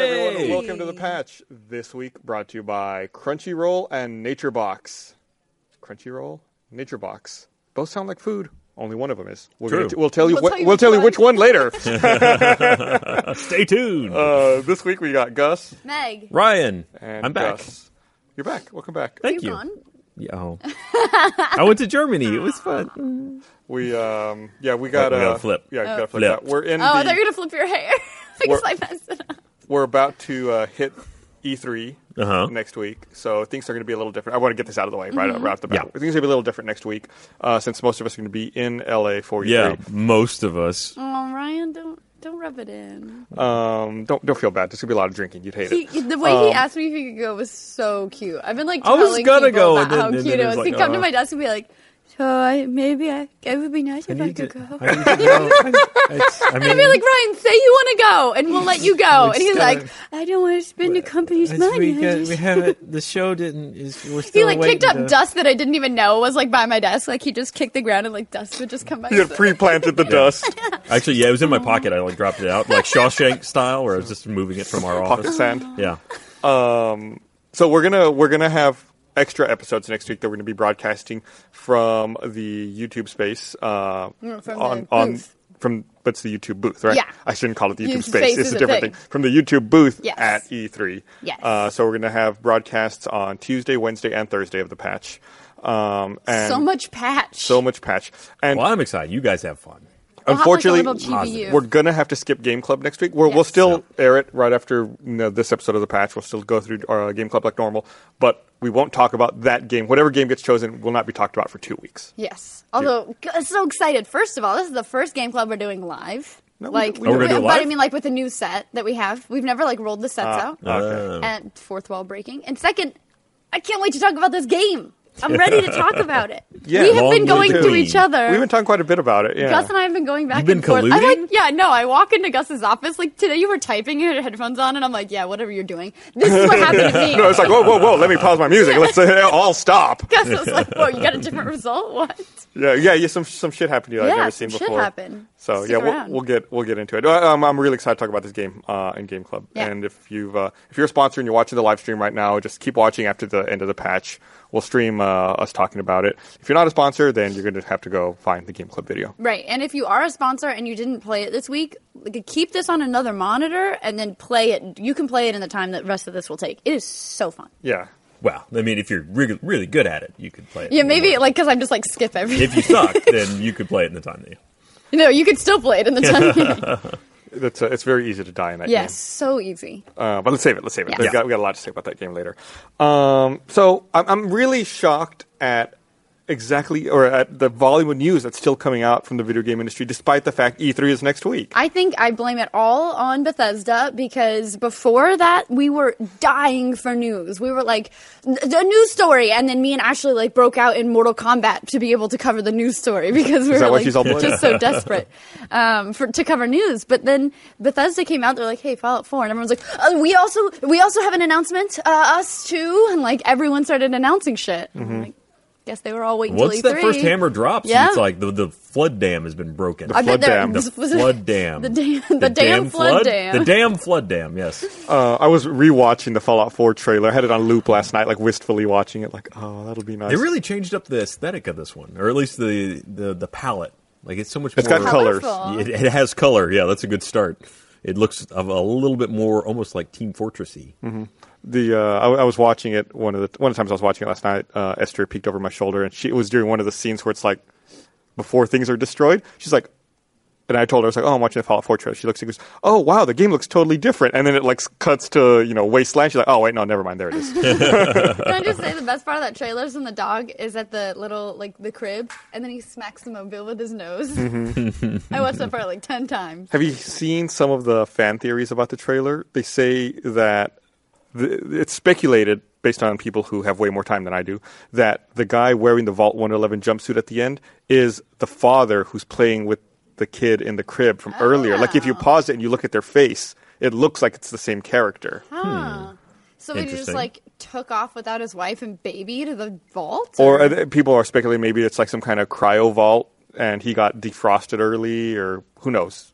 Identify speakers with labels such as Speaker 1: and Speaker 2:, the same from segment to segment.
Speaker 1: Under the Patch this week, brought to you by Crunchyroll and Nature Box. Crunchyroll, Nature Box. Both sound like food. Only one of them is. We're
Speaker 2: True.
Speaker 1: gonna t- we'll tell you.
Speaker 3: We'll
Speaker 1: wh-
Speaker 3: tell you
Speaker 1: we'll
Speaker 3: which
Speaker 1: tell you
Speaker 3: one.
Speaker 1: which one later.
Speaker 2: Stay tuned.
Speaker 1: uh, this week we got Gus
Speaker 3: Meg.
Speaker 2: Ryan,
Speaker 1: and
Speaker 2: I'm back.
Speaker 1: Gus. You're back. Welcome back.
Speaker 2: Thank
Speaker 3: you're
Speaker 2: you.
Speaker 3: gone.
Speaker 2: Yeah, oh. I went to Germany. It was fun.
Speaker 1: We um yeah we got
Speaker 2: We
Speaker 1: a
Speaker 2: gotta flip.
Speaker 1: Yeah, we gotta flip,
Speaker 2: Flip.
Speaker 1: that. We're in.
Speaker 3: Oh, I
Speaker 1: the,
Speaker 3: thought you were gonna flip your hair because I messed it up.
Speaker 1: we're about to uh, hit E3
Speaker 2: Uh-huh.
Speaker 1: next week, so things are going to be a little different. I want to get this out of the way right, right off the bat.
Speaker 2: Yeah.
Speaker 1: Things are going to be a little different next week uh, since most of us are going to be in LA for E E3.
Speaker 2: Yeah, most of us.
Speaker 3: Oh, Ryan, don't don't rub it in.
Speaker 1: Um, don't don't feel bad. There's going to be a lot of drinking. You'd hate
Speaker 3: He,
Speaker 1: it.
Speaker 3: the way he asked me if he could go was so cute. I've been like
Speaker 2: Um, I was
Speaker 3: telling
Speaker 2: gonna
Speaker 3: people
Speaker 2: go,
Speaker 3: about
Speaker 2: and then-
Speaker 3: how
Speaker 2: and then
Speaker 3: cute
Speaker 2: it
Speaker 3: it
Speaker 2: was
Speaker 3: was. He'd
Speaker 2: like,
Speaker 3: come to
Speaker 2: uh,
Speaker 3: my desk and be like, "So I maybe I it would be nice if I,
Speaker 2: need
Speaker 3: could
Speaker 2: to-
Speaker 3: go."
Speaker 2: I need to go. I- it's- I
Speaker 3: And I'd be
Speaker 2: mean,
Speaker 3: like, Ryan, say you want to go, and we'll let you go. And he's
Speaker 2: still-
Speaker 3: like, I don't want to spend the company's
Speaker 2: it's-
Speaker 3: money.
Speaker 2: we,
Speaker 3: I
Speaker 2: got,
Speaker 3: just-
Speaker 2: we haven't. The show didn't. Is we're still
Speaker 3: He like
Speaker 2: waiting
Speaker 3: picked up
Speaker 2: to-
Speaker 3: dust that I didn't even know was like by my desk. Like he just kicked the ground and like dust would just come by.
Speaker 1: You had pre-planted the dust,
Speaker 2: Actually, yeah, it was
Speaker 3: Oh.
Speaker 2: in my pocket. I like dropped it out, like Shawshank style, where I was just moving it from our
Speaker 1: pocket
Speaker 2: office.
Speaker 1: sand.
Speaker 2: Yeah,
Speaker 1: So we're gonna we're gonna have extra episodes next week that we're gonna be broadcasting from the YouTube space. Uh,
Speaker 3: from
Speaker 1: on
Speaker 3: the
Speaker 1: on
Speaker 3: booth.
Speaker 1: from what's the YouTube booth, right?
Speaker 3: Yeah.
Speaker 1: I shouldn't call it the YouTube
Speaker 3: YouTube
Speaker 1: space.
Speaker 3: space
Speaker 1: It's
Speaker 3: is
Speaker 1: a
Speaker 3: a
Speaker 1: different thing.
Speaker 3: thing.
Speaker 1: From the YouTube booth
Speaker 3: Yes.
Speaker 1: at E3.
Speaker 3: Yes.
Speaker 1: Uh, so we're gonna have broadcasts on Tuesday, Wednesday, and Thursday of the patch. Um, and
Speaker 3: so much patch.
Speaker 1: so much patch. And
Speaker 2: well, I'm excited. You guys have fun.
Speaker 3: We'll have, like, a
Speaker 1: unfortunately,
Speaker 3: little GBU.
Speaker 1: we're gonna have to skip Game Club next week. We're, We'll
Speaker 3: Yes.
Speaker 1: still air it right after you know, this episode of the patch. We'll still go through our Game Club like normal, but we won't talk about that game. Whatever game gets chosen will not be talked about for two weeks.
Speaker 3: Yes. Although g- so excited. First of all, this is the first game club we're doing live.
Speaker 1: No, we-
Speaker 3: like,
Speaker 1: we- Oh,
Speaker 2: we're gonna do it
Speaker 3: but I
Speaker 2: live?
Speaker 3: mean, like with the new set that we have, we've never like rolled the sets
Speaker 1: Ah.
Speaker 3: out.
Speaker 1: Okay.
Speaker 2: Um,
Speaker 3: And fourth wall breaking. And second, I can't wait to talk about this game. I'm ready to talk about it.
Speaker 1: Yeah,
Speaker 3: we have
Speaker 2: long
Speaker 3: been going
Speaker 2: way
Speaker 3: to
Speaker 2: to-
Speaker 3: each other.
Speaker 1: We've been talking quite a bit about it. Yeah.
Speaker 3: Gus and I have been going back
Speaker 2: You've been
Speaker 3: and forth. I'm
Speaker 2: colluding?
Speaker 3: like, yeah, no. I walk into Gus's office like today. You were typing, you had your headphones on, and I'm like, yeah, whatever you're doing. This is what happened to me.
Speaker 1: no, it's like whoa, whoa, whoa. Let me pause my music. Let's uh, all stop.
Speaker 3: Gus was like, whoa, you got a different result? What?
Speaker 1: Yeah, yeah, yeah. Some some shit happened to you that I've
Speaker 3: Yeah,
Speaker 1: never seen
Speaker 3: some shit
Speaker 1: before.
Speaker 3: happened.
Speaker 1: So
Speaker 3: Stick
Speaker 1: yeah, we'll,
Speaker 3: around.
Speaker 1: we'll get we'll get into it. Uh, Um, I'm really excited to talk about this game uh, in Game Club.
Speaker 3: Yeah.
Speaker 1: And if you've uh, if you're a sponsor and you're watching the live stream right now, just keep watching after the end of the patch. We'll stream uh, us talking about it. If you're not a sponsor, then you're going to have to go find the Game Club video.
Speaker 3: Right. And if you are a sponsor and you didn't play it this week, like, keep this on another monitor and then play it. You can play it in the time that the rest of this will take. It is so fun.
Speaker 1: Yeah.
Speaker 2: Well, I mean, if you're really, really good at it, you could play it.
Speaker 3: Yeah, maybe like because I'm just like skip everything.
Speaker 2: If you suck, then you could play it in the time that you.
Speaker 3: no, you could still play it in the time.
Speaker 1: That's uh, it's very easy to die in that
Speaker 3: yes,
Speaker 1: game.
Speaker 3: so easy.
Speaker 1: Uh, but let's save it. Let's save it.
Speaker 3: Yeah.
Speaker 1: We've,
Speaker 3: Yeah.
Speaker 1: got, we've got a lot to say about that game later. Um, so I'm, I'm really shocked at exactly or at the volume of news that's still coming out from the video game industry, despite the fact E3 is next week.
Speaker 3: I think I blame it all on Bethesda because before that we were dying for news. We were like "Th- the news story, and then me and Ashley like broke out in Mortal Kombat to be able to cover the news story because we
Speaker 1: Is that
Speaker 3: were
Speaker 1: why
Speaker 3: like
Speaker 1: she's all bloody?
Speaker 3: just so desperate um, for to cover news. But then Bethesda came out. They're like, "Hey, Fallout 4," and everyone's like, uh, "We also we also have an announcement. Uh, us too." And like everyone started announcing shit. I'm
Speaker 1: Mm-hmm.
Speaker 3: like, guess they were all waiting
Speaker 2: Once
Speaker 3: till
Speaker 2: that
Speaker 3: E3.
Speaker 2: first hammer drops,
Speaker 3: E Yeah.
Speaker 2: it's like the, the flood dam has been broken.
Speaker 3: I
Speaker 1: flood
Speaker 3: bet there-
Speaker 1: dam.
Speaker 2: the flood dam.
Speaker 3: The dam. The, damn, flood, dam.
Speaker 2: The damn flood dam. Yes.
Speaker 1: Uh, I was rewatching the Fallout 4 trailer. I had it on loop last night, like wistfully watching it, like, oh, that'll be nice.
Speaker 2: They really changed up the aesthetic of this one, or at least the the, the palette. Like it's so much.
Speaker 1: It's
Speaker 2: more,
Speaker 1: got colors.
Speaker 3: Colorful.
Speaker 2: It, it has color. Yeah, that's a good start. It looks of a little bit more, almost like Team Fortressy.
Speaker 1: The uh, I, I was watching it one of the one of the times I was watching it last night. Uh, Esther peeked over my shoulder, and she it was during one of the scenes where it's like before things are destroyed. She's like, and I told her I was like, oh, I'm watching the Fallout 4 trailer. She looks and goes, oh wow, the game looks totally different. And then it like cuts to you know wasteland. She's like, oh wait, no, never mind, there it is.
Speaker 3: Can I just say the best part of that trailer is when the dog is at the little like the crib, and then he smacks the mobile with his nose.
Speaker 1: Mm-hmm.
Speaker 3: I watched that part like ten times.
Speaker 1: Have you seen some of the fan theories about the trailer? They say that th it's speculated based on people who have way more time than I do that the guy wearing the Vault 111 jumpsuit at the end is the father who's playing with the kid in the crib from earlier. Like if you pause it and you look at their face, it looks like it's the same character.
Speaker 3: Huh. So he just
Speaker 2: Interesting.
Speaker 3: like took off without his wife and baby to the vault.
Speaker 1: Or uh, people are speculating maybe it's like some kind of cryo vault and he got defrosted early or who knows.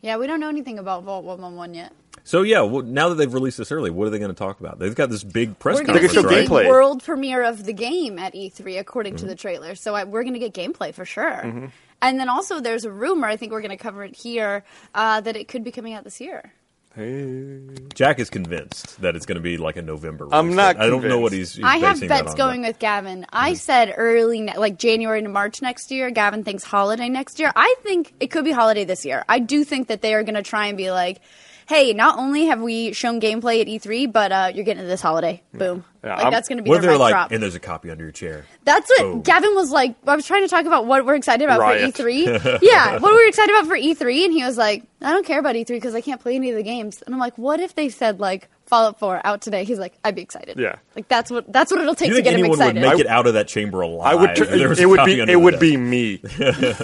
Speaker 3: yeah, we don't know anything about Vault One One One yet.
Speaker 2: So yeah, well, now that they've released this early, what are they going to talk about? They've got this big press
Speaker 3: We're
Speaker 1: gonna
Speaker 3: going to
Speaker 2: conference,
Speaker 3: see
Speaker 1: show
Speaker 2: right?
Speaker 3: the
Speaker 1: gameplay.
Speaker 3: world premiere of the game at E3, according
Speaker 1: Mm-hmm.
Speaker 3: to the trailer. So I, we're going to get gameplay for sure. And then also, there's a rumor. I think we're going to cover it here uh, that it could be coming out this year.
Speaker 1: Hey.
Speaker 2: Jack is convinced that it's going to be like a November.
Speaker 1: I'm
Speaker 2: release.
Speaker 1: not
Speaker 2: I don't know
Speaker 1: convinced.
Speaker 2: what he's. he's
Speaker 3: I have
Speaker 2: basing that Mm-hmm.
Speaker 3: bets
Speaker 2: on,
Speaker 3: going
Speaker 2: but-
Speaker 3: with Gavin. I said early, ne- like January to March next year. Gavin thinks holiday next year. I think it could be holiday this year. I do think that they are going to try and be like, hey, not only have we shown gameplay at E3, but uh, you're getting it this holiday. Boom.
Speaker 1: Yeah,
Speaker 3: like,
Speaker 1: I'm-
Speaker 3: that's going to be
Speaker 2: Whether
Speaker 3: their mic
Speaker 2: like,
Speaker 3: drop.
Speaker 2: and there's a copy under your chair.
Speaker 3: That's what
Speaker 2: Oh.
Speaker 3: Gavin was like. I was trying to talk about what we're excited about
Speaker 1: Riot.
Speaker 3: for E3. yeah, what we're excited about for E3, and he was like, "I don't care about E3 because I can't play any of the games." And I'm like, "What if they said like Fallout 4 out today?" He's like, "I'd be excited."
Speaker 1: Yeah.
Speaker 3: like that's what that's what it'll take
Speaker 2: Do you
Speaker 3: to
Speaker 2: think
Speaker 3: get him
Speaker 2: anyone would
Speaker 3: excited.
Speaker 2: make
Speaker 1: I-
Speaker 2: it out of that chamber alive?
Speaker 1: I would.
Speaker 2: if there was a
Speaker 1: it would
Speaker 2: copy
Speaker 1: be.
Speaker 2: under
Speaker 1: It
Speaker 2: the
Speaker 1: would
Speaker 2: desk?
Speaker 1: be me.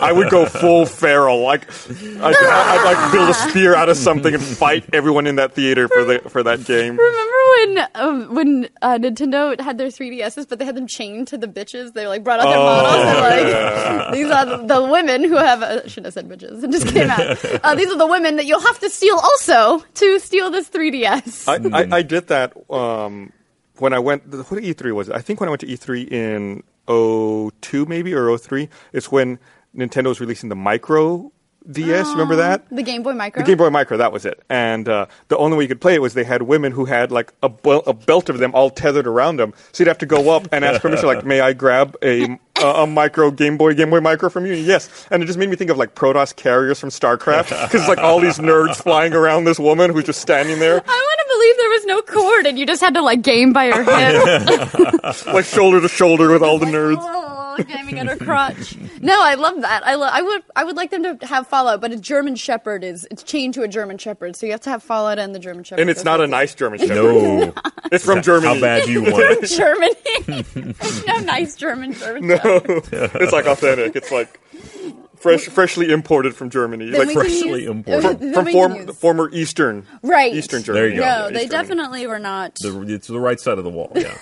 Speaker 1: I would go full feral. Like, I, I'd like build a spear out of something and fight everyone in that theater for the for that game.
Speaker 3: Remember when um, when uh, Nintendo had their 3DSs, but they had them chained to the bitches? They like brought out their models and like
Speaker 2: Oh.
Speaker 3: these are the, the women who have uh, shouldn't have said bitches. It just came out. uh, these are the women that you'll have to steal also to steal this 3DS.
Speaker 1: I, I, I did that um, when I went. What E3 was it? I think when I went to E3 in 02 maybe or 03. It's when Nintendo was releasing the Micro DS. remember that?
Speaker 3: the Game Boy Micro.
Speaker 1: The Game Boy Micro, that was it. And uh, the only way you could play it was they had women who had like a, bel- a belt of them all tethered around them. So you'd have to go up and ask permission, like, "May I grab a a, a micro Game Boy Game Boy Micro from you?" Yes. And it just made me think of like Protoss carriers from StarCraft because like all these nerds flying around this woman who's just standing there,
Speaker 3: I want to believe there was no cord and you just had to like game by her hip.
Speaker 1: like shoulder to shoulder with all the nerds.
Speaker 3: Oh, gaming at her crotch. No, I love that. I, lo- I would I would like them to have Fallout, but a German Shepherd is it's chained to a German Shepherd, so you have to have Fallout and the German Shepherd.
Speaker 1: And it's not a nice German Shepherd.
Speaker 2: No.
Speaker 1: It's from Germany.
Speaker 2: How bad do you want it?
Speaker 3: Germany. no nice German German. Shepherd.
Speaker 1: it's like authentic. It's like fresh, freshly imported from Germany.
Speaker 3: Then
Speaker 1: like
Speaker 3: we
Speaker 1: fr-
Speaker 3: can use-
Speaker 2: freshly
Speaker 3: oh,
Speaker 2: imported.
Speaker 3: then
Speaker 1: from
Speaker 3: we can
Speaker 1: form,
Speaker 3: use-
Speaker 1: former Eastern
Speaker 3: right.
Speaker 1: Eastern
Speaker 2: There
Speaker 1: Germany.
Speaker 2: you go.
Speaker 1: Yeah,
Speaker 3: No, they
Speaker 1: Eastern.
Speaker 3: definitely were not the,
Speaker 2: The- It's the right side of the wall. Yeah.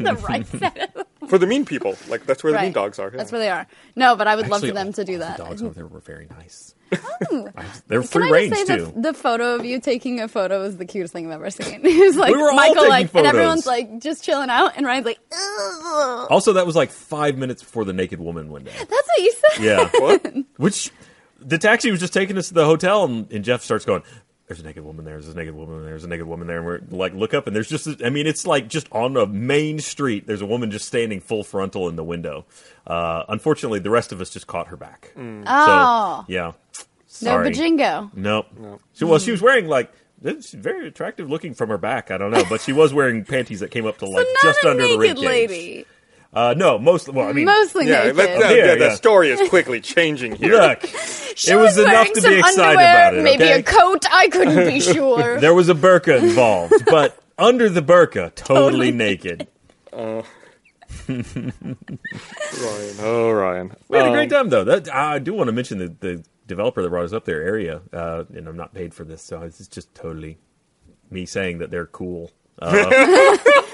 Speaker 3: right set.
Speaker 1: for the mean people. Like that's where the mean
Speaker 3: Right.
Speaker 1: dogs are. yeah.
Speaker 3: That's where they are. No, but I would love
Speaker 2: Actually,
Speaker 3: for them to
Speaker 2: all-
Speaker 3: do
Speaker 2: all the
Speaker 3: that. Oh.
Speaker 2: dogs over there were very nice. They're
Speaker 3: Can
Speaker 2: free
Speaker 3: I just
Speaker 2: range
Speaker 3: say
Speaker 2: too.
Speaker 3: the, the photo of you taking a photo is the cutest thing I've ever seen. It's like
Speaker 2: We were all
Speaker 3: Michael
Speaker 2: taking
Speaker 3: like and
Speaker 2: photos.
Speaker 3: everyone's like just chilling out and Ryan's like Ugh.
Speaker 2: Also, that was like five minutes before the naked woman went down.
Speaker 3: That's what you said.
Speaker 2: Yeah.
Speaker 1: What?
Speaker 2: Which the taxi was just taking us to the hotel, and, and Jeff starts going, "There's a naked woman there. There's a naked woman there. There's a naked woman there." And we're like, "Look up!" And there's just, I mean, it's like just on a main street. There's a woman just standing full frontal in the window. Uh, unfortunately, the rest of us just caught her back.
Speaker 3: Oh.
Speaker 2: So, yeah.
Speaker 3: No
Speaker 2: Sorry.
Speaker 3: bajingo.
Speaker 2: Nope. She, well, she was wearing like this very attractive looking from her back. I don't know, but she was wearing panties that came up to like
Speaker 3: Not
Speaker 2: just
Speaker 3: a
Speaker 2: under the rib
Speaker 3: naked
Speaker 2: cage.
Speaker 3: lady.
Speaker 2: Uh, no, mostly. Well, I mean,
Speaker 3: Mostly
Speaker 1: Yeah,
Speaker 3: naked.
Speaker 1: that, that,
Speaker 2: Yeah,
Speaker 1: yeah,
Speaker 2: yeah.
Speaker 1: the story is quickly changing here.
Speaker 2: look,
Speaker 3: She
Speaker 2: it was, enough
Speaker 3: wearing
Speaker 2: to
Speaker 3: some
Speaker 2: be excited
Speaker 3: underwear,
Speaker 2: about it.
Speaker 3: Maybe
Speaker 2: okay?
Speaker 3: a coat. I couldn't be sure.
Speaker 2: There was a burqa involved, but under the burqa, totally naked.
Speaker 1: Ryan. Oh, Ryan.
Speaker 2: We had a
Speaker 1: Um,
Speaker 2: great time though. That I do want to mention the, the developer that brought us up there, Area, uh, and I'm not paid for this, so it's just totally me saying that they're cool. Uh,
Speaker 3: what about you?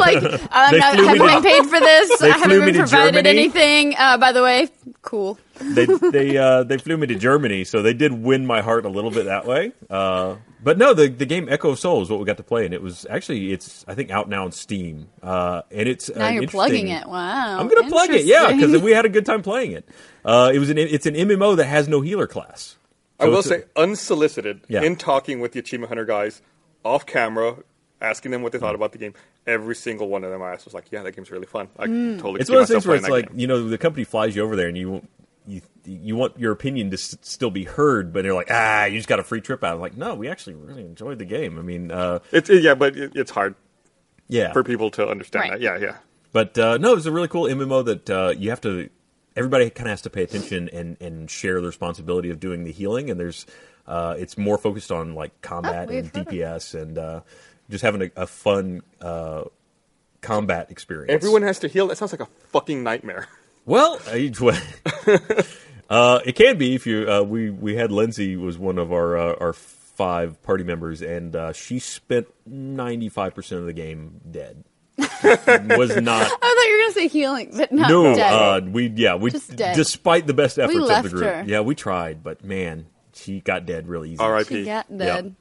Speaker 3: Like, um,
Speaker 2: They
Speaker 3: I
Speaker 2: flew me
Speaker 3: haven't
Speaker 2: to-
Speaker 3: been paid for this. I
Speaker 2: flew
Speaker 3: haven't
Speaker 2: me
Speaker 3: been
Speaker 2: to
Speaker 3: provided
Speaker 2: Germany.
Speaker 3: anything. Uh, by the way, cool.
Speaker 2: they they uh, they flew me to Germany, so they did win my heart a little bit that way. Uh, but no, the the game Echo of Soul is what we got to play, and it was actually it's I think out now on Steam, uh, and it's
Speaker 3: Now
Speaker 2: an
Speaker 3: you're plugging
Speaker 2: interesting-
Speaker 3: it. Wow.
Speaker 2: I'm gonna plug it, yeah, because
Speaker 3: Oh, Interesting.
Speaker 2: we had a good time playing it. Uh, it was an it's an MMO that has no healer class.
Speaker 1: I
Speaker 2: Um, So
Speaker 1: will
Speaker 2: it's a-
Speaker 1: say, unsolicited,
Speaker 2: Yeah.
Speaker 1: in talking with the Achievement Hunter guys, off camera, asking them what they thought
Speaker 2: Mm.
Speaker 1: about the game, every single one of them I asked was like, "Yeah, that game's really fun. I
Speaker 3: Mm.
Speaker 1: can totally."
Speaker 2: it's
Speaker 1: see
Speaker 2: one of those
Speaker 1: myself
Speaker 2: things where it's
Speaker 1: playing
Speaker 2: like you know the company flies you over there and you you you want your opinion to s- still be heard, but they're like ah you just got a free trip out. I'm like no, we actually really enjoyed the game. I mean, uh,
Speaker 1: that game. It's, yeah, but it, it's hard
Speaker 2: yeah,
Speaker 1: for people to understand that.
Speaker 3: Right.
Speaker 1: Yeah, yeah.
Speaker 2: But uh, no, it's a really cool MMO that uh, you have to. Everybody kind of has to pay attention and, and share the responsibility of doing the healing. And there's, uh, it's more focused on like combat
Speaker 3: Oh, we've
Speaker 2: and
Speaker 3: heard of
Speaker 2: DPS and uh, just having a, a fun uh, combat experience.
Speaker 1: Everyone has to heal. That sounds like a fucking nightmare.
Speaker 2: Well, I- uh, it can be if you. Uh, we we had Lindsay was one of our uh, our five party members, and uh, she spent ninety five percent of the game dead. was not
Speaker 3: I thought you were gonna say healing, but not
Speaker 2: no,
Speaker 3: dead.
Speaker 2: Uh, we yeah we
Speaker 3: Just dead.
Speaker 2: despite the best efforts of
Speaker 3: left
Speaker 2: the group.
Speaker 3: her.
Speaker 2: Yeah, we tried, but man, She got dead really easy.
Speaker 1: R.I.P.
Speaker 3: She got
Speaker 2: Yeah.
Speaker 3: dead.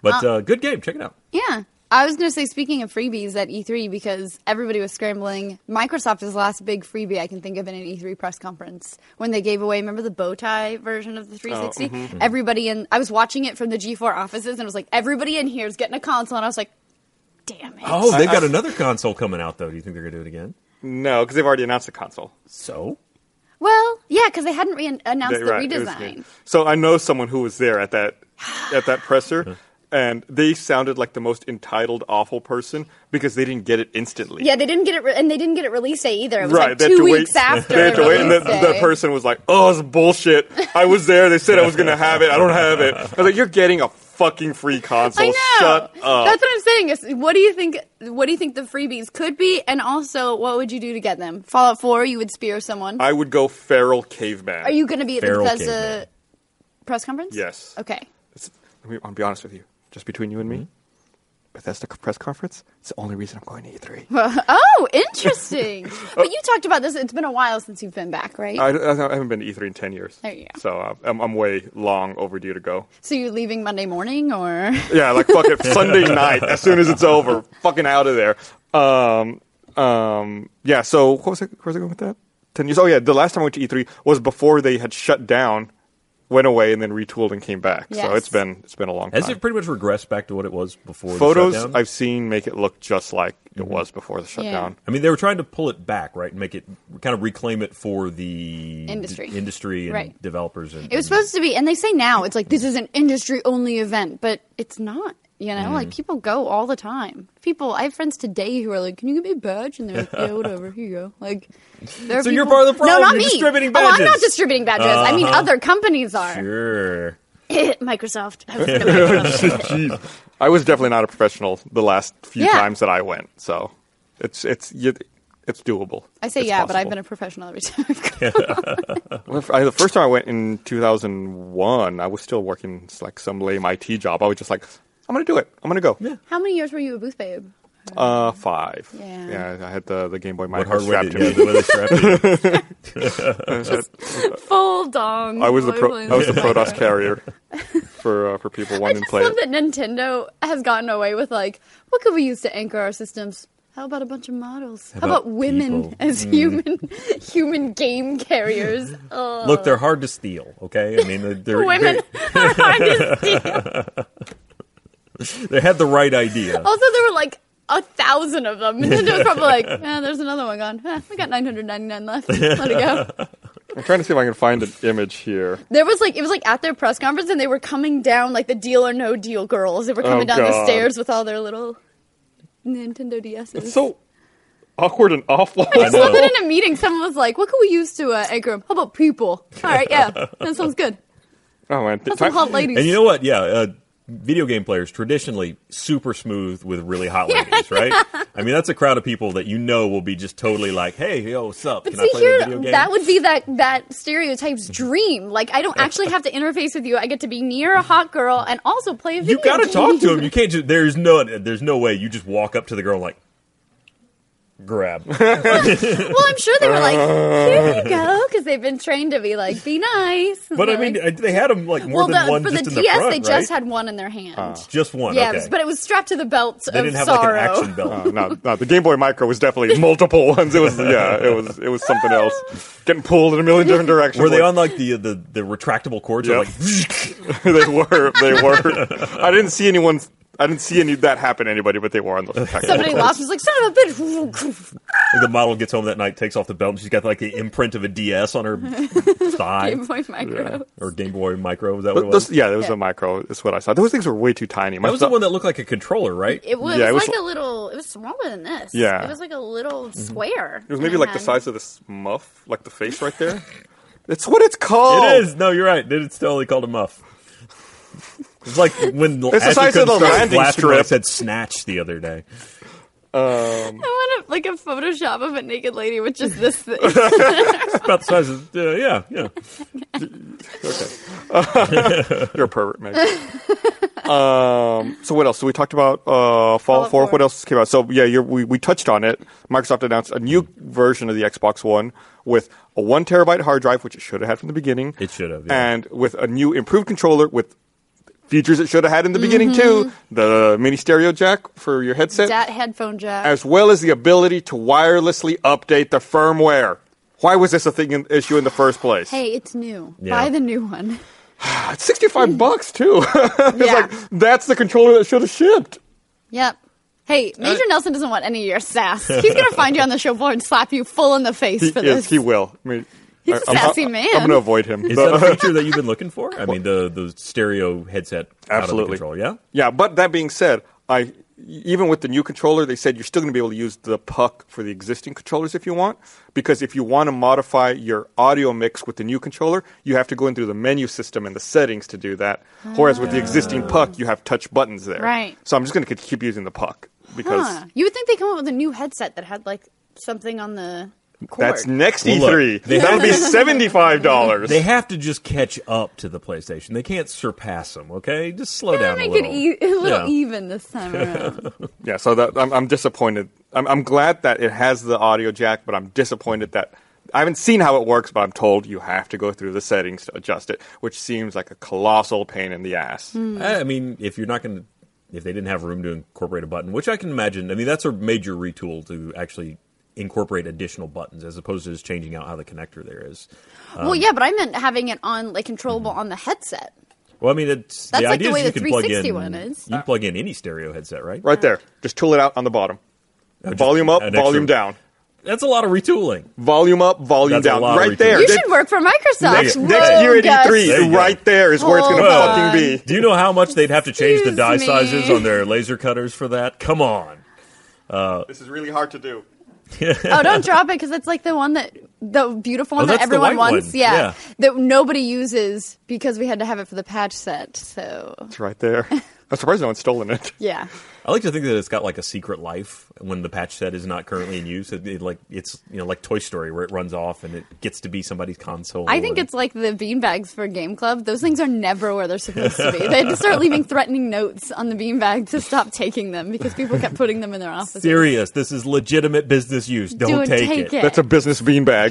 Speaker 2: But uh, good game. Check it out.
Speaker 3: Yeah. I was going to say, speaking of freebies at E3, because everybody was scrambling, Microsoft is the last big freebie I can think of in an E3 press conference when they gave away, remember the bow tie version of the 360?
Speaker 1: Mm-hmm.
Speaker 3: Everybody in, I was watching it from the G4 offices and it was like, everybody in here is getting a console. And I was like, damn it.
Speaker 2: Oh, they've got another console coming out though. Do you think they're gonna do it again?
Speaker 1: No, because they've already announced the console.
Speaker 2: So
Speaker 3: Well, yeah, because they hadn't re- announced
Speaker 1: They-
Speaker 3: the
Speaker 1: right, it was
Speaker 3: redesign.
Speaker 1: me. So I know someone who was there at that at that presser, and they sounded like the most entitled, awful person because they didn't get it instantly.
Speaker 3: Yeah, they didn't get it, re- and they didn't get it release day either. It was
Speaker 1: Right,
Speaker 3: like
Speaker 1: they had
Speaker 3: two
Speaker 1: to wait-
Speaker 3: weeks after.
Speaker 1: They had to wait, and the,
Speaker 3: release
Speaker 1: the
Speaker 3: day.
Speaker 1: person was like, "Oh, it's bullshit. I was there. They said I was going to have it. I don't have it." I was like, "You're getting a fucking free console.
Speaker 3: I know.
Speaker 1: Shut up."
Speaker 3: That's what I'm saying. Is what do you think? What do you think the freebies could be? And also, what would you do to get them? Fallout Four, you would spear someone.
Speaker 1: I would go feral caveman.
Speaker 3: Are you going to be at the
Speaker 2: Feral
Speaker 3: Bethesda
Speaker 2: caveman.
Speaker 3: press conference?
Speaker 1: Yes.
Speaker 3: Okay.
Speaker 1: It's, let me, I'll be honest with you, just between you and me. Bethesda c- press conference. It's the only reason I'm going to E E3.
Speaker 3: Oh, interesting. but you talked about this. It's been a while since you've been back, right?
Speaker 1: I, I haven't been to E3 in 10 years.
Speaker 3: There you go.
Speaker 1: So uh, I'm, I'm way long overdue to go.
Speaker 3: so you're leaving Monday morning, or
Speaker 1: Yeah, like fuck it, Sunday night as soon as it's over, fucking out of there. Um, um, yeah. So what was I, where was I going with that? Ten years. Oh yeah, the last time I went to E3 was before they had shut down, went away, and then retooled and came back. So
Speaker 3: Yes.
Speaker 1: it's been it's been a long
Speaker 2: has
Speaker 1: time.
Speaker 2: it pretty much regressed back to what it was before? The
Speaker 1: Photos
Speaker 2: shutdown?
Speaker 1: I've seen make it look just like it
Speaker 2: Mm-hmm.
Speaker 1: was before the shutdown.
Speaker 2: I mean, they were trying to pull it back, right, and make it kind of reclaim it for the
Speaker 3: Industry.
Speaker 2: d- industry, and
Speaker 3: Right.
Speaker 2: developers. And,
Speaker 3: it was supposed to be? And they say now it's like this is an industry only event, but it's not. You know, like people go all the time. People, I have friends today who are like, "Can you give me a badge?" And they're like, "Yeah, whatever. Here you go." Like, there are
Speaker 2: So you're
Speaker 3: people-
Speaker 2: part of the problem.
Speaker 3: No, not
Speaker 2: You're
Speaker 3: me.
Speaker 2: distributing
Speaker 3: Oh, I'm not
Speaker 2: badges.
Speaker 3: distributing badges. I mean, other companies are.
Speaker 2: sure.
Speaker 3: Microsoft. I was gonna-
Speaker 1: Jeez. I was definitely not a professional the last few
Speaker 3: Yeah.
Speaker 1: times that I went, so it's it's you- it's doable.
Speaker 3: I say
Speaker 1: It's
Speaker 3: yeah, but I've
Speaker 1: possible.
Speaker 3: been a professional every time. I've gone.
Speaker 1: Well, f- I, the first time I went in 2001, I was still working s- like some lame IT job. I was just like, I'm gonna do it. I'm gonna go. Yeah.
Speaker 3: How many years were you a booth babe?
Speaker 1: Uh, five.
Speaker 3: Yeah.
Speaker 1: Yeah. I had the, the Game Boy
Speaker 2: What
Speaker 1: Micro
Speaker 2: hardware
Speaker 1: strapped
Speaker 2: did
Speaker 1: to
Speaker 2: yeah,
Speaker 1: me.
Speaker 2: the way they strapped it.
Speaker 3: Full dong.
Speaker 1: I was the pro, I was the Protoss carrier for uh, for people wanting to
Speaker 3: just
Speaker 1: play
Speaker 3: love
Speaker 1: it.
Speaker 3: that Nintendo has gotten away with like, what could we use to anchor our systems? How about a bunch of models? How, about,
Speaker 2: about
Speaker 3: women
Speaker 2: people?
Speaker 3: as
Speaker 1: Mm.
Speaker 3: human human game carriers? Ugh.
Speaker 2: Look, they're hard to steal. Okay, I mean, they're, they're
Speaker 3: Women are hard to steal.
Speaker 2: They, they had the right idea.
Speaker 3: Also, there were like a thousand of them. Nintendo was probably like, eh, there's another one gone. Eh, we got 999 left. Let it go.
Speaker 1: I'm trying to see if I can find an image here.
Speaker 3: There was like it was like at their press conference, and they were coming down like the Deal or No Deal girls. They were coming down the
Speaker 1: Oh, God.
Speaker 3: stairs with all their little Nintendo DSs.
Speaker 1: It's so awkward and awful.
Speaker 2: I know.
Speaker 3: Well, then in a meeting, someone was like, "What can we use to uh, anchor him? How about people? All right, yeah, that sounds good.
Speaker 1: Oh man,
Speaker 3: That's some hot ladies.
Speaker 2: And you know what? Yeah, uh, video game players traditionally super smooth with really hot ladies, right? I mean, that's a crowd of people that you know will be just totally like, "Hey, yo, what's up?
Speaker 3: but
Speaker 2: Can
Speaker 3: see
Speaker 2: I play
Speaker 3: here,
Speaker 2: the video game?"
Speaker 3: that would be that that stereotype's dream. Like, I don't actually have to interface with you. I get to be near a hot girl and also play a video.
Speaker 2: you got to
Speaker 3: game.
Speaker 2: talk to him. You can't just. There's no. There's no way you just walk up to the girl and like grab.
Speaker 3: Well, I'm sure they were like, "Here you go," because they've been trained to be like, "Be nice." And
Speaker 2: But I
Speaker 3: they're
Speaker 2: mean,
Speaker 3: like-
Speaker 2: uh, they had them like more
Speaker 3: well,
Speaker 2: than
Speaker 3: the,
Speaker 2: one
Speaker 3: for
Speaker 2: just
Speaker 3: the
Speaker 2: in
Speaker 3: DS,
Speaker 2: the front,
Speaker 3: they
Speaker 2: right?
Speaker 3: just had one in their hand.
Speaker 2: just one.
Speaker 3: Yeah, it
Speaker 2: okay.
Speaker 3: was- but it was strapped to the belt
Speaker 2: they
Speaker 3: of
Speaker 2: didn't have
Speaker 3: sorrow.
Speaker 2: like an action belt.
Speaker 1: Oh, no, no, the Game Boy Micro was definitely multiple ones. It was yeah, it was it was something else. Getting pulled in a million different directions.
Speaker 2: Were they
Speaker 1: Like-
Speaker 2: on like the the, the retractable cords? or
Speaker 1: Yeah.
Speaker 2: Like,
Speaker 1: they were. They were. I didn't see anyone. I didn't see any that happen to anybody, but they were on the technical
Speaker 3: Somebody
Speaker 1: course.
Speaker 3: lost. Was like, "Son of a bitch!"
Speaker 2: the model gets home that night, takes off the belt, and she's got like the imprint of a DS on her thigh
Speaker 3: Game Boy Micro.
Speaker 2: or Game Boy Micro. Was that what it
Speaker 1: Th-
Speaker 2: was?
Speaker 1: those- yeah, it was
Speaker 3: Yeah.
Speaker 1: a micro. That's what I saw. Those things were way too tiny. My
Speaker 2: that was the
Speaker 1: thumb-
Speaker 2: one that looked like a controller, right?
Speaker 3: It was,
Speaker 1: Yeah,
Speaker 3: it
Speaker 1: it
Speaker 3: was
Speaker 1: was
Speaker 3: like
Speaker 1: sl-
Speaker 3: a little. It was smaller than this.
Speaker 1: Yeah. Mm-hmm.
Speaker 3: It was like a little square.
Speaker 1: It was maybe like the size of this muff, like the face right there. That's what it's called.
Speaker 3: Oh.
Speaker 2: It is. No, you're right. Dude, It's totally called a muff. It's like when
Speaker 1: It's the size of the landing
Speaker 2: I
Speaker 1: strip.
Speaker 2: said snatch the other day.
Speaker 3: I want a, like a Photoshop of a naked lady with just this thing.
Speaker 2: It's about the size of uh, yeah, yeah.
Speaker 1: You're a pervert, man. um, so what else? So we talked about uh, Fallout 4.
Speaker 3: Fallout 4.
Speaker 1: What else came out? So yeah, you're, we we touched on it. Microsoft announced a new version of the Xbox One with a one terabyte hard drive, which it should have had from the beginning.
Speaker 2: It should have, yeah.
Speaker 1: And with a new improved controller with features it should have had in the beginning too, the mini stereo jack for your headset,
Speaker 3: that headphone Mm-hmm. jack.
Speaker 1: as well as the ability to wirelessly update the firmware. Why was this a thing in, issue in the first place?
Speaker 3: hey, it's new.
Speaker 2: Yeah.
Speaker 3: Buy the new one.
Speaker 1: It's 65 bucks too.
Speaker 3: yeah.
Speaker 1: That's the controller that should have shipped.
Speaker 3: Yep.
Speaker 1: Uh,
Speaker 3: Hey, Major Nelson doesn't want any of your sass. He's gonna find you on the show floor and slap you full in the face
Speaker 1: He,
Speaker 3: for
Speaker 1: yes,
Speaker 3: this.
Speaker 1: he will. I mean,
Speaker 3: He's a
Speaker 1: I'm- I'm-
Speaker 3: sassy man.
Speaker 1: I'm going to avoid him.
Speaker 2: Is
Speaker 1: But-
Speaker 2: that a feature that you've been looking for? I mean, the the stereo headset
Speaker 1: Absolutely.
Speaker 2: out of the controller. Yeah.
Speaker 1: Yeah, but that being said, I even with the new controller, they said you're still going to be able to use the puck for the existing controllers if you want, because if you want to modify your audio mix with the new controller, you have to go in through the menu system and the settings to do that. Whereas with the existing puck, you have touch buttons there.
Speaker 3: Ah. Right.
Speaker 1: So I'm just going to keep using the puck because
Speaker 3: Huh. You would think they come up with a new headset that had like something on the cord.
Speaker 1: that's next
Speaker 2: Well, look,
Speaker 1: E3.
Speaker 2: they
Speaker 1: That'll be
Speaker 2: have-
Speaker 1: seventy five dollars.
Speaker 2: They have to just catch up to the PlayStation. They can't surpass them. Okay, just slow down
Speaker 3: make
Speaker 2: a little.
Speaker 3: it e- a little
Speaker 2: Yeah.
Speaker 3: even this time around.
Speaker 1: Yeah, so that, I'm, I'm disappointed. I'm, I'm glad that it has the audio jack, but I'm disappointed that I haven't seen how it works. But I'm told you have to go through the settings to adjust it, which seems like a colossal pain in the ass.
Speaker 2: Uh, I I mean, if you're not going to, if they didn't have room to incorporate a button, which I can imagine, I mean, that's a major retool to actually incorporate additional buttons as opposed to just changing out how the connector there is.
Speaker 1: Um,
Speaker 3: well, yeah, but I meant having it on like controllable on the headset.
Speaker 2: Well, I mean, it's
Speaker 3: That's
Speaker 2: the
Speaker 3: like
Speaker 2: idea
Speaker 3: the way
Speaker 2: is you
Speaker 3: the
Speaker 2: can plug in
Speaker 3: 360 one is.
Speaker 2: you can plug in any stereo headset, right?
Speaker 1: Right there, just tool it out on the bottom.
Speaker 2: just
Speaker 1: volume up,
Speaker 2: an
Speaker 1: volume
Speaker 2: extra-
Speaker 1: down.
Speaker 2: That's a lot of retooling.
Speaker 1: Volume up, volume
Speaker 2: That's a
Speaker 1: down.
Speaker 2: lot of
Speaker 1: Right there.
Speaker 3: You
Speaker 1: That-
Speaker 3: should work for Microsoft.
Speaker 1: next,
Speaker 3: Whoa,
Speaker 1: next year at
Speaker 3: Gus.
Speaker 1: E3,
Speaker 2: There you go.
Speaker 1: right there is where it's going to
Speaker 3: Hold
Speaker 1: fucking
Speaker 3: on.
Speaker 1: be.
Speaker 2: Do you know how much they'd have to change the die
Speaker 3: Excuse me.
Speaker 2: sizes on their laser cutters for that? Come on. Oh.
Speaker 1: This is really hard to do.
Speaker 3: Oh, don't drop it because it's like the one that the beautiful one
Speaker 2: Oh,
Speaker 3: that
Speaker 2: that's the
Speaker 3: everyone
Speaker 2: white
Speaker 3: wants.
Speaker 2: one.
Speaker 3: Yeah,
Speaker 2: Yeah.
Speaker 3: that nobody uses because we had to have it for the patch set. So
Speaker 1: It's right there. I'm surprised no one's stolen it.
Speaker 3: yeah,
Speaker 2: I like to think that it's got like a secret life when the patch set is not currently in use. It, it, like it's you know like Toy Story where it runs off and it gets to be somebody's console.
Speaker 3: I think
Speaker 2: and-
Speaker 3: it's like the beanbags for Game Club. Those things are never where they're supposed to be. They had to start leaving threatening notes on the beanbag to stop taking them because people kept putting them in their offices.
Speaker 2: serious. This is legitimate business use. Don't
Speaker 3: Don't
Speaker 2: take,
Speaker 3: take
Speaker 2: it.
Speaker 3: it.
Speaker 1: That's a business beanbag.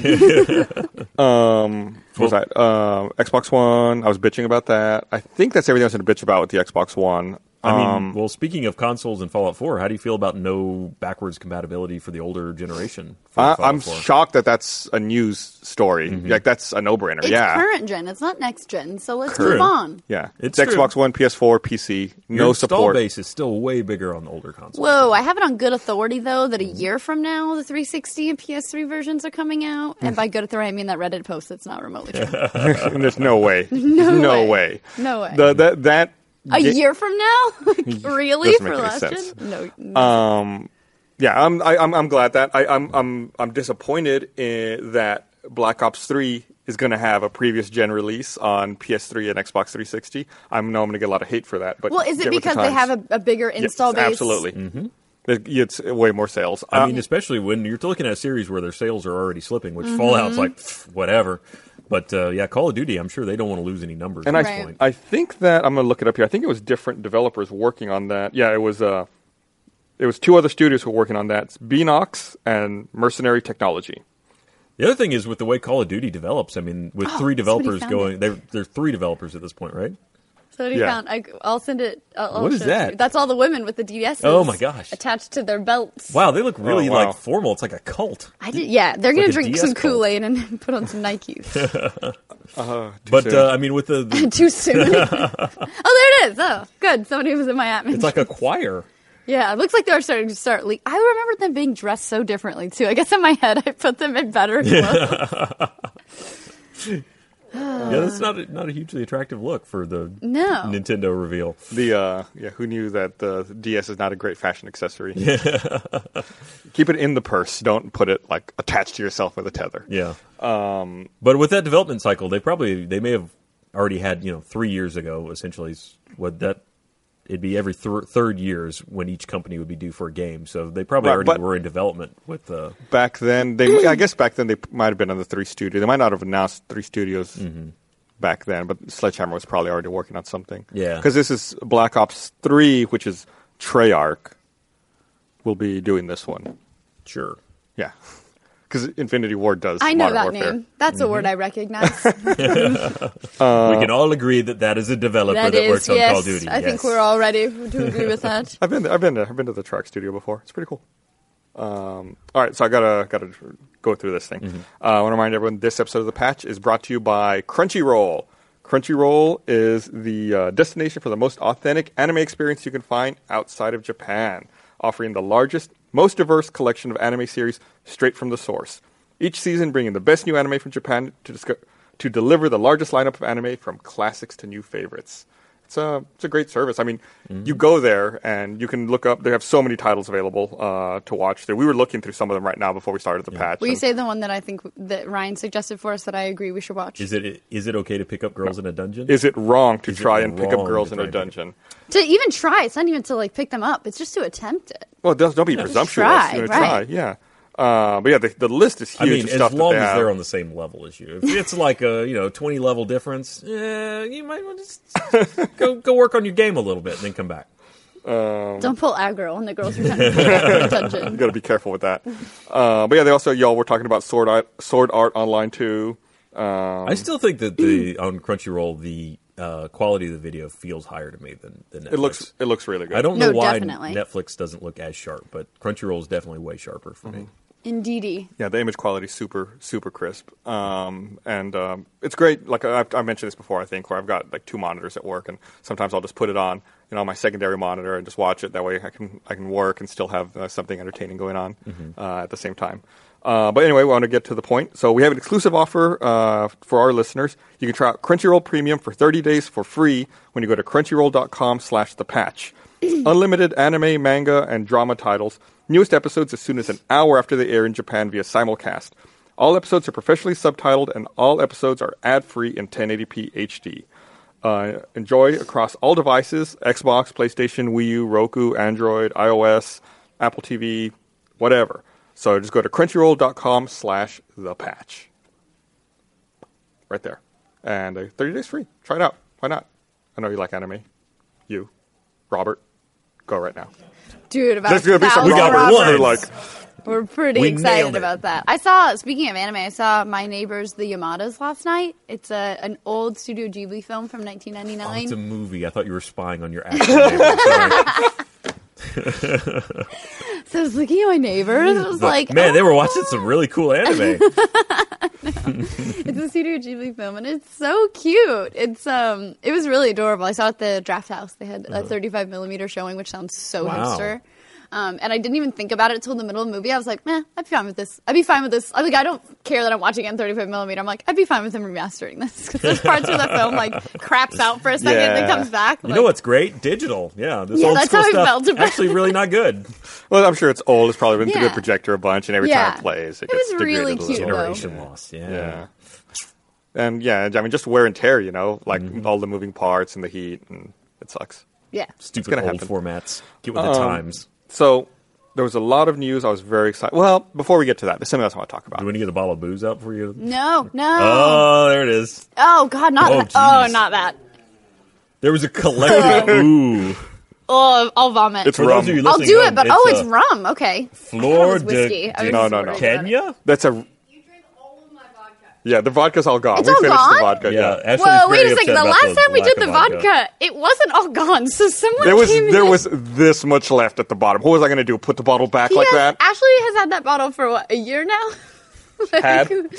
Speaker 1: um, what was that? Um, Xbox One. I was bitching about that. I think that's everything I was going to bitch about with the Xbox One.
Speaker 2: I mean,
Speaker 1: Um,
Speaker 2: well, speaking of consoles and Fallout 4, how do you feel about no backwards compatibility for the older generation? For
Speaker 1: I,
Speaker 2: Fallout
Speaker 1: I'm
Speaker 2: 4?
Speaker 1: shocked that that's a news story.
Speaker 2: Mm-hmm.
Speaker 1: Like that's a no-brainer.
Speaker 3: It's
Speaker 1: yeah,
Speaker 3: current gen. It's not next gen. So let's
Speaker 2: True.
Speaker 3: move on.
Speaker 1: yeah. It's,
Speaker 2: It's true.
Speaker 1: Xbox One, PS4, PC.
Speaker 2: Your
Speaker 1: no
Speaker 2: install
Speaker 1: support.
Speaker 2: base is still way bigger on the older consoles.
Speaker 3: Whoa, I have it on good authority though that a
Speaker 1: Mm-hmm.
Speaker 3: year from now the 360 and PS3 versions are coming out.
Speaker 1: Mm.
Speaker 3: And by good authority, I mean that Reddit post that's not remotely true.
Speaker 1: and there's no way.
Speaker 3: No
Speaker 1: no
Speaker 3: way.
Speaker 1: way.
Speaker 3: No way.
Speaker 1: The- that that
Speaker 3: A
Speaker 1: ga-
Speaker 3: year from now? Like, really?
Speaker 1: doesn't
Speaker 3: For
Speaker 1: make any
Speaker 3: last
Speaker 1: sense. Uh,
Speaker 3: gen? No.
Speaker 1: Yeah, I'm I, I'm I'm glad that I, I'm I'm I'm disappointed in, that Black Ops Three is going to have a previous gen release on PS3 and Xbox 360. I know I'm going to get a lot of hate for that, but
Speaker 3: well, is
Speaker 1: get
Speaker 3: it
Speaker 1: with the
Speaker 3: because they
Speaker 1: times.
Speaker 3: have a, a bigger
Speaker 1: Yes,
Speaker 3: install base?
Speaker 1: Absolutely, It- it's way more sales.
Speaker 2: I
Speaker 1: Uh,
Speaker 3: um,
Speaker 2: mean, especially when you're looking at a series where their sales are already slipping,
Speaker 3: Mm-hmm.
Speaker 2: which Fallout's like pff, whatever. But uh, yeah, Call of Duty, I'm sure they don't want to lose any numbers
Speaker 1: and
Speaker 2: at
Speaker 1: I
Speaker 2: this
Speaker 3: Right.
Speaker 2: point.
Speaker 1: I think that I'm going to look it up here. I think it was different developers working on that. Yeah, it was uh, it was two other studios who were working on that. It's Beanox and Mercenary Technology.
Speaker 2: The other thing is with the way Call of Duty develops. I mean, with
Speaker 3: Oh,
Speaker 2: three
Speaker 3: somebody
Speaker 2: developers
Speaker 3: found
Speaker 2: going, there there's three developers at this point, right?
Speaker 3: So what he
Speaker 1: Yeah.
Speaker 3: found, I, I'll send it. I'll, I'll
Speaker 2: What is
Speaker 3: show it to
Speaker 2: that?
Speaker 3: you. That's all the women with the DSs.
Speaker 2: Oh, my gosh.
Speaker 3: Attached to their belts.
Speaker 2: Wow, they look really
Speaker 1: Oh, wow.
Speaker 2: like formal. It's like a cult.
Speaker 3: I did, yeah, they're gonna
Speaker 2: like a
Speaker 3: drink
Speaker 2: DS
Speaker 3: some
Speaker 2: cult.
Speaker 3: Kool Aid and put on some Nikes.
Speaker 2: But
Speaker 1: soon.
Speaker 2: uh, I mean, with the, the
Speaker 3: Too soon. oh, there it is. Oh, good. Somebody was in my app.
Speaker 2: it's like a choir.
Speaker 3: Yeah, it looks like they're starting to start. Le- I remember them being dressed so differently too. I guess in my head, I put them in better clothes.
Speaker 2: yeah, that's not a, not a hugely attractive look for the
Speaker 3: Uh. No.
Speaker 2: Nintendo reveal.
Speaker 1: The uh, yeah, who knew that the DS is not a great fashion accessory? Keep it in the purse. Don't put it like attached to yourself with a tether.
Speaker 2: Yeah. Um, but with that development cycle, they probably they may have already had you know three years ago essentially is what that it'd be every th- third years when each company would be due for a game. So they probably
Speaker 1: Right,
Speaker 2: already
Speaker 1: but-
Speaker 2: were in development with uh,
Speaker 1: Back then, they I guess back then they might have been on the three studio. They might not have announced three studios back then, but Sledgehammer was probably already working on something.
Speaker 2: Yeah.
Speaker 1: because this is Black Ops Three, which is Treyarch. Will be doing this one.
Speaker 2: sure.
Speaker 1: Yeah, because Infinity War does.
Speaker 3: I know
Speaker 1: Modern
Speaker 3: that
Speaker 1: Warfare.
Speaker 3: name. That's
Speaker 2: Mm-hmm.
Speaker 3: a word I recognize.
Speaker 2: we can all agree that that is a developer that,
Speaker 3: that is,
Speaker 2: works on
Speaker 3: yes.
Speaker 2: Call of Duty.
Speaker 3: I think
Speaker 2: yes.
Speaker 3: we're all ready to agree with that.
Speaker 1: I've been there, I've been there, I've been to the track studio before. It's pretty cool. Um, all right, so I gotta gotta go through this thing. Uh, I want to remind everyone this episode of the Patch is brought to you by Crunchyroll. Crunchyroll is the uh, destination for the most authentic anime experience you can find outside of Japan, offering the largest, most diverse collection of anime series straight from the source. Each season bringing the best new anime from Japan to disco- to deliver the largest lineup of anime from classics to new favorites. It's a it's a great service. I mean,
Speaker 2: Mm-hmm.
Speaker 1: you go there and you can look up. They have so many titles available uh, to watch. There, we were looking through some of them right now before we started the patch.
Speaker 3: Will you
Speaker 1: and-
Speaker 3: say the one that I think that Ryan suggested for us that I agree we should watch?
Speaker 2: Is it is it okay to pick up girls in a dungeon?
Speaker 1: is it wrong to
Speaker 2: Is it
Speaker 1: try and pick up
Speaker 2: wrong
Speaker 1: girls
Speaker 2: to
Speaker 1: in a
Speaker 2: try and pick up-
Speaker 1: dungeon?
Speaker 3: to even try, it's not even to like pick them up. It's just to attempt it.
Speaker 1: Well, don't, don't be presumptuous.
Speaker 3: try,
Speaker 1: you know,
Speaker 3: right.
Speaker 1: try, yeah. Uh, but yeah, the, the list is
Speaker 2: I
Speaker 1: huge.
Speaker 2: mean,
Speaker 1: of
Speaker 2: as
Speaker 1: stuff
Speaker 2: long
Speaker 1: that they
Speaker 2: as
Speaker 1: have.
Speaker 2: they're on the same level as you. If it's like a you know twenty level difference, eh, you might want to just go go work on your game a little bit and then come back.
Speaker 3: Don't pull aggro on the girls who are trying to pick up the
Speaker 1: you
Speaker 3: dungeon.
Speaker 1: got to be careful with that. Uh, but yeah, they also y'all were talking about sword art, sword art online too. Um,
Speaker 2: I still think that the on Crunchyroll the uh, quality of the video feels higher to me than than Netflix.
Speaker 1: it looks it looks really good.
Speaker 2: I don't
Speaker 3: No,
Speaker 2: know why
Speaker 3: definitely.
Speaker 2: Netflix doesn't look as sharp, but Crunchyroll is definitely way sharper for
Speaker 1: Mm-hmm.
Speaker 2: me.
Speaker 3: Indeedy.
Speaker 1: Yeah, the image quality is super super crisp, um, and um, it's great. Like I, I mentioned this before, I think where I've got like two monitors at work, and sometimes I'll just put it on, you know, my secondary monitor and just watch it. That way, I can I can work and still have uh, something entertaining going on uh, at the same time. Uh, but anyway, we want to get to the point. So we have an exclusive offer uh, for our listeners. You can try out Crunchyroll Premium for 30 days for free when you go to crunchyroll.com/slash/the-patch. Unlimited anime, manga, and drama titles. Newest episodes as soon as an hour after they air in Japan via simulcast. All episodes are professionally subtitled, and all episodes are ad-free in 1080p HD. Uh, enjoy across all devices: Xbox, PlayStation, Wii U, Roku, Android, iOS, Apple TV, whatever. So just go to crunchyroll.com/slash/the-patch. Right there, and uh, 30 days free. Try it out. Why not? I know you like anime. You, Robert, go right now.
Speaker 3: Dude, about
Speaker 1: There's gonna be some
Speaker 3: thousand
Speaker 2: We got
Speaker 1: Roberts that are
Speaker 2: one.
Speaker 1: like,
Speaker 3: We're pretty
Speaker 2: We nailed
Speaker 3: excited
Speaker 2: it.
Speaker 3: about that. I saw, speaking of anime, I saw My Neighbors, The Yamadas last night. It's a, an old Studio Ghibli film from
Speaker 2: Oh, it's a
Speaker 3: 1999.
Speaker 2: movie. I thought you were spying on your actor. Sorry.
Speaker 3: so I was looking at My Neighbors. It was like, oh.
Speaker 2: man, they were watching some really cool anime.
Speaker 3: it's a Studio Ghibli film, and it's so cute. It's um, It was really adorable. I saw it at the Draft House. They had a 35 millimeter showing, which sounds so
Speaker 2: Uh-huh. Wow.
Speaker 3: hipster. Um, and I didn't even think about it till the middle of the movie. I was like, "Man, I'd be fine with this. I'd be fine with this. I like, I don't care that I'm watching it in 35 millimeter. I'm like, I'd be fine with them remastering this because there's parts where the film like craps out for a second and
Speaker 1: Yeah.
Speaker 3: then comes back.
Speaker 2: You
Speaker 3: like,
Speaker 2: know what's great? Digital. Yeah, this
Speaker 3: Yeah,
Speaker 2: old
Speaker 3: that's
Speaker 2: school
Speaker 3: how I
Speaker 2: stuff
Speaker 3: felt about
Speaker 2: actually really not good.
Speaker 1: well, I'm sure it's old. It's probably been through the
Speaker 3: Yeah.
Speaker 1: projector a bunch, and every time
Speaker 3: Yeah.
Speaker 1: it plays, it,
Speaker 3: It was
Speaker 1: gets degraded
Speaker 3: really
Speaker 1: a little
Speaker 3: cute,
Speaker 1: bit.
Speaker 3: though.
Speaker 2: Generation loss. Yeah.
Speaker 1: Yeah. And yeah, I mean, just wear and tear, you know, like
Speaker 2: Mm-hmm.
Speaker 1: all the moving parts and the heat, and it sucks.
Speaker 3: Yeah.
Speaker 2: Stupid
Speaker 1: gonna
Speaker 2: old
Speaker 1: happen. Um,
Speaker 2: formats. Get with the times.
Speaker 1: So there was a lot of news. I was very excited. Well, before we get to that, there's something else I want to talk
Speaker 2: Do
Speaker 1: about.
Speaker 2: we need to get a bottle of booze out for you?
Speaker 3: No, no.
Speaker 2: Oh, there it is.
Speaker 3: oh God, not
Speaker 2: Oh,
Speaker 3: that. Oh,
Speaker 2: jeez.
Speaker 3: not that.
Speaker 2: There was a collective ooh.
Speaker 3: Oh, I'll vomit.
Speaker 1: It's
Speaker 2: For those of you
Speaker 1: Rum.
Speaker 3: I'll
Speaker 2: listening
Speaker 3: do
Speaker 2: at
Speaker 3: it, but
Speaker 2: home,
Speaker 3: oh, it's
Speaker 2: uh,
Speaker 3: rum. Okay. I thought
Speaker 2: Flor
Speaker 3: it was whiskey.
Speaker 2: de
Speaker 3: I was
Speaker 1: No, no, no.
Speaker 3: worried about it.
Speaker 2: Kenya.
Speaker 1: That's a
Speaker 4: You drank all of my vodka.
Speaker 1: yeah. The vodka's all gone.
Speaker 3: It's
Speaker 1: we
Speaker 3: all
Speaker 1: finished
Speaker 3: gone?
Speaker 1: the vodka.
Speaker 2: Yeah,
Speaker 1: Yeah.
Speaker 2: Ashley's
Speaker 3: Whoa, wait
Speaker 2: very
Speaker 3: a second.
Speaker 2: upset
Speaker 3: The
Speaker 2: about
Speaker 3: last time we
Speaker 2: lack
Speaker 3: did the
Speaker 2: of
Speaker 3: vodka, it wasn't all gone. So someone
Speaker 1: There was
Speaker 3: came in
Speaker 1: there
Speaker 3: and-
Speaker 1: was this much left at the bottom. What was I going to do? Put the bottle back
Speaker 3: He
Speaker 1: like
Speaker 3: has-
Speaker 1: that?
Speaker 3: Ashley has had that bottle for what a year now. Like,
Speaker 1: Had?
Speaker 3: It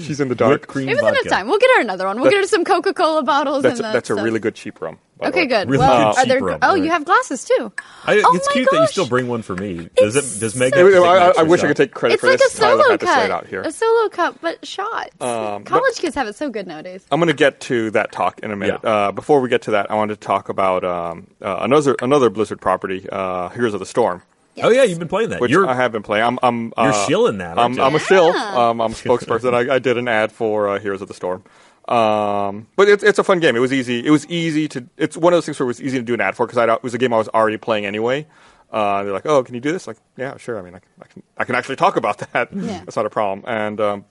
Speaker 1: She's in the
Speaker 2: Whipped
Speaker 1: dark.
Speaker 2: cream
Speaker 3: was
Speaker 2: vodka.
Speaker 3: enough time. We'll get her another one. We'll
Speaker 1: That's-
Speaker 3: get her some Coca Cola bottles.
Speaker 1: That's a,
Speaker 3: and the
Speaker 1: that's a
Speaker 3: stuff.
Speaker 1: really good cheap rum. by the
Speaker 3: Okay,
Speaker 1: way.
Speaker 3: good.
Speaker 2: Really
Speaker 3: well,
Speaker 2: good
Speaker 3: are there,
Speaker 2: cheap rum,
Speaker 3: oh,
Speaker 2: right.
Speaker 3: you have glasses too.
Speaker 2: I,
Speaker 3: Oh
Speaker 2: it's
Speaker 3: my
Speaker 2: cute that you
Speaker 3: gosh.
Speaker 2: still bring one for me. Does it? Does Megan?
Speaker 1: It-
Speaker 2: have to take
Speaker 1: I,
Speaker 2: an
Speaker 1: I- I
Speaker 2: extra
Speaker 1: wish I
Speaker 2: shot?
Speaker 1: could take credit
Speaker 3: It's
Speaker 1: for
Speaker 3: like a
Speaker 1: this. Tyler
Speaker 3: solo
Speaker 1: had to say it
Speaker 3: cup.
Speaker 1: out here.
Speaker 3: A solo cup, but shots.
Speaker 1: Um, Uh,
Speaker 3: College kids have it so good nowadays.
Speaker 1: I'm going to get to that talk in a minute.
Speaker 2: Yeah.
Speaker 1: Uh, before we get to that, I wanted to talk about um, uh, another another Blizzard property, uh, Heroes of the Storm,
Speaker 2: Oh yeah, you've been playing that.
Speaker 1: which
Speaker 2: You're
Speaker 1: I have been playing. I'm I'm uh,
Speaker 2: you're shilling that.
Speaker 1: I'm,
Speaker 2: aren't you?
Speaker 1: I'm a shill. Um, I'm a spokesperson. I, I did an ad for uh, Heroes of the Storm. Um, but it's it's a fun game. It was easy. It was easy to. It's one of those things where it was easy to do an ad for because it was a game I was already playing anyway. Uh, they're like, oh, can you do this? Like, yeah, sure. I mean, I can I can, I can actually talk about that.
Speaker 3: Yeah.
Speaker 1: That's not a problem. And um,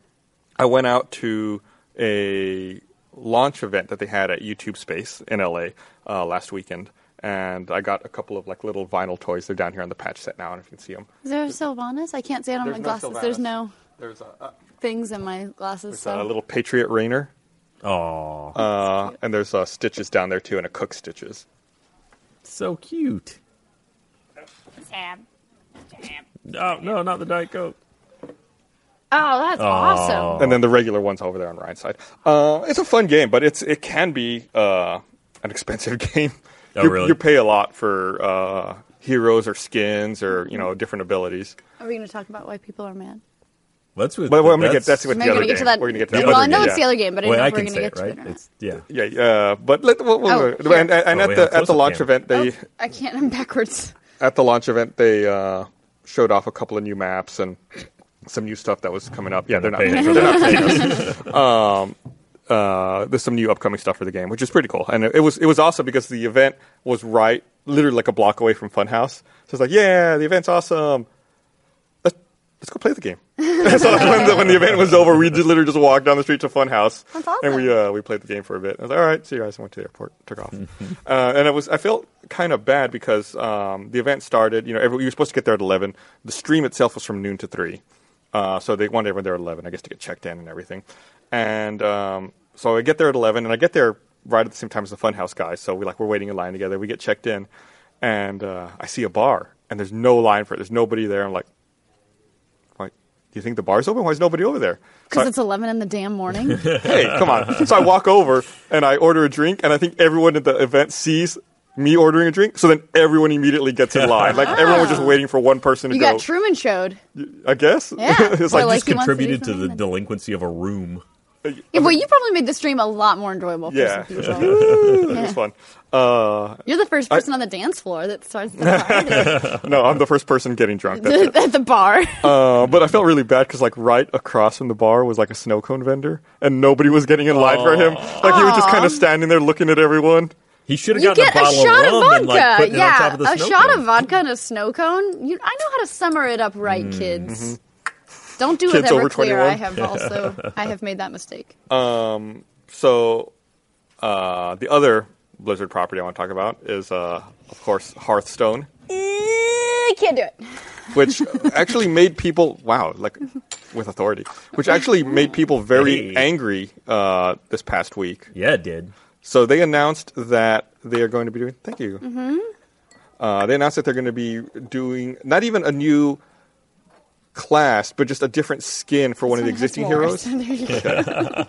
Speaker 1: I went out to a launch event that they had at YouTube Space in LA uh, last weekend. And I got a couple of like little vinyl toys. They're down here on the patch set now, and if you can see them.
Speaker 3: Is there a Sylvanas? I can't see it on
Speaker 1: There's
Speaker 3: Oh,
Speaker 1: no
Speaker 3: my glasses. There's
Speaker 1: Sylvanas.
Speaker 3: no.
Speaker 5: There's a, uh,
Speaker 3: things in my glasses.
Speaker 1: It's a
Speaker 3: So.
Speaker 1: little Patriot Rainer,
Speaker 2: Oh,
Speaker 1: uh, and there's uh, Stitches down there too, and a Cook Stitches.
Speaker 2: so cute.
Speaker 3: Sam.
Speaker 2: No, Oh, no, not the Diet Coke.
Speaker 3: Oh, that's
Speaker 2: Oh.
Speaker 3: awesome.
Speaker 1: and then the regular ones over there on Ryan's side. Uh, it's a fun game, but it's it can be uh, an expensive game.
Speaker 2: Oh,
Speaker 1: you,
Speaker 2: really?
Speaker 1: you pay a lot for uh, heroes or skins or you know different abilities.
Speaker 3: Are we going to talk about why people are mad?
Speaker 2: That's with.
Speaker 1: But well, I'm gonna get that's with
Speaker 3: Maybe
Speaker 1: the
Speaker 3: we're
Speaker 1: other
Speaker 3: gonna get
Speaker 1: game.
Speaker 3: to that.
Speaker 1: We're gonna get to
Speaker 2: The
Speaker 1: that.
Speaker 3: well,
Speaker 2: other
Speaker 3: I know
Speaker 2: game.
Speaker 3: it's the other game, but I don't
Speaker 2: Wait,
Speaker 3: know
Speaker 2: I
Speaker 3: if we're
Speaker 2: can
Speaker 3: going
Speaker 2: say
Speaker 3: to
Speaker 2: it,
Speaker 3: get to
Speaker 2: right?
Speaker 3: it. or not.
Speaker 2: It's yeah.
Speaker 1: Yeah, uh, but let, we'll, we'll,
Speaker 3: Oh, here.
Speaker 1: and, and
Speaker 2: Oh, we
Speaker 1: at the at
Speaker 2: have
Speaker 1: the
Speaker 2: close-up
Speaker 1: launch
Speaker 2: cam.
Speaker 1: event they
Speaker 3: Oh, I can't. I'm backwards.
Speaker 1: at the launch event they uh, showed off a couple of new maps and some new stuff that was coming up. Yeah, they're not.
Speaker 2: Pay
Speaker 1: Paying.
Speaker 2: us for that.
Speaker 1: uh, there's some new upcoming stuff for the game, which is pretty cool. And it, it was it was awesome because the event was right, literally like a block away from Funhouse. So it's like, yeah, the event's awesome. Let's, let's go play the game. so when the, when the event was over, we just literally just walked down the street to Funhouse,
Speaker 3: That's awesome.
Speaker 1: and we uh, we played the game for a bit. I was like, all right, see you guys. I went to the airport, took off, uh, and it was I felt kind of bad because um, the event started. You know, every, you were supposed to get there at eleven. The stream itself was from noon to three. Uh, so they wanted everyone there at 11, I guess, to get checked in and everything. And um, so I get there at 11, and I get there right at the same time as the Funhouse guys. So we like we're waiting in line together. We get checked in, and uh, I see a bar, and there's no line for it. There's nobody there. I'm like, why? Do you think the bar's open? Why is nobody over there? So I-
Speaker 3: Because it's 11 in the damn morning.
Speaker 1: hey, come on. So I walk over and I order a drink, and I think everyone at the event sees me ordering a drink. So then everyone immediately gets in line. Like everyone was just waiting for one person to
Speaker 3: you
Speaker 1: go.
Speaker 3: got Truman showed.
Speaker 1: I guess.
Speaker 3: Yeah.
Speaker 1: it's
Speaker 3: Or,
Speaker 1: like,
Speaker 2: Just
Speaker 3: Like, he wants to be
Speaker 2: contributed to the
Speaker 3: from England.
Speaker 2: delinquency of a room.
Speaker 3: Yeah, well, you probably made the stream a lot more enjoyable for
Speaker 1: Yeah.
Speaker 3: some people.
Speaker 1: it was fun. Uh,
Speaker 3: You're the first person on the dance floor that starts the party
Speaker 1: no, I'm the first person getting drunk. That's it.
Speaker 3: at the bar.
Speaker 1: Uh, but I felt really bad because like right across from the bar was like a snow cone vendor, and nobody was getting in line for him. Like he was just kind of standing there looking at everyone.
Speaker 2: He should have
Speaker 3: You
Speaker 2: gotten
Speaker 3: get a
Speaker 2: bottle
Speaker 3: shot
Speaker 2: of
Speaker 3: of
Speaker 2: rum
Speaker 3: vodka.
Speaker 2: and like putting it on top
Speaker 3: yeah,
Speaker 2: of the
Speaker 3: a
Speaker 2: snow
Speaker 3: shot
Speaker 2: cone.
Speaker 3: of vodka and a snow cone. You, I know how to summer it up right,
Speaker 2: Mm-hmm.
Speaker 3: kids. Don't do
Speaker 1: Kids
Speaker 3: it
Speaker 1: over Uh,
Speaker 3: ever clear.
Speaker 1: 21.
Speaker 3: I have also I have made that mistake.
Speaker 1: So uh, the other Blizzard property I want to talk about is, uh, of course, Hearthstone,
Speaker 3: I can't do it.
Speaker 1: which actually made people wow, like with authority, which actually made people very
Speaker 2: Hey.
Speaker 1: angry uh, this past week.
Speaker 2: Yeah, it did.
Speaker 1: So they announced that they are going to be doing. Thank you. Uh, they announced that they're going to be doing not even a new class, but just a different skin for one of the existing heroes.
Speaker 3: There you go.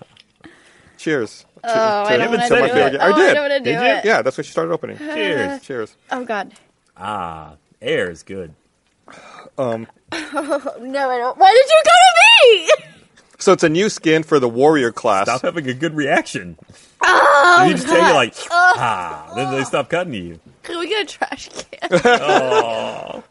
Speaker 1: Cheers. Oh,
Speaker 3: I don't
Speaker 2: wanna do it.
Speaker 1: I
Speaker 3: Oh, I
Speaker 1: did.
Speaker 3: don't wanna do
Speaker 1: Did you?
Speaker 3: it.
Speaker 1: Yeah, that's what she started opening.
Speaker 2: Cheers.
Speaker 1: Cheers.
Speaker 3: Oh God.
Speaker 2: Ah, air is good.
Speaker 3: No, I don't. Why did you go to me?
Speaker 1: So it's a new skin for the warrior class.
Speaker 2: Stop having a good reaction. Oh, you just tell you like
Speaker 3: Oh.
Speaker 2: ah, then they stop cutting to you.
Speaker 3: Can we get a trash can?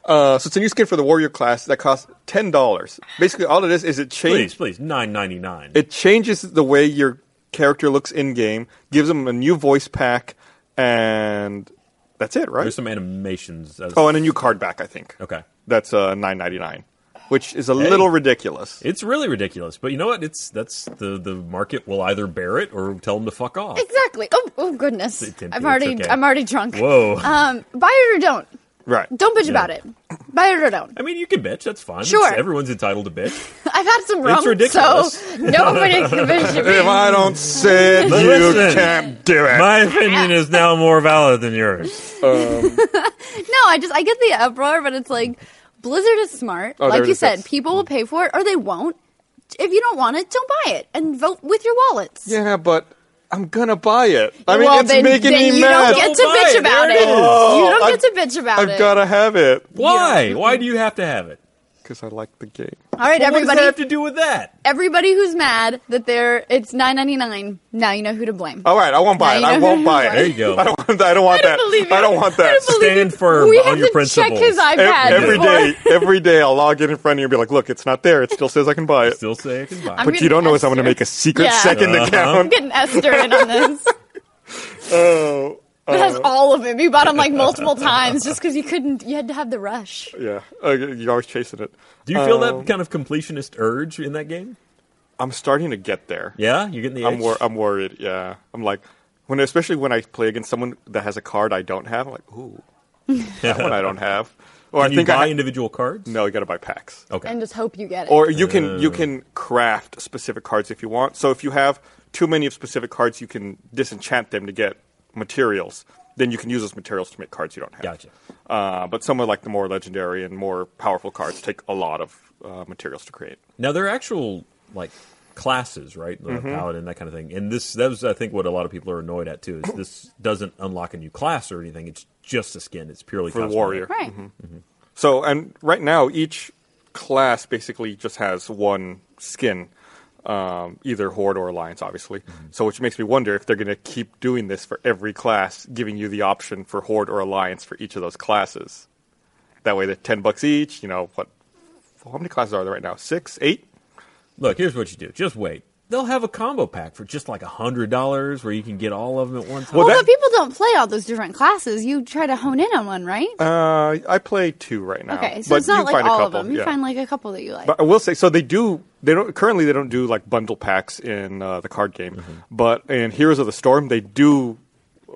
Speaker 1: Uh, so it's a new skin for the warrior class that costs ten dollars. Basically, all it is is it changes.
Speaker 2: Please, please, nine ninety nine.
Speaker 1: it changes the way your character looks in game, gives them a new voice pack, and that's it, right?
Speaker 2: There's some animations. As,
Speaker 1: oh, and a new card back, I think.
Speaker 2: okay.
Speaker 1: That's uh, nine ninety nine, which is a little ridiculous.
Speaker 2: It's really ridiculous, but you know what? It's that's the the market will either bear it or tell them to fuck off.
Speaker 3: exactly. Oh, oh goodness.
Speaker 2: It's empty,
Speaker 3: I'm
Speaker 2: it's
Speaker 3: already
Speaker 2: okay.
Speaker 3: I'm already drunk.
Speaker 2: Whoa.
Speaker 3: Um, buy it or don't.
Speaker 1: right.
Speaker 3: Don't bitch about it. Buy it or don't.
Speaker 2: I mean, you can bitch. That's fine.
Speaker 3: Sure.
Speaker 2: It's- everyone's entitled to bitch.
Speaker 3: I've had some rum, so
Speaker 2: ridiculous.
Speaker 3: nobody can bitch at me.
Speaker 1: If I don't say it,
Speaker 2: But
Speaker 1: you
Speaker 2: listen.
Speaker 1: can't do it.
Speaker 2: My opinion is now more valid than yours.
Speaker 3: No, I just I get the uproar, but it's like Blizzard is smart.
Speaker 1: Oh, there
Speaker 3: like
Speaker 1: it
Speaker 3: you
Speaker 1: is.
Speaker 3: said,
Speaker 1: That's-
Speaker 3: people will pay for it or they won't. If you don't want it, don't buy it and vote with your wallets.
Speaker 1: yeah, but I'm gonna buy it. I mean,
Speaker 3: well,
Speaker 1: it's
Speaker 3: then,
Speaker 1: making
Speaker 3: then
Speaker 1: me
Speaker 3: you
Speaker 1: mad.
Speaker 3: don't get to
Speaker 2: Don't buy
Speaker 3: bitch
Speaker 2: it.
Speaker 3: about
Speaker 2: There
Speaker 3: it.
Speaker 2: it is.
Speaker 3: you don't
Speaker 1: I've-
Speaker 3: get to bitch about
Speaker 1: I've
Speaker 3: it.
Speaker 1: gotta have it
Speaker 2: Why? Why do you have to have it?
Speaker 1: because I like the game.
Speaker 3: All right,
Speaker 2: What does that
Speaker 3: everybody.
Speaker 2: have to do with that?
Speaker 3: everybody who's mad that they're it's 9.99 now you know who to blame
Speaker 1: All right, I won't buy it.
Speaker 3: Now
Speaker 1: I
Speaker 3: you know
Speaker 1: won't
Speaker 3: who
Speaker 1: buy it.
Speaker 3: you are. There
Speaker 2: you go.
Speaker 1: I don't want that. I don't want that.
Speaker 3: believe you.
Speaker 1: I don't want
Speaker 3: I
Speaker 1: that.
Speaker 3: don't believe
Speaker 2: Stand firm
Speaker 3: we
Speaker 2: on
Speaker 3: have
Speaker 2: your
Speaker 3: to check
Speaker 2: principles.
Speaker 3: his ipad
Speaker 1: Ev- Every
Speaker 3: before-
Speaker 1: day, every day, I'll log in in front of you and be like, "Look, it's not there. It still says I can buy it."
Speaker 2: Still Uh-huh. say I can buy.
Speaker 3: I'm
Speaker 2: it.
Speaker 1: What you don't know is I'm going to
Speaker 3: Esther.
Speaker 1: make a secret
Speaker 3: Yeah.
Speaker 1: 2nd
Speaker 3: i'm
Speaker 1: account.
Speaker 3: getting esther in on this
Speaker 1: Oh,
Speaker 3: it has all of him you bought him like multiple times just because you couldn't you had to have the rush
Speaker 1: yeah. Uh, you're always chasing it.
Speaker 2: Do you feel
Speaker 1: Um,
Speaker 2: that kind of completionist urge in that game?
Speaker 1: I'm starting to get there.
Speaker 2: Yeah, you're getting the.
Speaker 1: I'm
Speaker 2: itch?
Speaker 1: wor- I'm worried. Yeah, I'm like when especially when I play against someone that has a card I don't have. I'm like, ooh, that one I don't have. Or I
Speaker 2: Can you
Speaker 1: think
Speaker 2: buy
Speaker 1: I ha-
Speaker 2: individual cards?
Speaker 1: no, you got to buy packs.
Speaker 2: Okay.
Speaker 3: and just hope you get it.
Speaker 1: Or you can you can craft specific cards if you want. So if you have too many of specific cards, you can disenchant them to get materials. Then you can use those materials to make cards you don't have.
Speaker 2: Gotcha.
Speaker 1: Uh, but some of like the more legendary and more powerful cards take a lot of uh, materials to create.
Speaker 2: Now there are actual like classes, right? The
Speaker 1: Mm-hmm.
Speaker 2: paladin, that kind of thing. And this that was I think what a lot of people are annoyed at too, is this doesn't unlock a new class or anything. It's just a skin. It's purely
Speaker 1: For the
Speaker 2: cosmetic.
Speaker 1: warrior.
Speaker 3: right.
Speaker 1: So, and right now, each class basically just has one skin, um, either Horde or Alliance, obviously. So, which makes me wonder if they're going to keep doing this for every class, giving you the option for Horde or Alliance for each of those classes. That way, they're 10 bucks each. You know, what? How many classes are there right now? Six? Eight?
Speaker 2: Look, here's what you do. Just wait. They'll have a combo pack for just like a hundred dollars where you can get all of them at one time.
Speaker 1: Well,
Speaker 3: Well,
Speaker 1: that-
Speaker 3: but people don't play all those different classes. You try to hone in on one, right?
Speaker 1: Uh, I play two right now.
Speaker 3: okay, so
Speaker 1: but
Speaker 3: it's not
Speaker 1: you
Speaker 3: like
Speaker 1: find a
Speaker 3: all of
Speaker 1: couple,
Speaker 3: them. You
Speaker 1: yeah.
Speaker 3: find like a couple that you like.
Speaker 1: But I will say, so they do. They don't currently. They don't do like bundle packs in uh, the card game, but in Heroes of the Storm, they do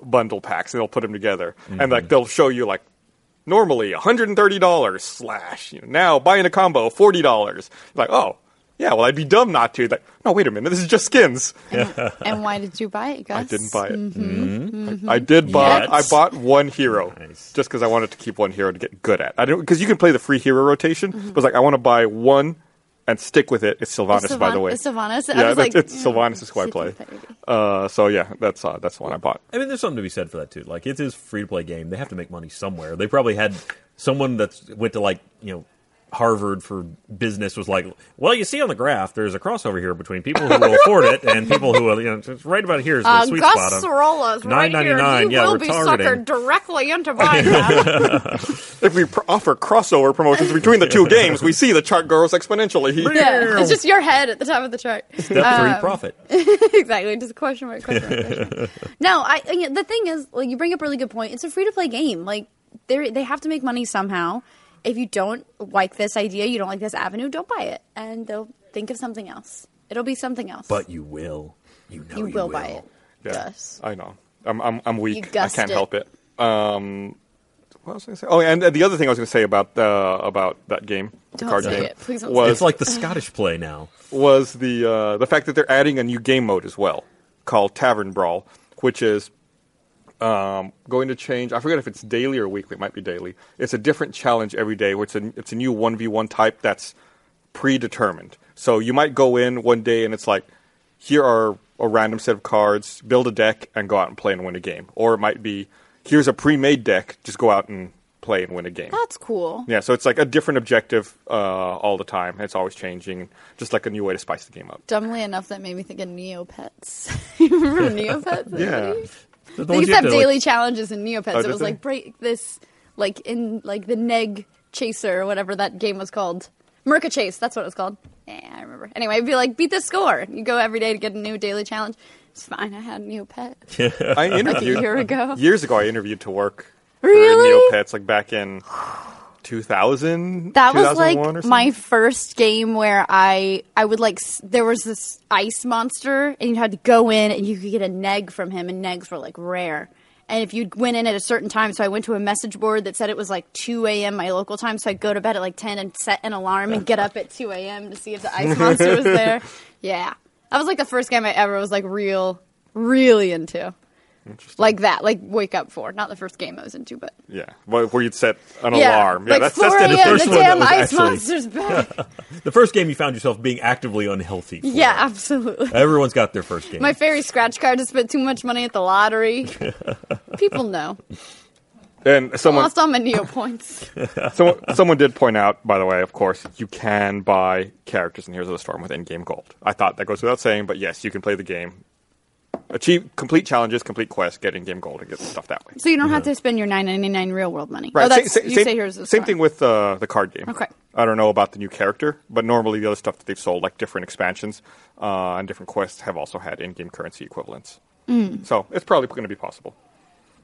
Speaker 1: bundle packs. and They'll put them together, and like they'll show you like normally one hundred and thirty dollars slash. You know, now buying a combo forty dollars. Like oh yeah, well I'd be dumb not to. Like no, wait a minute, this is just skins.
Speaker 3: and why did you buy it, Gus?
Speaker 1: I didn't buy it.
Speaker 3: Mm-hmm.
Speaker 1: Mm-hmm. I, I did buy. I
Speaker 2: Yes.
Speaker 1: bought one hero
Speaker 2: Nice.
Speaker 1: just because I wanted to keep one hero to get good at. I don't because you can play the free hero rotation.
Speaker 3: Mm-hmm.
Speaker 1: But it's like I want to buy one and stick with it. It's Sylvanas,
Speaker 3: Sylvan-
Speaker 1: by the way.
Speaker 3: is Sylvanas? I
Speaker 1: Yeah, that's-
Speaker 3: was like,
Speaker 1: it's
Speaker 3: mm,
Speaker 1: Sylvanas is who I
Speaker 3: sit
Speaker 1: play.
Speaker 3: down, baby.
Speaker 1: Uh, so yeah, that's uh, that's the one I bought.
Speaker 2: I mean, there's something to be said for that too. Like, it is a free to play game. They have to make money somewhere. They probably had someone that went to like you know Harvard for business was like, well, you see on the graph, there's a crossover here between people who will afford it and people who will. You know, it's right about here is the
Speaker 5: Uh,
Speaker 2: sweet
Speaker 5: Gus
Speaker 2: spot. on-
Speaker 5: Sorolla's right here.
Speaker 2: $9.99,
Speaker 5: You
Speaker 2: yeah, we're
Speaker 5: will be
Speaker 2: targeting.
Speaker 5: suckered directly into buying that.
Speaker 1: If we pr- offer crossover promotions between the two games, we see the chart grows exponentially.
Speaker 3: Yeah, it's just your head at the top of the chart.
Speaker 2: Step
Speaker 3: um,
Speaker 2: three profit.
Speaker 3: exactly. Just question mark, question mark, question mark. No, I, I mean, the thing is, like, you bring up a really good point. It's a free to play game. Like, they they have to make money somehow. If you don't like this idea, you don't like this avenue, don't buy it, and they'll think of something else. It'll be something else.
Speaker 2: But you will. You know
Speaker 3: you,
Speaker 2: you,
Speaker 3: will, buy it. Yes.
Speaker 1: I know. I'm I'm, I'm
Speaker 3: You
Speaker 1: weak. I
Speaker 3: gussed
Speaker 1: can't
Speaker 3: it.
Speaker 1: help it. Um, what was I going to say? Oh, and uh, the other thing I was going to say about uh, about that game, the
Speaker 3: Don't
Speaker 1: card
Speaker 3: say
Speaker 1: game,
Speaker 3: it. Please don't say
Speaker 1: was
Speaker 2: It's like the Scottish play now.
Speaker 1: was the uh, the fact that they're adding a new game mode as well called Tavern Brawl, which is um, going to change. I forget if it's daily or weekly. It might be daily. It's a different challenge every day. Where it's a it's a new one v one type that's predetermined. So you might go in one day and it's like, here are a random set of cards, build a deck, and go out and play and win a game. Or it might be, here's a pre-made deck, just go out and play and win a game.
Speaker 3: That's cool.
Speaker 1: Yeah, so it's like a different objective uh, all the time. It's always changing, just like a new way to spice the game up.
Speaker 3: Dumbly enough, that made me think of Neopets. you remember Neopets?
Speaker 1: Yeah,
Speaker 2: The
Speaker 3: They
Speaker 2: ones you have
Speaker 3: used to have
Speaker 2: to, like-
Speaker 3: daily challenges in Neopets.
Speaker 1: Oh,
Speaker 3: it
Speaker 1: did
Speaker 3: was
Speaker 1: they?
Speaker 3: like break this, like in like the Neg Chaser or whatever that game was called. Merca Chase, that's what it was called. Yeah, I remember. Anyway, it'd be like beat this score. You go every day to get a new daily challenge. It's fine. I had a Neopet
Speaker 1: I
Speaker 3: like a
Speaker 1: interviewed
Speaker 3: year ago.
Speaker 1: years ago. I interviewed to work
Speaker 3: Really?
Speaker 1: for Neopets, like back in 2000.
Speaker 3: That was
Speaker 1: 2001 or
Speaker 3: like
Speaker 1: something.
Speaker 3: my first game where I I would like s- there was this ice monster and you had to go in and you could get a neg from him and negs were like rare. And if you went in at a certain time, so I went to a message board that said it was like 2 a.m. my local time, so I'd go to bed at like 10 and set an alarm and get up at 2 a.m. to see if the ice monster was there. Yeah, that was like the first game I ever was like real, really into, like that, like wake up for. Not the first game I was into, but
Speaker 1: yeah, where where you'd set an alarm. Yeah,
Speaker 3: like
Speaker 1: that's,
Speaker 3: 4
Speaker 1: that's the
Speaker 2: yeah,
Speaker 3: a.m.
Speaker 2: first
Speaker 3: The
Speaker 2: one that
Speaker 3: damn
Speaker 2: was
Speaker 3: ice
Speaker 2: actually-
Speaker 3: monster's back.
Speaker 2: the first game you found yourself being actively unhealthy. for.
Speaker 3: Yeah, absolutely.
Speaker 2: Everyone's got their first game.
Speaker 3: My fairy scratch card just spent too much money at the lottery. People know.
Speaker 1: and someone,
Speaker 3: Lost all my Neo points.
Speaker 1: someone someone did point out, by the way, of course, you can buy characters in Heroes of the Storm with in-game gold. I thought that goes without saying, but yes, you can play the game, achieve complete challenges, complete quests, get in-game gold, and get stuff that way.
Speaker 3: So you don't have to spend your nine ninety nine real world money.
Speaker 1: Right.
Speaker 3: Oh, that's,
Speaker 1: same,
Speaker 3: you
Speaker 1: same-
Speaker 3: say here's the
Speaker 1: same
Speaker 3: story.
Speaker 1: thing with uh, the card game.
Speaker 3: Okay.
Speaker 1: I don't know about the new character, but normally the other stuff that they've sold, like different expansions uh, and different quests, have also had in-game currency equivalents.
Speaker 3: Mm.
Speaker 1: So it's probably going to be possible,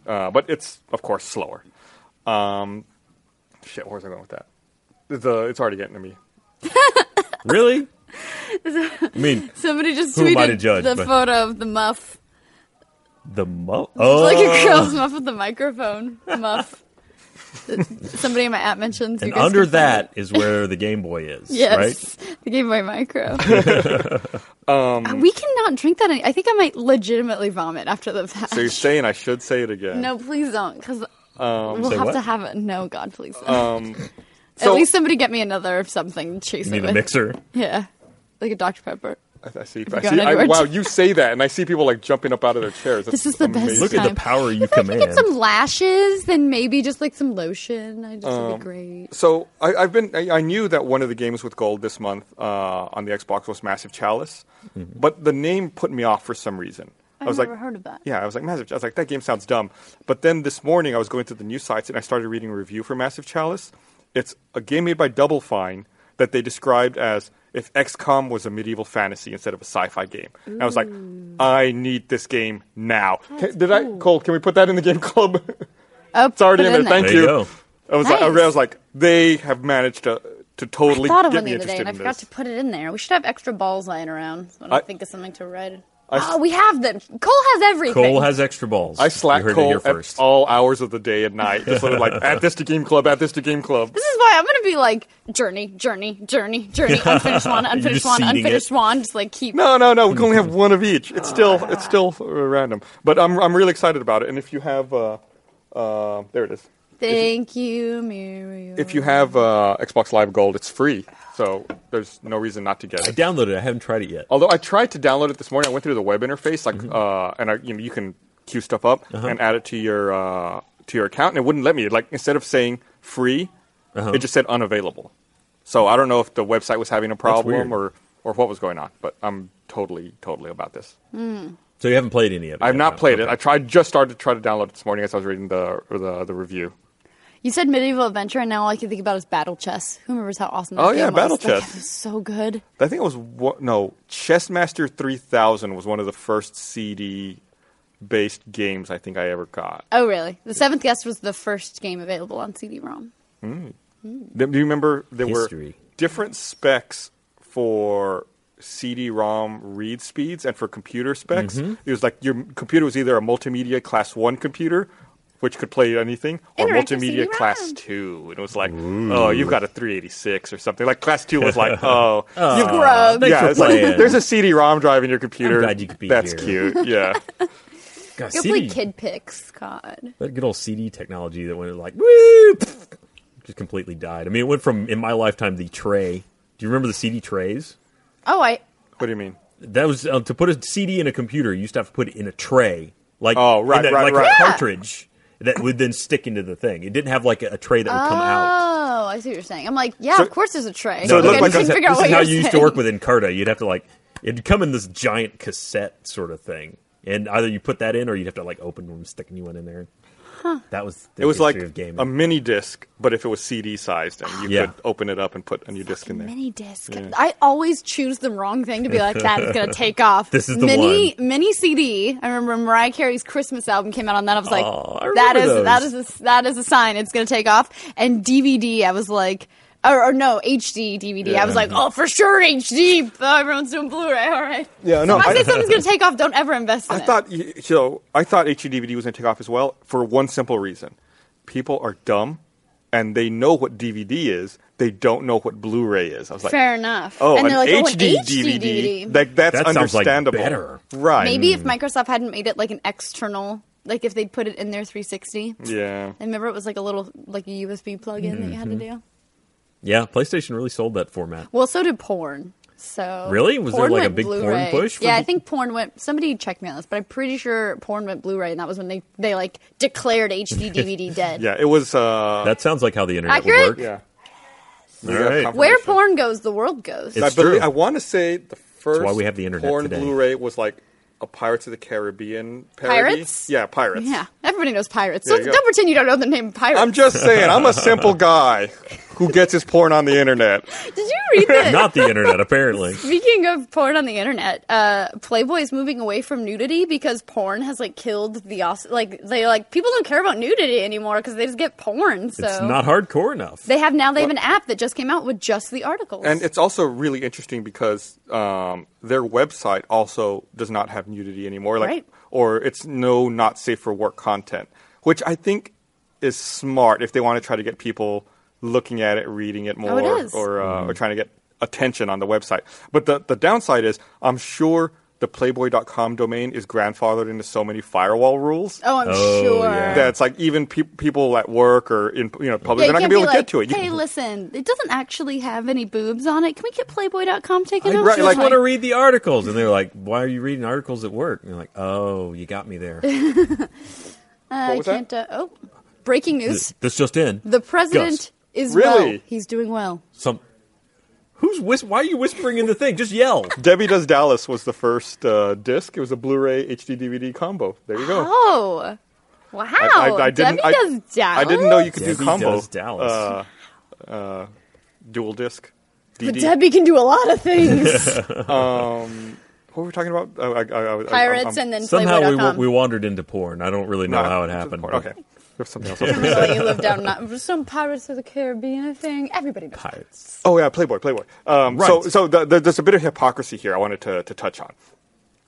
Speaker 1: uh, but it's of course slower. Um, shit, where's I going with that? The it's already getting to me.
Speaker 2: Really? I mean,
Speaker 3: Somebody just
Speaker 2: Who am I to
Speaker 3: tweeted
Speaker 2: judge,
Speaker 3: the
Speaker 2: but-
Speaker 3: photo of the muff.
Speaker 2: the mo-
Speaker 3: It's
Speaker 2: oh,
Speaker 3: like a girl's muff with the microphone. Muff. Somebody in my app mentions. you
Speaker 2: and
Speaker 3: guys
Speaker 2: under
Speaker 3: can find
Speaker 2: that
Speaker 3: it.
Speaker 2: is where the Game Boy is.
Speaker 3: Yes, the Game Boy Micro.
Speaker 1: Um,
Speaker 3: Uh, we cannot drink that. Any- I think I might legitimately vomit after the fact.
Speaker 1: So you're saying I should say it again?
Speaker 3: No, please don't, because we'll
Speaker 2: Say
Speaker 3: have
Speaker 2: what?
Speaker 3: to have it. No, God, please. Don't.
Speaker 1: Um,
Speaker 3: At
Speaker 1: so-
Speaker 3: least somebody get me another something to chase
Speaker 2: Right?
Speaker 3: it
Speaker 2: You need
Speaker 3: with.
Speaker 2: a mixer.
Speaker 3: Yeah, like a Dr Pepper.
Speaker 1: I, I see. I
Speaker 3: gone
Speaker 1: see I,
Speaker 3: anywhere?
Speaker 1: wow, you say that, and I see people like jumping up out of their chairs. That's
Speaker 3: This is the best
Speaker 1: amazing.
Speaker 2: Look at the
Speaker 3: Time.
Speaker 2: power you
Speaker 3: If I could
Speaker 2: command.
Speaker 3: get some lashes, then maybe just like some lotion. I just
Speaker 1: Um,
Speaker 3: would be great.
Speaker 1: So I, I've been. I, I knew that one of the games with gold this month uh, on the Xbox was Massive Chalice, but the name put me off for some reason.
Speaker 3: I've
Speaker 1: I was
Speaker 3: never
Speaker 1: like,
Speaker 3: heard of that.
Speaker 1: Yeah, I was like Massive. Ch- I was like, that game sounds dumb. But then this morning, I was going through the news sites and I started reading a review for Massive Chalice. It's a game made by Double Fine that they described as if XCOM was a medieval fantasy instead of a sci-fi game. And I was like, I need this game now. Can, did I, Cole? Can we put that in the game club?
Speaker 3: Oh,
Speaker 1: it's already in there. Thank
Speaker 2: There
Speaker 1: you.
Speaker 2: you go.
Speaker 1: I was like, I
Speaker 3: Nice.
Speaker 1: was like, they have managed to to totally
Speaker 3: thought of
Speaker 1: get
Speaker 3: one
Speaker 1: me
Speaker 3: the other day
Speaker 1: interested
Speaker 3: and I
Speaker 1: in
Speaker 3: forgot
Speaker 1: this.
Speaker 3: to put it in there. We should have extra balls lying around. So I don't
Speaker 1: I-
Speaker 3: think of something to write.
Speaker 1: I-
Speaker 3: oh, we have them. Cole has everything.
Speaker 2: Cole has extra balls.
Speaker 1: I
Speaker 2: You
Speaker 1: slack
Speaker 2: heard it
Speaker 1: Cole
Speaker 2: here
Speaker 1: at
Speaker 2: first.
Speaker 1: all hours of the day and night, just sort of like at this to game club, at this to game club.
Speaker 3: This is why I'm gonna be like journey, journey, journey, journey, unfinished one, unfinished
Speaker 2: just
Speaker 3: one,
Speaker 2: seeding
Speaker 3: unfinished
Speaker 2: it.
Speaker 3: one. Just like keep.
Speaker 1: No, no, no. We can only have one of each. It's still it's still uh, random, but I'm I'm really excited about it. And if you have uh, uh, there it is.
Speaker 3: Thank you, Muriel.
Speaker 1: If you have uh, Xbox Live Gold, it's free, so there's no reason not to get
Speaker 2: I
Speaker 1: it.
Speaker 2: downloaded it. I haven't tried it yet.
Speaker 1: Although I tried to download it this morning, I went through the web interface, like, uh, and I, you know, you can queue stuff up and add it to your uh, to your account, and it wouldn't let me. Like instead of saying free, it just said unavailable. So I don't know if the website was having a problem or
Speaker 2: weird.
Speaker 1: or what was going on, but I'm totally totally about this.
Speaker 2: So you haven't played any of it.
Speaker 1: I've
Speaker 2: yet,
Speaker 1: not
Speaker 2: no?
Speaker 1: played it.
Speaker 2: Okay.
Speaker 1: I tried just started to try to download it this morning as I was reading the or the the review.
Speaker 3: you said medieval adventure, and now all I can think about is battle chess. Who remembers how awesome? That
Speaker 1: Oh,
Speaker 3: game
Speaker 1: yeah,
Speaker 3: was?
Speaker 1: Battle
Speaker 3: That game
Speaker 1: Chess.
Speaker 3: was so good.
Speaker 1: I think it was one, no Chessmaster 3000 was one of the first CD based games I think I ever got.
Speaker 3: Oh, really? The Seventh Guest was the first game available on CD-ROM.
Speaker 1: Do you remember there were
Speaker 2: History.
Speaker 1: different specs for CD-ROM read speeds and for computer specs?
Speaker 2: Mm-hmm.
Speaker 1: It was like your computer was either a multimedia class one computer, which could play anything, or
Speaker 3: Interactive
Speaker 1: multimedia class
Speaker 3: CD-ROM.
Speaker 1: two, and it was like, oh, you've got a 386 or something. Like class two was like, oh, you-
Speaker 3: Grub.
Speaker 2: Thanks
Speaker 1: yeah,
Speaker 2: for
Speaker 1: it's like,
Speaker 2: playing.
Speaker 1: there's a CD-ROM drive in your computer.
Speaker 2: glad you could be
Speaker 1: That's
Speaker 2: here.
Speaker 1: cute. Yeah.
Speaker 2: God,
Speaker 3: Go
Speaker 2: CD
Speaker 3: play Kid Picks, God.
Speaker 2: That good old CD technology that went like woo, pfft, just completely died. I mean, it went from in my lifetime the tray. Do you remember the CD trays?
Speaker 3: Oh, I.
Speaker 1: what do you mean?
Speaker 2: That was uh, to put a CD in a computer. You used to have to put it in a tray, like
Speaker 1: Oh,
Speaker 2: in
Speaker 1: right,
Speaker 2: that-
Speaker 1: right,
Speaker 2: like
Speaker 1: right.
Speaker 2: a
Speaker 1: Yeah.
Speaker 2: cartridge that would then stick into the thing. It didn't have like a, a tray that would come out.
Speaker 3: Oh, I see what you're saying. I'm like, yeah,
Speaker 1: So-
Speaker 3: of course there's a tray.
Speaker 1: so it
Speaker 3: Okay,
Speaker 1: looked
Speaker 3: I
Speaker 1: like
Speaker 3: just
Speaker 1: a-
Speaker 2: this,
Speaker 3: couldn't figure out
Speaker 2: is
Speaker 3: what
Speaker 2: how
Speaker 3: you're
Speaker 2: you used to
Speaker 3: saying.
Speaker 2: work with Encarta. You'd have to like it'd come in this giant cassette sort of thing, and either you put that in or you'd have to like open one, stick a new one in there. That was the
Speaker 1: It was
Speaker 2: history
Speaker 1: like
Speaker 2: of gaming.
Speaker 1: a mini disc, but if it was CD sized, and you
Speaker 2: Yeah.
Speaker 1: could open it up and put a new disc in there.
Speaker 3: Mini disc. I always choose the wrong thing to be like, that's going to take off.
Speaker 2: This is the
Speaker 3: mini, Mini CD. I remember Mariah Carey's Christmas album came out on that. I was like,
Speaker 2: Oh, I
Speaker 3: that
Speaker 2: remember
Speaker 3: is
Speaker 2: those.
Speaker 3: that is a, that is a sign it's going to take off. And DVD, I was like, or, or no, HD DVD. I was
Speaker 1: Yeah.
Speaker 3: like, oh, for sure HD. Oh, everyone's doing Blu-ray. All right.
Speaker 1: Yeah, no,
Speaker 3: If I
Speaker 1: I-
Speaker 3: say something's going to take off. Don't ever invest in
Speaker 1: I
Speaker 3: it.
Speaker 1: thought you know, I thought HDVD was going to take off as well for one simple reason: people are dumb, and they know what DVD is. They don't know what Blu-ray is. I was like,
Speaker 3: Fair enough.
Speaker 1: Oh,
Speaker 3: and
Speaker 1: an
Speaker 3: they're like, oh, an
Speaker 1: HD,
Speaker 3: HD
Speaker 1: DVD. Like that's
Speaker 2: That sounds, like,
Speaker 1: understandable.
Speaker 2: better.
Speaker 1: right?
Speaker 3: Maybe if
Speaker 2: Mm.
Speaker 3: Microsoft hadn't made it like an external, like if they'd put it in their 360.
Speaker 2: Mm.
Speaker 1: Yeah.
Speaker 3: I remember it was like a little like a USB plug-in that you had to
Speaker 2: Mm-hmm.
Speaker 3: do.
Speaker 2: yeah, PlayStation really sold that format.
Speaker 3: Well, so did porn. So
Speaker 2: Really? Was there, like, a
Speaker 3: went
Speaker 2: big porn push for
Speaker 3: Yeah, I
Speaker 2: Blu-
Speaker 3: think porn went. Somebody checked me on this, but I'm pretty sure porn went Blu-ray, and that was when they they like declared HD DVD dead.
Speaker 1: Yeah, it was. Uh,
Speaker 2: That sounds like how the internet
Speaker 3: Accurate?
Speaker 2: would work.
Speaker 1: yeah.
Speaker 2: All
Speaker 1: We got
Speaker 2: right.
Speaker 1: confirmation.
Speaker 3: Where porn goes, the world goes.
Speaker 1: I
Speaker 2: It's
Speaker 1: believe-
Speaker 2: true.
Speaker 1: I want to say the first
Speaker 2: why we have the internet
Speaker 1: porn
Speaker 2: today.
Speaker 1: Blu-ray was like a Pirates of the Caribbean parody.
Speaker 3: Pirates?
Speaker 1: Yeah, pirates.
Speaker 3: yeah, everybody knows pirates.
Speaker 1: There
Speaker 3: So
Speaker 1: you go.
Speaker 3: don't pretend you don't know the name pirates.
Speaker 1: I'm just saying, I'm a simple guy who gets his porn on the internet.
Speaker 3: Did you read that?
Speaker 2: Not the internet, apparently.
Speaker 3: Speaking of porn on the internet, uh, Playboy is moving away from nudity because porn has like killed the os- like they like people don't care about nudity anymore because they just get porn. So
Speaker 2: It's not hardcore enough.
Speaker 3: they have now they have an app that just came out with just the articles.
Speaker 1: And it's also really interesting because um, their website also does not have nudity anymore, like,
Speaker 3: Right.
Speaker 1: or it's no not safe for work content, which I think is smart if they want to try to get people looking at it, reading it more,
Speaker 3: Oh, it is.
Speaker 1: or uh, or trying to get attention on the website. But the the downside is, I'm sure the Playboy.com domain is grandfathered into so many firewall rules.
Speaker 3: Oh, I'm
Speaker 2: Oh,
Speaker 3: sure.
Speaker 2: yeah.
Speaker 1: That's like even peop people at work or in you know
Speaker 3: Yeah,
Speaker 1: public, they're not
Speaker 3: you
Speaker 1: gonna
Speaker 3: can't
Speaker 1: be able
Speaker 3: like,
Speaker 1: to get to it. You
Speaker 3: Hey,
Speaker 1: can-
Speaker 3: listen, it doesn't actually have any boobs on it. Can we get Playboy.com taken
Speaker 1: I
Speaker 3: off?
Speaker 1: right,
Speaker 3: She was
Speaker 2: just
Speaker 1: like-
Speaker 2: want to read the articles. And they're like, why are you reading articles at work? And you're like, oh, you got me there.
Speaker 3: uh,
Speaker 1: What was
Speaker 3: I
Speaker 1: that?
Speaker 3: can't. Uh, oh, breaking news:
Speaker 2: this just in.
Speaker 3: the president is
Speaker 1: Really?
Speaker 3: well. He's doing well.
Speaker 2: Some. Who's whis- Why are you whispering in the thing? Just yell.
Speaker 1: Debbie Does Dallas was the first uh, disc. It was a Blu-ray HD DVD combo. There you go.
Speaker 3: Oh, wow!
Speaker 1: I, I, I didn't.
Speaker 3: Debbie
Speaker 1: I,
Speaker 3: does
Speaker 1: I
Speaker 3: Dallas.
Speaker 1: didn't know you could
Speaker 2: Debbie
Speaker 1: do combo.
Speaker 2: Does Dallas.
Speaker 1: Uh, uh, dual disc. DD.
Speaker 3: But Debbie can do a lot of things.
Speaker 1: What were we talking about? Oh, I, I, I, I,
Speaker 3: Pirates
Speaker 1: I'm-
Speaker 3: and then
Speaker 2: Somehow we, wa-
Speaker 3: Playboy.com.
Speaker 2: we wandered into porn. I don't really know
Speaker 1: no,
Speaker 2: how it
Speaker 1: it's
Speaker 2: happened.
Speaker 1: important.
Speaker 2: but-
Speaker 1: Okay. There's something else.
Speaker 3: Really, you live down not, some Pirates of the Caribbean I think. Everybody knows.
Speaker 2: Pirates.
Speaker 1: Oh yeah, Playboy, Playboy. Um,
Speaker 2: Right.
Speaker 1: So, so the, the, there's a bit of hypocrisy here. I wanted to, to touch on.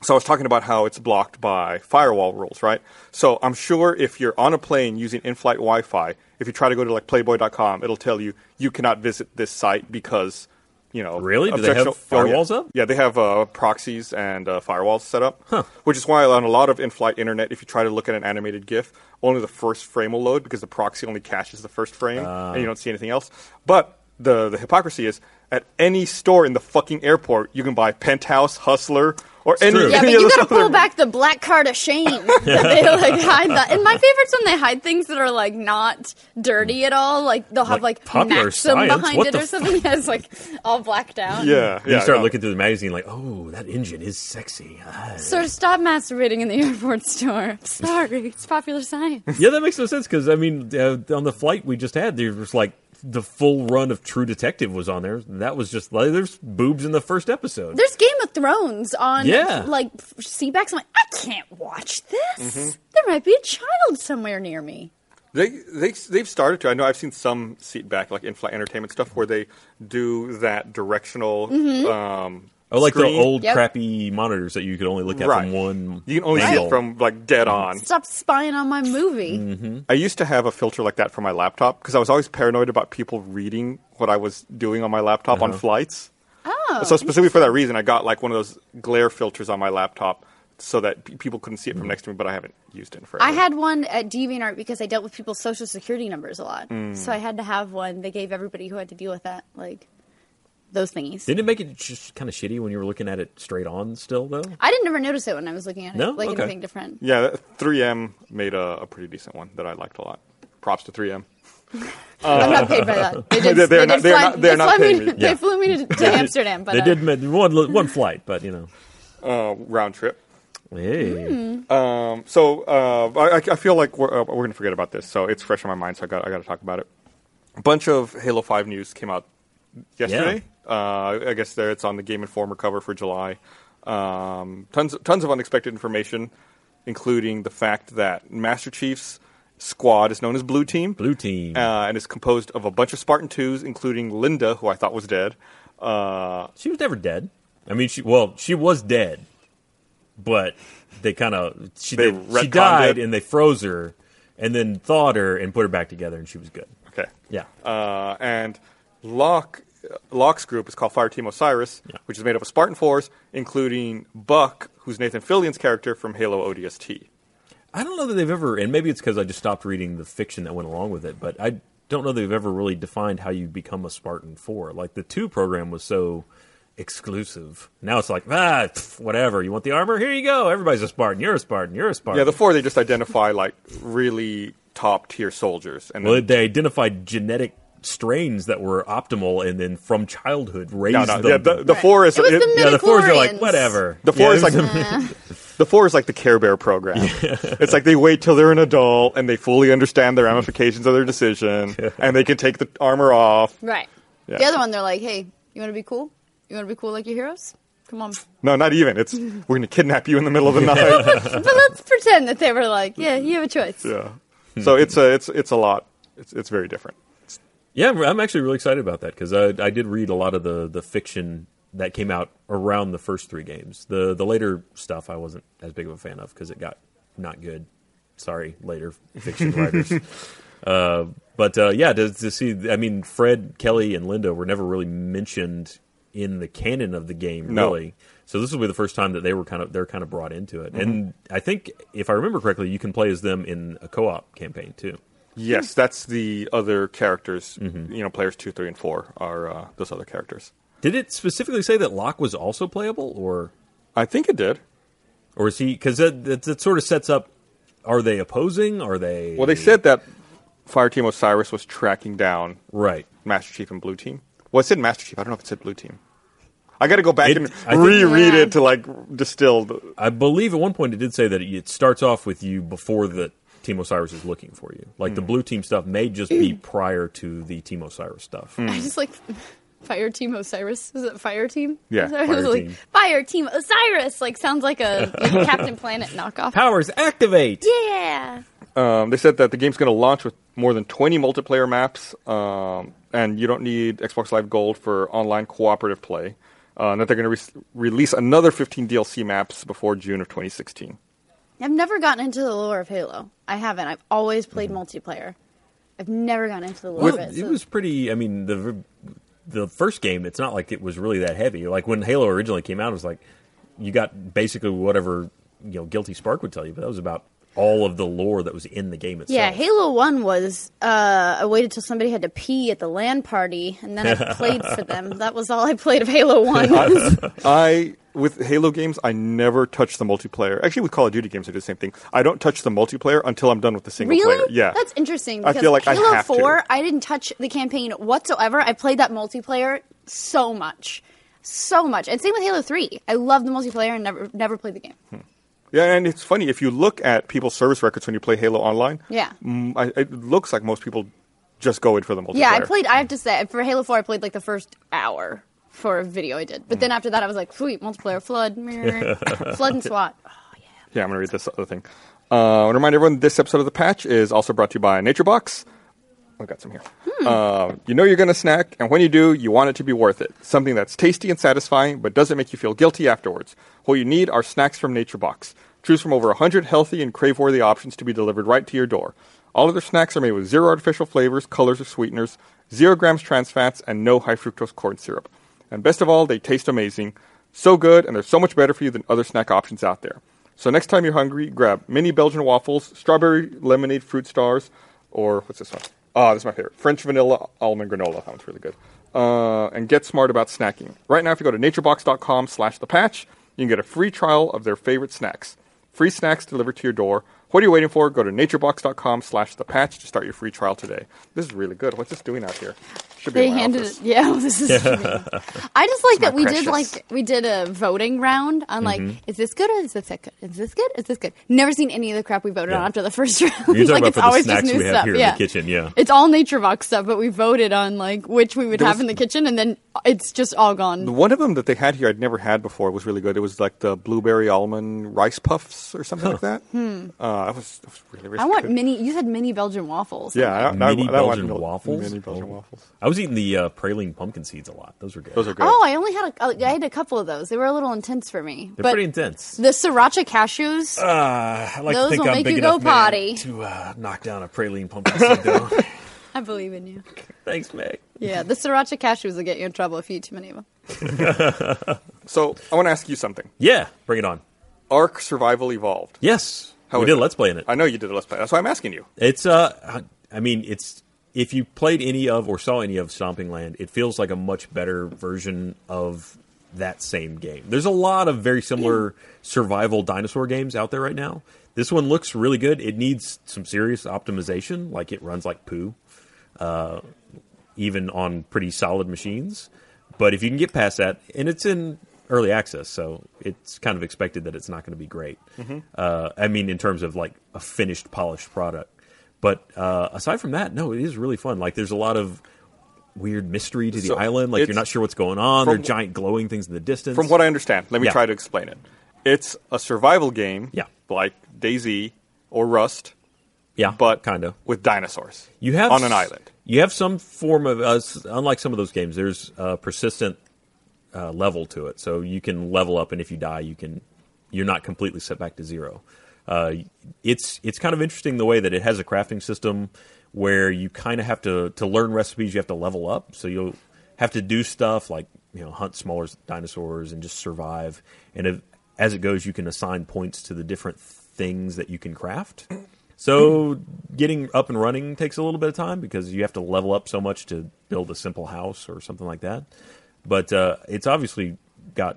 Speaker 1: So I was talking about how it's blocked by firewall rules, right? So I'm sure if you're on a plane using in-flight Wi-Fi, if you try to go to like Playboy.com, it'll tell you you cannot visit this site because you know
Speaker 2: Really? Do they have
Speaker 1: objection- oh, yeah.
Speaker 2: firewalls up?
Speaker 1: Yeah, they have uh, proxies and uh, firewalls set up, which is why on a lot of in-flight internet, if you try to look at an animated GIF, only the first frame will load because the proxy only caches the first frame, and
Speaker 2: Ah.
Speaker 1: you don't see anything else. But the the hypocrisy is at any store in the fucking airport, you can buy Penthouse, Hustler, or any,
Speaker 2: true.
Speaker 1: any
Speaker 2: Yeah,
Speaker 3: Yeah, but
Speaker 1: of
Speaker 3: you
Speaker 1: those
Speaker 3: gotta pull
Speaker 1: other-
Speaker 3: back the black card of shame. that they like hide that. And my favorite's when they hide things that are like not dirty at all. Like they'll have
Speaker 2: Like
Speaker 3: like,
Speaker 2: popular
Speaker 3: Maxim
Speaker 2: science?
Speaker 3: behind
Speaker 2: What
Speaker 3: it
Speaker 2: the
Speaker 3: or something. Yeah, it's like all blacked out.
Speaker 1: Yeah, yeah.
Speaker 2: you start
Speaker 1: no.
Speaker 2: looking through the magazine like, oh, that engine is sexy. Ah.
Speaker 3: Sir, stop masturbating in the airport store. Sorry, it's popular science.
Speaker 2: yeah, that makes no sense because I mean, uh, on the flight we just had, there was like the full run of True Detective was on there. That was just like there's boobs in the first episode.
Speaker 3: There's Game of Thrones on
Speaker 2: Yeah.
Speaker 3: like Seabax. I'm like, I can't watch this.
Speaker 2: Mm-hmm.
Speaker 3: There might be a child somewhere near me.
Speaker 1: They they they've started to. I know I've seen some seat back like in flight entertainment stuff where they do that directional.
Speaker 3: Mm-hmm.
Speaker 1: Um,
Speaker 2: oh, like
Speaker 1: screen.
Speaker 2: the old
Speaker 3: Yep.
Speaker 2: crappy monitors that you could only look at from one.
Speaker 1: You can only see
Speaker 2: angle.
Speaker 1: it from like dead on.
Speaker 3: Stop spying on my movie.
Speaker 2: Mm-hmm.
Speaker 1: I used to have a filter like that for my laptop because I was always paranoid about people reading what I was doing on my laptop on flights.
Speaker 3: Oh,
Speaker 1: so specifically for that reason, I got like one of those glare filters on my laptop so that pe- people couldn't see it from next to me. But I haven't used it in forever.
Speaker 3: I had one at DeviantArt because I dealt with people's social security numbers a lot.
Speaker 2: Mm.
Speaker 3: So I had to have one. They gave everybody who had to deal with that, like, those thingies.
Speaker 2: Didn't it make it just kind of shitty when you were looking at it straight on still though?
Speaker 3: I didn't ever notice it when I was looking at it,
Speaker 2: No?
Speaker 3: like
Speaker 2: Okay.
Speaker 3: anything different.
Speaker 1: yeah, that- 3M made a, a pretty decent one that I liked a lot. Props to 3M.
Speaker 3: I'm not paid by that. They did,
Speaker 1: They're
Speaker 3: they did
Speaker 1: not- they're
Speaker 3: fly-
Speaker 1: not- they're
Speaker 3: they
Speaker 1: not
Speaker 3: fly
Speaker 1: paying
Speaker 3: me-
Speaker 1: me.
Speaker 3: They
Speaker 2: Yeah.
Speaker 3: flew me to, to Amsterdam, but
Speaker 2: they
Speaker 3: uh,
Speaker 2: did make one one flight, but you know,
Speaker 1: Uh, round trip.
Speaker 2: hey,
Speaker 3: Hmm.
Speaker 1: Um, so uh, I, I feel like we're, uh, we're going to forget about this. So it's fresh on my mind. So I got I got to talk about it. A bunch of Halo Five news came out yesterday. Uh, I guess there it's on the Game Informer cover for July. Um, tons tons of unexpected information, including the fact that Master Chief's squad is known as Blue Team.
Speaker 2: blue team.
Speaker 1: Uh, and is composed of a bunch of Spartan twos, including Linda, who I thought was dead. Uh,
Speaker 2: She was never dead. I mean, she well, she was dead, but they kind of she
Speaker 1: They
Speaker 2: did, she
Speaker 1: retconned
Speaker 2: died
Speaker 1: it.
Speaker 2: and they froze her and then thawed her and put her back together and she was good.
Speaker 1: okay.
Speaker 2: Yeah,
Speaker 1: uh, and Locke, Locke's group is called Fire Team Osiris, which is made up of Spartan fours, including Buck, who's Nathan Fillion's character from Halo ODST.
Speaker 2: I don't know that they've ever, and maybe it's because I just stopped reading the fiction that went along with it, but I don't know they've ever really defined how you become a Spartan Four. Like the two program was so exclusive. Now it's like ah, pff, whatever. You want the armor? Here you go. Everybody's a Spartan. You're a Spartan. You're a Spartan.
Speaker 1: Yeah, the four they just identify like really top tier soldiers, and
Speaker 2: Well,
Speaker 1: then,
Speaker 2: they identified genetic strains that were optimal, and then from childhood raised
Speaker 1: no, no,
Speaker 2: them.
Speaker 1: yeah, the, the four is
Speaker 3: It was
Speaker 1: it-
Speaker 3: the
Speaker 2: Yeah, the fours are like
Speaker 3: midichlorians.
Speaker 2: whatever.
Speaker 1: The four
Speaker 2: Yeah,
Speaker 1: is
Speaker 2: it
Speaker 1: like
Speaker 2: was-
Speaker 1: the four is like the Care Bear program. It's like they wait till they're an adult and they fully understand the ramifications of their decision, and they can take the armor off.
Speaker 3: Right.
Speaker 1: Yeah.
Speaker 3: The other one, they're like, hey, you want to be cool? You want to be cool like your heroes? Come on.
Speaker 1: No, not even. It's we're gonna kidnap you in the middle of the night.
Speaker 3: but let's pretend that they were like, yeah, you have a choice.
Speaker 1: Yeah. So it's a it's it's a lot. It's it's very different.
Speaker 2: yeah, I'm- I'm actually really excited about that because I, I did read a lot of the, the fiction that came out around the first three games. The the later stuff I wasn't as big of a fan of because it got not good Sorry, later fiction writers. uh, but uh, yeah, to, to see, I mean, Fred, Kelly, and Linda were never really mentioned in the canon of the game,
Speaker 1: No.
Speaker 2: really. So this will be the first time that they were kind of they're kind of brought into it. And I think, if I remember correctly, you can play as them in a co-op campaign too.
Speaker 1: Yes, that's the other characters.
Speaker 2: Mm-hmm.
Speaker 1: You know, players two, three, and four are uh, those other characters.
Speaker 2: Did it specifically say that Locke was also playable, or
Speaker 1: I think it did.
Speaker 2: or is he? Because that, that that sort of sets up: are they opposing? Are they?
Speaker 1: Well, they said that Fireteam Osiris was tracking down
Speaker 2: right.
Speaker 1: Master Chief and Blue Team. Well, it said Master Chief. I don't know if it said Blue Team. I got to go back
Speaker 2: It-
Speaker 1: and
Speaker 2: I think-
Speaker 1: reread
Speaker 3: Yeah.
Speaker 1: it to like distill. The,
Speaker 2: I believe at one point it did say that it starts off with you before the Team Osiris is looking for you. Like
Speaker 1: Hmm.
Speaker 2: the blue team stuff may just be prior to the Team Osiris stuff.
Speaker 1: Hmm.
Speaker 3: I just like Fire Team Osiris. Is it Fire Team?
Speaker 1: Yeah,
Speaker 3: Sorry, I
Speaker 2: Fire
Speaker 3: was like,
Speaker 2: Team.
Speaker 3: Fire Team Osiris. Like sounds like a like, Captain Planet knockoff.
Speaker 2: Powers activate.
Speaker 3: yeah.
Speaker 1: um, they said that the game's going to launch with more than 20 multiplayer maps, um, and you don't need Xbox Live Gold for online cooperative play. Uh, and that they're going to re- release another 15 DLC maps before June of 2016.
Speaker 3: I've never gotten into the lore of Halo. I haven't. I've always played
Speaker 1: Mm-hmm.
Speaker 3: multiplayer. I've never gotten into the lore
Speaker 2: Well,
Speaker 3: of it.
Speaker 2: it
Speaker 3: so-
Speaker 2: was pretty. I mean, the the first game, it's not like it was really that heavy. Like when Halo originally came out, it was like you got basically whatever you know Guilty Spark would tell you, but that was about all of the lore that was in the game itself.
Speaker 3: yeah, Halo One was. Uh, I waited till somebody had to pee at the LAN party, and then I played for them. That was all I played of Halo One. Was.
Speaker 1: I with Halo games, I never touch the multiplayer. Actually, with Call of Duty games, I do the same thing. I don't touch the multiplayer until I'm done with the single
Speaker 3: really?
Speaker 1: player. Yeah,
Speaker 3: that's interesting.
Speaker 1: I
Speaker 3: Because
Speaker 1: feel like I
Speaker 3: Halo
Speaker 1: have to.
Speaker 3: Four, I didn't touch the campaign whatsoever. I played that multiplayer so much, so much, and same with Halo Three. I loved the multiplayer and never never played the game.
Speaker 1: Hmm, Yeah, and it's funny if you look at people's service records when you play Halo Online.
Speaker 3: Yeah.
Speaker 1: mm, I, it looks like most people just go in for the multiplayer.
Speaker 3: Yeah, I played. I have to say, for Halo Four, I played like the first hour for a video I
Speaker 1: Hmm.
Speaker 3: did, but then after that, I was like, sweet multiplayer flood, mirror, flood and SWAT.
Speaker 1: Yeah, I'm gonna read this other thing. Uh, I want to remind everyone this episode of the Patch is also brought to you by NatureBox. I got some here. Uh, you know you're gonna snack, and when you do, you want it to be worth it. Something that's tasty and satisfying, but doesn't make you feel guilty afterwards. What you need are snacks from NatureBox. Choose from over 100 healthy and crave-worthy options to be delivered right to your door. All of their snacks are made with zero artificial flavors, colors, or sweeteners, zero grams trans fats, and no high fructose corn syrup. And best of all, they taste amazing. So good, and they're so much better for you than other snack options out there. So next time you're hungry, grab mini Belgian waffles, strawberry lemonade fruit stars, or what's this one? Ah, this is my favorite. French vanilla almond granola. That one's really good. Uh, and get smart about snacking. Right now, if you go to naturebox.com slash the patch, you can get a free trial of their favorite snacks. Free snacks delivered to your door. What are you waiting for? Go to naturebox.com slash the patch to start your free trial today. This is really good. What's this doing out here? Should be
Speaker 3: They
Speaker 1: in my
Speaker 3: handed
Speaker 1: office.
Speaker 3: it. Yeah, well, this is. I just like that we did
Speaker 1: precious.
Speaker 3: like we did a voting round on like
Speaker 2: Mm-hmm.
Speaker 3: is this good or is this good? Is this good? Is this good? Never seen any of the crap we voted
Speaker 2: Yeah.
Speaker 3: on after the first round.
Speaker 2: You're talking
Speaker 3: like
Speaker 2: about
Speaker 3: it's
Speaker 2: for the
Speaker 3: always
Speaker 2: snacks
Speaker 3: just new
Speaker 2: we have
Speaker 3: stuff.
Speaker 2: here in the
Speaker 3: yeah.
Speaker 2: kitchen, yeah.
Speaker 3: it's all nature box stuff, but we voted on like which we would
Speaker 1: There
Speaker 3: have
Speaker 1: was-
Speaker 3: in the kitchen, and then it's just all gone.
Speaker 1: One of them that they had here I'd never had before was really good. It was like the blueberry almond rice puffs or something like that. Hmm. Uh, that was, that was really, really
Speaker 3: I want
Speaker 1: good.
Speaker 3: mini. You said mini Belgian waffles.
Speaker 1: Yeah, I,
Speaker 2: Mini
Speaker 1: I, I
Speaker 2: Belgian
Speaker 1: want
Speaker 2: waffles.
Speaker 1: Mini Belgian
Speaker 2: Oh.
Speaker 1: waffles.
Speaker 2: I was eating the uh, praline pumpkin seeds a lot. Those were good.
Speaker 1: Those are good.
Speaker 3: Oh, I only had a, I had a couple of those. They were a little intense for me.
Speaker 2: They're
Speaker 3: but
Speaker 2: pretty intense.
Speaker 3: the sriracha cashews.
Speaker 2: Uh, I like
Speaker 3: Those will make you go
Speaker 2: man,
Speaker 3: potty.
Speaker 2: to uh, knock down a praline pumpkin seed. though.
Speaker 3: I believe in you.
Speaker 2: Thanks, Meg.
Speaker 3: Yeah, the sriracha cashews will get you in trouble if you eat too many of them.
Speaker 1: So I want to ask you something.
Speaker 2: Yeah, bring it on.
Speaker 1: Ark Survival Evolved.
Speaker 2: Yes,
Speaker 1: How
Speaker 2: we
Speaker 1: is
Speaker 2: did.
Speaker 1: it?
Speaker 2: a Let's play in it.
Speaker 1: I know you did a let's play. That's why I'm asking you.
Speaker 2: It's uh, I mean, it's if you played any of or saw any of Stomping Land, it feels like a much better version of that same game. There's a lot of very similar survival dinosaur games out there right now. This one looks really good. It needs some serious optimization, like it runs like poo, uh, even on pretty solid machines. But if you can get past that, and it's in early access, so it's kind of expected that it's not going to be great.
Speaker 1: Mm-hmm.
Speaker 2: Uh, I mean, in terms of like a finished, polished product. But uh, aside from that, no, it is really fun. Like, there's a lot of weird mystery to the
Speaker 1: So,
Speaker 2: island. Like, you're
Speaker 1: it's-
Speaker 2: not sure what's going on. there are
Speaker 1: from-
Speaker 2: giant glowing things in the distance.
Speaker 1: From what I understand, let me
Speaker 2: Yeah.
Speaker 1: try to explain it. It's a survival game,
Speaker 2: Yeah.
Speaker 1: like DayZ or Rust,
Speaker 2: yeah,
Speaker 1: but
Speaker 2: kind of.
Speaker 1: with dinosaurs.
Speaker 2: You have
Speaker 1: on an island.
Speaker 2: You have some form of uh, s- unlike some of those games. There's a persistent uh, level to it, so you can level up, and if you die, you can you're not completely set back to zero. Uh, it's it's kind of interesting the way that it has a crafting system where you kind of have to to learn recipes. You have to level up, so you'll have to do stuff like you know hunt smaller dinosaurs and just survive. And if, as it goes, you can assign points to the different things that you can craft. So getting up and running takes a little bit of time because you have to level up so much to build a simple house or something like that. But uh, it's obviously got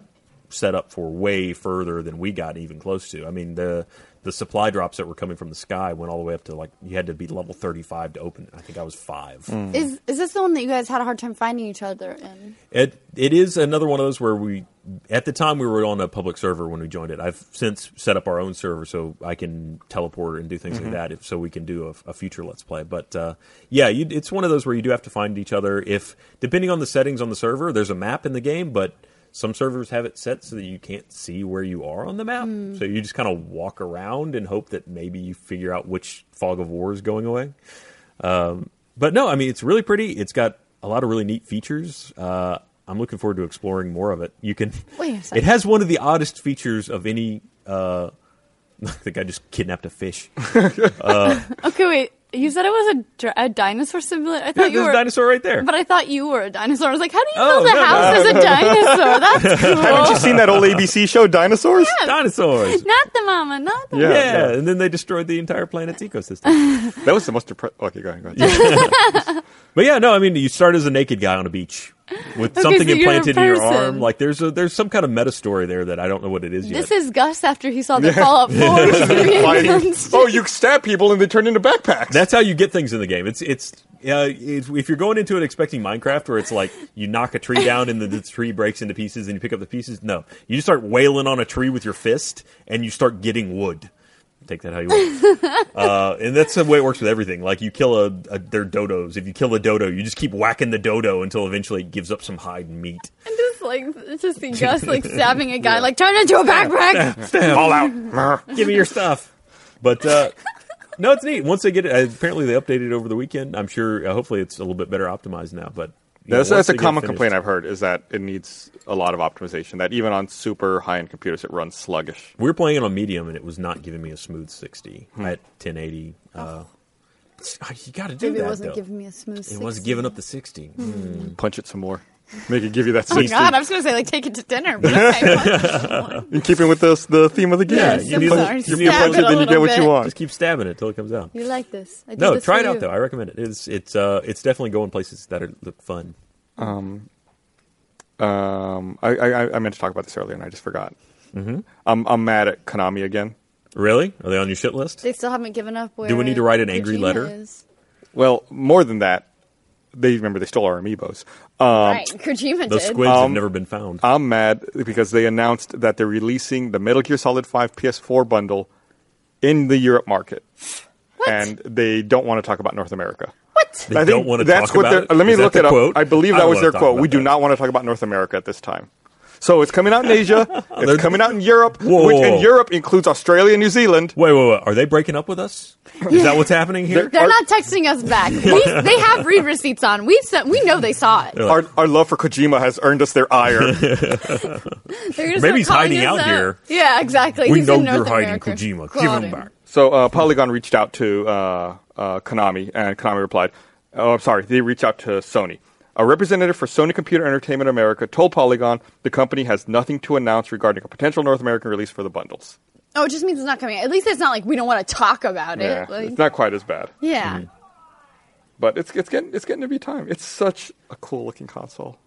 Speaker 2: set up for way further than we got even close to. I mean the the supply drops that were coming from the sky went all the way up to like you had to be level 35 to open it. I think I was 5.
Speaker 3: Is is this the one that you guys had a hard time finding each other in?
Speaker 2: It it is another one of those where we at the time we were on a public server when we joined it. I've since set up our own server so I can teleport and do things like that, if, so we can do a, a future let's play. But uh, yeah, you, it's one of those where you do have to find each other. If depending on the settings on the server, there's a map in the game, but some servers have it set so that you can't see where you are on the map. So you just kind of walk around and hope that maybe you figure out which fog of war is going away. Um, but no, I mean it's really pretty. It's got a lot of really neat features. Uh, I'm looking forward to exploring more of it. You can.
Speaker 3: Wait a second.
Speaker 2: it has one of the oddest features of any. Uh, I think I just kidnapped a fish.
Speaker 3: Okay, wait. You said it was a, dr- a dinosaur simulator. I thought you
Speaker 2: There's
Speaker 3: were
Speaker 2: a dinosaur right there.
Speaker 3: But I thought you were a dinosaur. I was like, how do you
Speaker 2: Oh,
Speaker 3: build
Speaker 2: no,
Speaker 3: a house as a dinosaur? That's cool.
Speaker 1: Haven't you seen that old ABC show, Dinosaurs?
Speaker 2: Dinosaurs.
Speaker 3: Not the mama, not the
Speaker 1: Yeah.
Speaker 2: yeah. and then they destroyed the entire planet's ecosystem.
Speaker 1: That was the most depressing. Okay, go ahead. Go ahead.
Speaker 2: but yeah, no, I mean you start as a naked guy on a beach with something
Speaker 3: so you're a
Speaker 2: implanted in your
Speaker 3: person.
Speaker 2: arm. Like there's a there's some kind of meta story there that I don't know what it is yet.
Speaker 3: This is Gus after he saw the Fallout 4 experience.
Speaker 1: oh, you stab people and they turn into backpacks.
Speaker 2: That's how you get things in the game. It's it's uh, it's- if you're going into it expecting Minecraft, where it's like you knock a tree down and the, the tree breaks into pieces and you pick up the pieces. No, you just start wailing on a tree with your fist and you start getting wood. Take that how you want. uh, and that's the way it works with everything. Like you kill a, a they're dodos. If you kill a dodo, you just keep whacking the dodo until eventually it gives up some hide and meat.
Speaker 3: And just like, it's just see Gus like stabbing a guy, like, turn into a backpack.
Speaker 1: Fall out.
Speaker 2: Give me your stuff. But uh, no, it's neat. Once they get it, uh, apparently they updated it over the weekend. I'm sure. Uh, hopefully, it's a little bit better optimized now. But you know,
Speaker 1: That's,
Speaker 2: once
Speaker 1: that's a
Speaker 2: they get
Speaker 1: common
Speaker 2: finished-
Speaker 1: complaint I've heard is that it needs a lot of optimization. That even on super high end computers, it runs sluggish.
Speaker 2: We were playing it on medium, and it was not giving me a smooth 60
Speaker 1: Hmm.
Speaker 2: at 1080. Uh, it's- you got to do
Speaker 3: Oh. Maybe
Speaker 2: that.
Speaker 3: it wasn't
Speaker 2: though.
Speaker 3: giving Hmm. me a smooth
Speaker 2: It wasn't
Speaker 3: 60.
Speaker 2: giving up the Hmm. 60.
Speaker 1: Punch it some more. Make it give you that
Speaker 3: Oh,
Speaker 1: 60.
Speaker 3: God, I was going to say, like, take it to dinner. But okay,
Speaker 1: in keeping with this, the theme of the game.
Speaker 3: Yes,
Speaker 1: you
Speaker 2: I'm
Speaker 1: need
Speaker 2: sorry.
Speaker 1: punch, you
Speaker 2: Stab
Speaker 1: punch it,
Speaker 2: it
Speaker 1: then
Speaker 2: a
Speaker 1: you
Speaker 3: little
Speaker 1: get what
Speaker 3: bit.
Speaker 1: you want.
Speaker 2: Just keep stabbing it till it comes out.
Speaker 3: you like this. I did
Speaker 2: No,
Speaker 3: this
Speaker 2: try
Speaker 3: for
Speaker 2: it out
Speaker 3: you.
Speaker 2: though. I recommend it. It's it's uh it's definitely going places that are, look fun.
Speaker 1: Um, I, I, I- I meant to talk about this earlier and I just forgot. I'm, I'm mad at Konami again.
Speaker 2: Really? Are they on your shit list?
Speaker 3: They still haven't given up where
Speaker 2: we need to write an
Speaker 3: Kojima
Speaker 2: angry letter?
Speaker 3: Is.
Speaker 1: Well, more than that, they remember they stole our amiibos. Um,
Speaker 3: right, Kojima
Speaker 2: Those
Speaker 3: did.
Speaker 2: squids have
Speaker 1: Um,
Speaker 2: never been found.
Speaker 1: I'm mad because they announced that they're releasing the Metal Gear Solid 5 PS4 bundle in the Europe market. And they don't want to talk about North America.
Speaker 3: What?
Speaker 2: they don't want to
Speaker 1: that's
Speaker 2: talk
Speaker 1: what
Speaker 2: about
Speaker 1: they're-
Speaker 2: it.
Speaker 1: Let me
Speaker 2: Is that
Speaker 1: look
Speaker 2: the
Speaker 1: it up.
Speaker 2: quote?
Speaker 1: I believe that
Speaker 2: don't
Speaker 1: was
Speaker 2: wanna
Speaker 1: their
Speaker 2: talk
Speaker 1: quote.
Speaker 2: about
Speaker 1: We do
Speaker 2: that.
Speaker 1: not want to talk about North America at this time. So it's coming out in Asia. it's coming out in Europe,
Speaker 2: Whoa.
Speaker 1: which in Europe includes Australia and New Zealand.
Speaker 2: Wait, wait, wait. Are they breaking up with us? Is that what's happening here?
Speaker 3: They're not texting us back. We, they have read receipts on. We sent, we know they saw it.
Speaker 1: Our, our love for Kojima has earned us their ire.
Speaker 3: They're gonna
Speaker 2: Maybe
Speaker 3: start
Speaker 2: he's
Speaker 3: calling
Speaker 2: hiding
Speaker 3: us
Speaker 2: out here.
Speaker 3: Yeah, exactly.
Speaker 2: we
Speaker 3: He's
Speaker 2: know
Speaker 3: in
Speaker 2: you're
Speaker 3: North
Speaker 2: hiding
Speaker 3: America.
Speaker 2: Kojima. Give
Speaker 3: Claw
Speaker 2: him back.
Speaker 1: So uh, Polygon reached out to uh, uh, Konami, and Konami replied, "Oh, I'm sorry." They reached out to Sony. A representative for Sony Computer Entertainment America told Polygon the company has nothing to announce regarding a potential North American release for the bundles.
Speaker 3: Oh, it just means it's not coming. out. At least it's not like we don't want to talk about
Speaker 1: Yeah,
Speaker 3: it. Like,
Speaker 1: it's not quite as bad,
Speaker 3: yeah.
Speaker 2: Mm-hmm.
Speaker 1: but it's it's getting it's getting to be time. It's such a cool looking console.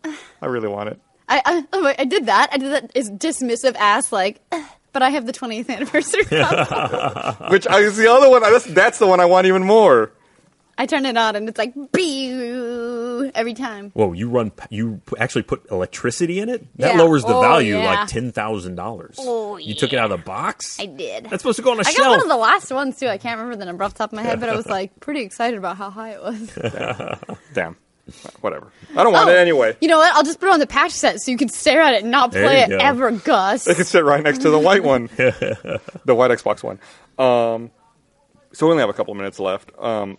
Speaker 1: I really want it.
Speaker 3: I, I, oh, wait, I did that. I did that. Is dismissive ass like, "Eh, but I have the 20th anniversary. console."
Speaker 1: Which I, is the other one. That's that's the one I want even more.
Speaker 3: I turn it on and it's like, boo every time.
Speaker 2: Whoa, you run, you p- actually put electricity in it? That
Speaker 3: Yeah.
Speaker 2: lowers the
Speaker 3: Oh,
Speaker 2: value
Speaker 3: yeah.
Speaker 2: like $10,000.
Speaker 3: Oh,
Speaker 2: You took it out of the box?
Speaker 3: I did.
Speaker 2: That's supposed to go on a
Speaker 3: I got
Speaker 2: shelf.
Speaker 3: one of the last ones too. I can't remember the number off the top of my head, but I was like pretty excited about how high it was.
Speaker 1: Damn, whatever. I don't want
Speaker 3: Oh,
Speaker 1: it anyway.
Speaker 3: You know what? I'll just put it on the patch set so you can stare at it and not
Speaker 2: There
Speaker 3: play
Speaker 2: you
Speaker 3: it
Speaker 2: go.
Speaker 3: ever, Gus.
Speaker 1: It could sit right next to the white one, the white Xbox one. Um, so we only have a couple minutes left. Um,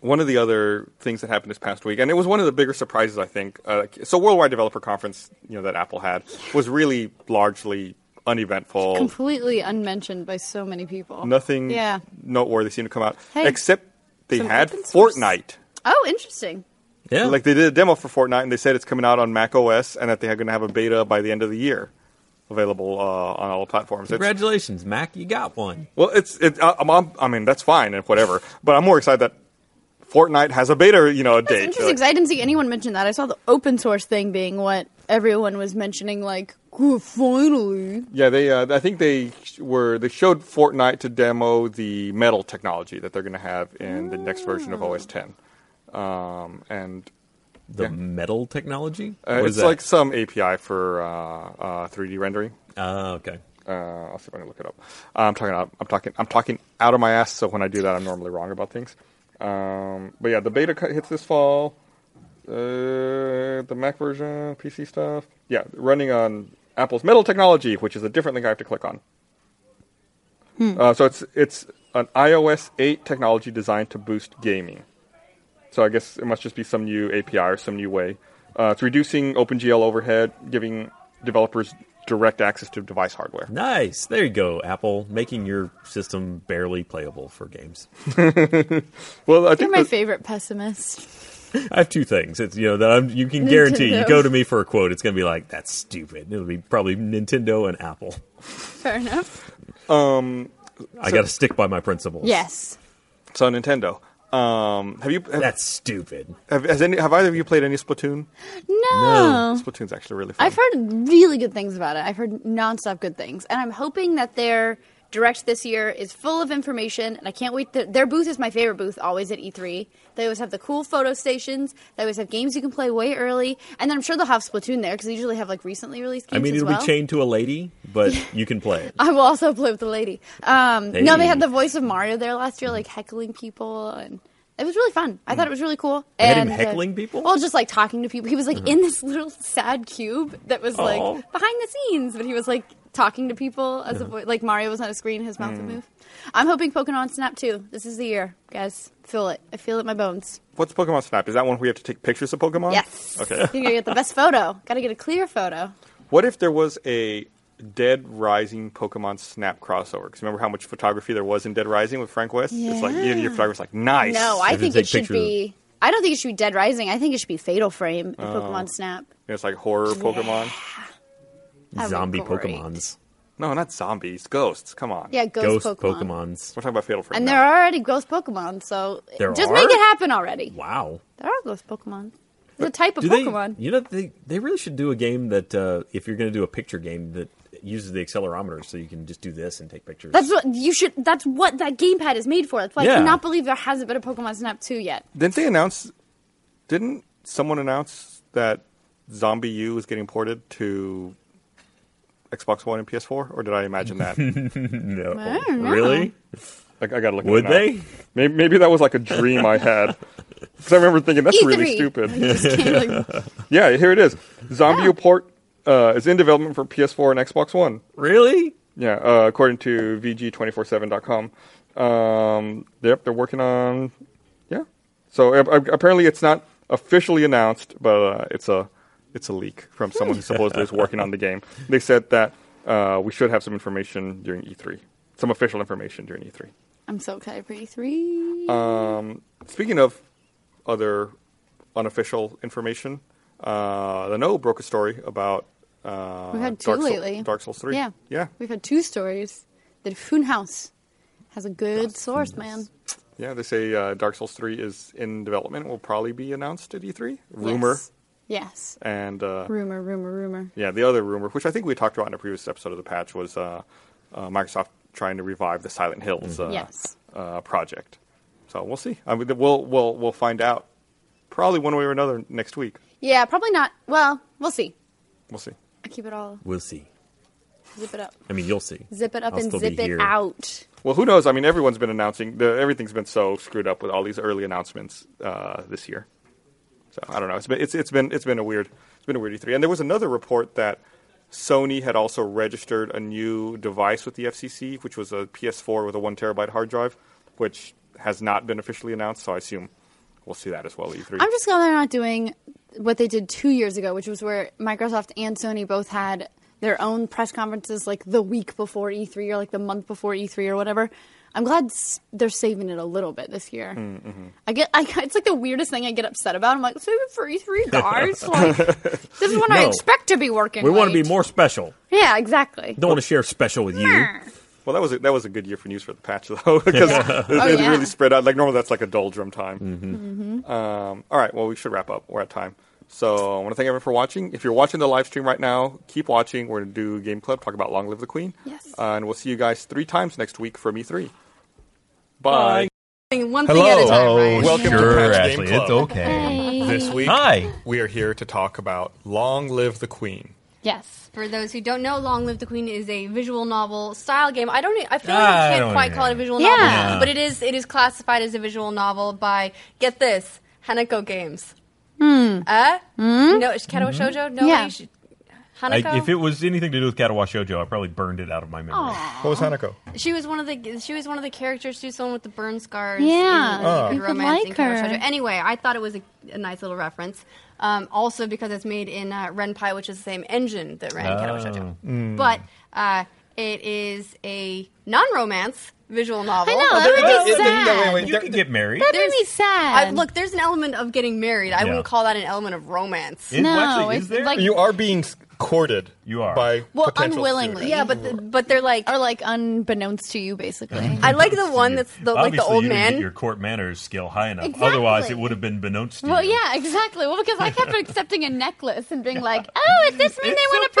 Speaker 1: one of the other things that happened this past week, and it was one of the bigger surprises, I think. Uh, so Worldwide Developer Conference, you know, that Apple had was really largely uneventful.
Speaker 3: completely unmentioned by so many people.
Speaker 1: Nothing
Speaker 3: Yeah.
Speaker 1: noteworthy seemed to come out
Speaker 3: Hey,
Speaker 1: except they
Speaker 3: some
Speaker 1: had
Speaker 3: open source.
Speaker 1: Fortnite.
Speaker 3: Oh, interesting.
Speaker 2: Yeah.
Speaker 1: Like they did a demo for Fortnite, and they said it's coming out on Mac OS, and that they're going to have a beta by the end of the year, available uh, on all platforms. It's-
Speaker 2: Congratulations, Mac. You got one.
Speaker 1: well, it's it, I, I'm, I'm- I mean that's fine and whatever, but I'm more excited that Fortnite has a beta, you know,
Speaker 3: That's
Speaker 1: date.
Speaker 3: interesting 'cause I didn't see anyone mention that. I saw the open source thing being what everyone was mentioning, like, "Ooh, finally.
Speaker 1: Yeah, they. Uh, I think they sh- were. They showed Fortnite to demo the metal technology that they're going to have in the next version of OS 10, um, and
Speaker 2: The
Speaker 1: Yeah.
Speaker 2: metal technology?
Speaker 1: uh,
Speaker 2: What
Speaker 1: it's
Speaker 2: is that?
Speaker 1: like some API for uh, uh, 3D rendering.
Speaker 2: Ah, okay.
Speaker 1: Uh, I'll see if I can look it up. Uh, I'm talking. Out, I'm talking. I'm talking out of my ass. So when I do that, I'm normally wrong about things. Um, but yeah, the beta cut hits this fall. Uh, the Mac version, PC stuff. Yeah, running on Apple's Metal technology, which is a different link I have to click on. Uh, so it's it's an iOS 8 technology designed to boost gaming. So I guess it must just be some new API or some new way. Uh, it's reducing OpenGL overhead, giving developers direct access to device hardware.
Speaker 2: Nice. There you go, Apple, making your system barely playable for games.
Speaker 1: Well, I
Speaker 3: You're
Speaker 1: think
Speaker 3: my
Speaker 1: the-
Speaker 3: favorite pessimist.
Speaker 2: I have two things. It's you know that I'm, you can guarantee. You
Speaker 3: Nintendo.
Speaker 2: go to me for a quote, it's going to be like that's stupid. It'll be probably Nintendo and Apple.
Speaker 3: Fair enough.
Speaker 2: I got to stick by my principles.
Speaker 3: Yes.
Speaker 1: so Nintendo. Um, have you have,
Speaker 2: That's stupid.
Speaker 1: have, has any, have either of you played any Splatoon? Oh,
Speaker 3: No.
Speaker 1: Splatoon's actually really fun.
Speaker 3: I've heard really good things about it. I've heard nonstop good things. And I'm hoping that their direct this year is full of information. And I can't wait. To, their booth is my favorite booth always at E3. They always have the cool photo stations. They always have games you can play way early. And then I'm sure they'll have Splatoon there because they usually have like recently released
Speaker 2: I
Speaker 3: games.
Speaker 2: mean,
Speaker 3: as
Speaker 2: it'll
Speaker 3: well.
Speaker 2: be chained to a lady, but you can play it.
Speaker 3: I will also play with the lady. Um, No, they
Speaker 2: Hey.
Speaker 3: had the voice of Mario there last year, like heckling people, and it was really fun. I thought it was really cool.
Speaker 2: had him
Speaker 3: and uh,
Speaker 2: heckling people? Uh-huh.
Speaker 3: Well, just like talking to people. He was like in this little sad cube that was like
Speaker 2: Aw.
Speaker 3: behind the scenes, but he was like talking to people as a voice. Like Mario was on a screen, his mouth would
Speaker 2: Mm.
Speaker 3: move. I'm hoping Pokemon Snap too. This is the year, guys. Feel it. I feel it in my bones.
Speaker 1: What's Pokemon Snap? Is that one where you have to take pictures of Pokemon?
Speaker 3: Yes.
Speaker 1: Okay.
Speaker 3: You're gonna get the best photo. Gotta get a clear photo.
Speaker 1: What if there was a Dead Rising Pokemon Snap crossover? Because remember how much photography there was in Dead Rising with Frank West? It's like you know, your photographer's like, nice.
Speaker 3: No, I
Speaker 2: If you
Speaker 3: think
Speaker 2: take
Speaker 3: it should
Speaker 2: pictures of-
Speaker 3: be. I don't think it should be Dead Rising. I think it should be Fatal Frame in
Speaker 2: Oh.
Speaker 3: Pokemon Snap.
Speaker 1: You know, it's like horror Pokemon.
Speaker 3: That'd be
Speaker 2: Zombie
Speaker 3: great.
Speaker 2: Pokemon's.
Speaker 1: No, not zombies, ghosts. Come on.
Speaker 3: Yeah, Ghost,
Speaker 2: Ghost
Speaker 3: Pokemon.
Speaker 2: Pokemon's.
Speaker 1: We're talking about Fatal Frame.
Speaker 3: And
Speaker 1: now.
Speaker 3: there are already Ghost Pokemon, so
Speaker 2: There
Speaker 3: just
Speaker 2: are?
Speaker 3: make it happen already.
Speaker 2: Wow.
Speaker 3: There are Ghost Pokemon. It's a type of
Speaker 2: Do
Speaker 3: Pokemon.
Speaker 2: they? You know, they they really should do a game that uh, if you're going to do a picture game that uses the accelerometer, so you can just do this and take pictures.
Speaker 3: That's what you should. That's what that gamepad is made for. That's why I
Speaker 2: Yeah.
Speaker 3: cannot believe there hasn't been a Pokemon Snap 2 yet.
Speaker 1: Didn't they announce? Didn't someone announce that Zombie U is getting ported to Xbox One and PS4? Or did I imagine that?
Speaker 2: no,
Speaker 3: don't know.
Speaker 2: really?
Speaker 1: I, I gotta look. it
Speaker 2: Would
Speaker 1: up now.
Speaker 2: they?
Speaker 1: Maybe, maybe that was like a dream I had. Because I remember thinking
Speaker 2: E
Speaker 1: that's really
Speaker 3: E3.
Speaker 1: stupid.
Speaker 3: Just came, like,
Speaker 1: yeah, here it is. Zombie U port uh, is in development for PS4 and Xbox One.
Speaker 2: Really?
Speaker 1: Yeah, uh, according to VG247.com. Um, yep, they're working on. Yeah, so a- a- apparently it's not officially announced, but uh, it's a it's a leak from someone who supposedly is working on the game. They said that uh, we should have some information during E3, some official information during E E3.
Speaker 3: I'm so excited for E E3.
Speaker 1: Speaking of other unofficial information, uh, the No broke a story about. Uh,
Speaker 3: We've had two
Speaker 1: Dark Soul-
Speaker 3: lately.
Speaker 1: Dark Souls Three.
Speaker 3: Yeah.
Speaker 1: yeah,
Speaker 3: We've had two stories. The Foon House has a good source, man.
Speaker 1: Yeah, they say uh, Dark Souls 3 is in development. Will probably be announced at E3. Rumor
Speaker 3: Yes. yes.
Speaker 1: and uh,
Speaker 3: Rumor, rumor, rumor.
Speaker 1: yeah, the other rumor, which I think we talked about in a previous episode of the patch, was uh, uh, Microsoft trying to revive the Silent Hills
Speaker 3: Mm-hmm.
Speaker 1: uh,
Speaker 3: Yes.
Speaker 1: uh, project. So we'll see. I mean, we'll we'll we'll find out probably one way or another next week.
Speaker 3: Yeah, probably not. Well, we'll see.
Speaker 1: We'll see.
Speaker 3: I keep it all.
Speaker 2: We'll see.
Speaker 3: Zip it up.
Speaker 2: I mean, you'll see.
Speaker 3: Zip it up
Speaker 2: I'll
Speaker 3: and
Speaker 2: still be
Speaker 3: zip it
Speaker 2: here.
Speaker 3: out.
Speaker 1: Well, who knows? I mean, everyone's been announcing. The, everything's been so screwed up with all these early announcements uh, this year. So I don't know. It's been it's, it's been it's been a weird it's been a weird E3. And there was another report that Sony had also registered a new device with the FCC, which was a PS4 with a one terabyte hard drive, which has not been officially announced. So I assume we'll see that as well. at E E3.
Speaker 3: I'm just glad they're not doing what they did two years ago, which was where Microsoft and Sony both had. their own press conferences like the week before E3 or like the month before E3 or whatever. I'm glad s- they're saving it a little bit this year.
Speaker 2: Mm, mm-hmm.
Speaker 3: I get, I, it's like the weirdest thing I get upset about. I'm like, save it for E3, guys. like,
Speaker 5: This is when I
Speaker 2: No.
Speaker 5: expect to be working.
Speaker 2: We want to be
Speaker 5: late.
Speaker 2: more special.
Speaker 3: yeah, exactly.
Speaker 2: Don't want to share special with you.
Speaker 5: Meh.
Speaker 1: Well, that was a, that was a good year for news for the patch though, because it, it
Speaker 3: Oh, yeah. Mm-hmm.
Speaker 1: really spread out. Like normally, that's like a doldrum time. Um, all right, well, we should wrap up. We're at time. So I want to thank everyone for watching. If you're watching the live stream right now, keep watching. We're going to do Game Club, talk about Long Live the Queen.
Speaker 3: Yes.
Speaker 1: Uh, and we'll see you guys three times next week from E3. Bye.
Speaker 2: Bye.
Speaker 3: One thing at a time,
Speaker 6: Oh,
Speaker 3: Ryan.
Speaker 1: Welcome to
Speaker 6: sure,
Speaker 1: Patch Game
Speaker 6: Ashley.
Speaker 1: Club.
Speaker 6: It's okay.
Speaker 1: This week,
Speaker 6: Hi.
Speaker 1: we are here to talk about Long Live the Queen.
Speaker 7: Yes. For those who don't know, Long Live the Queen is a visual novel style game. I don't. e, I feel like
Speaker 6: Ah, I
Speaker 7: I can't
Speaker 6: don't
Speaker 7: quite
Speaker 6: know.
Speaker 7: call it a visual
Speaker 3: Yeah.
Speaker 7: novel,
Speaker 3: Yeah.
Speaker 7: but it is. It is classified as a visual novel by get this Hanako Games. Uh, no, it's Katawa Shoujo. No,
Speaker 3: Yeah.
Speaker 7: Sh- Hanako.
Speaker 2: I, if it was anything to do with Katawa Shoujo, I probably burned it out of my memory.
Speaker 6: What was Hanako?
Speaker 7: She was one of the she was one of the characters. She was someone with the burn scars.
Speaker 3: Yeah,
Speaker 7: in, like,
Speaker 3: Oh.
Speaker 7: Good
Speaker 3: you could
Speaker 7: romance
Speaker 3: like
Speaker 7: in Kyoto
Speaker 3: her.
Speaker 7: Shoujo. Anyway, I thought it was a, a nice little reference. Um, also, because it's made in uh, Renpai, which is the same engine that ran Kyoto Shoujo.
Speaker 2: Oh. Mm.
Speaker 7: But uh, it is a non-romance visual novel.
Speaker 3: I know, that
Speaker 7: Although
Speaker 3: would
Speaker 7: it
Speaker 3: be
Speaker 7: is-
Speaker 6: it-
Speaker 3: sad.
Speaker 6: no, wait, wait.
Speaker 2: You could get married.
Speaker 3: That made me
Speaker 7: there's-
Speaker 3: sad.
Speaker 7: I, look, there's an element of getting married. I
Speaker 2: Yeah.
Speaker 7: wouldn't call that an element of romance.
Speaker 2: Is-
Speaker 3: No,
Speaker 2: actually, is
Speaker 3: it's
Speaker 2: there?
Speaker 3: like-
Speaker 6: You
Speaker 3: You
Speaker 6: are being courted.
Speaker 2: You are.
Speaker 6: by
Speaker 2: by
Speaker 3: Well, potential unwillingly. suitors.
Speaker 7: yeah, but the, but they're like
Speaker 3: or like unbeknownst to you, basically.
Speaker 7: I like the one that's the, like
Speaker 2: Obviously,
Speaker 7: the old
Speaker 2: you didn't
Speaker 7: man.
Speaker 2: get your court manners skill high enough.
Speaker 3: Exactly.
Speaker 2: Otherwise, it would have been benounced to
Speaker 3: Well,
Speaker 2: you.
Speaker 3: yeah, exactly. Well, because I kept accepting a necklace and being like, "Oh, does this mean
Speaker 2: It's
Speaker 3: they
Speaker 2: so
Speaker 3: want to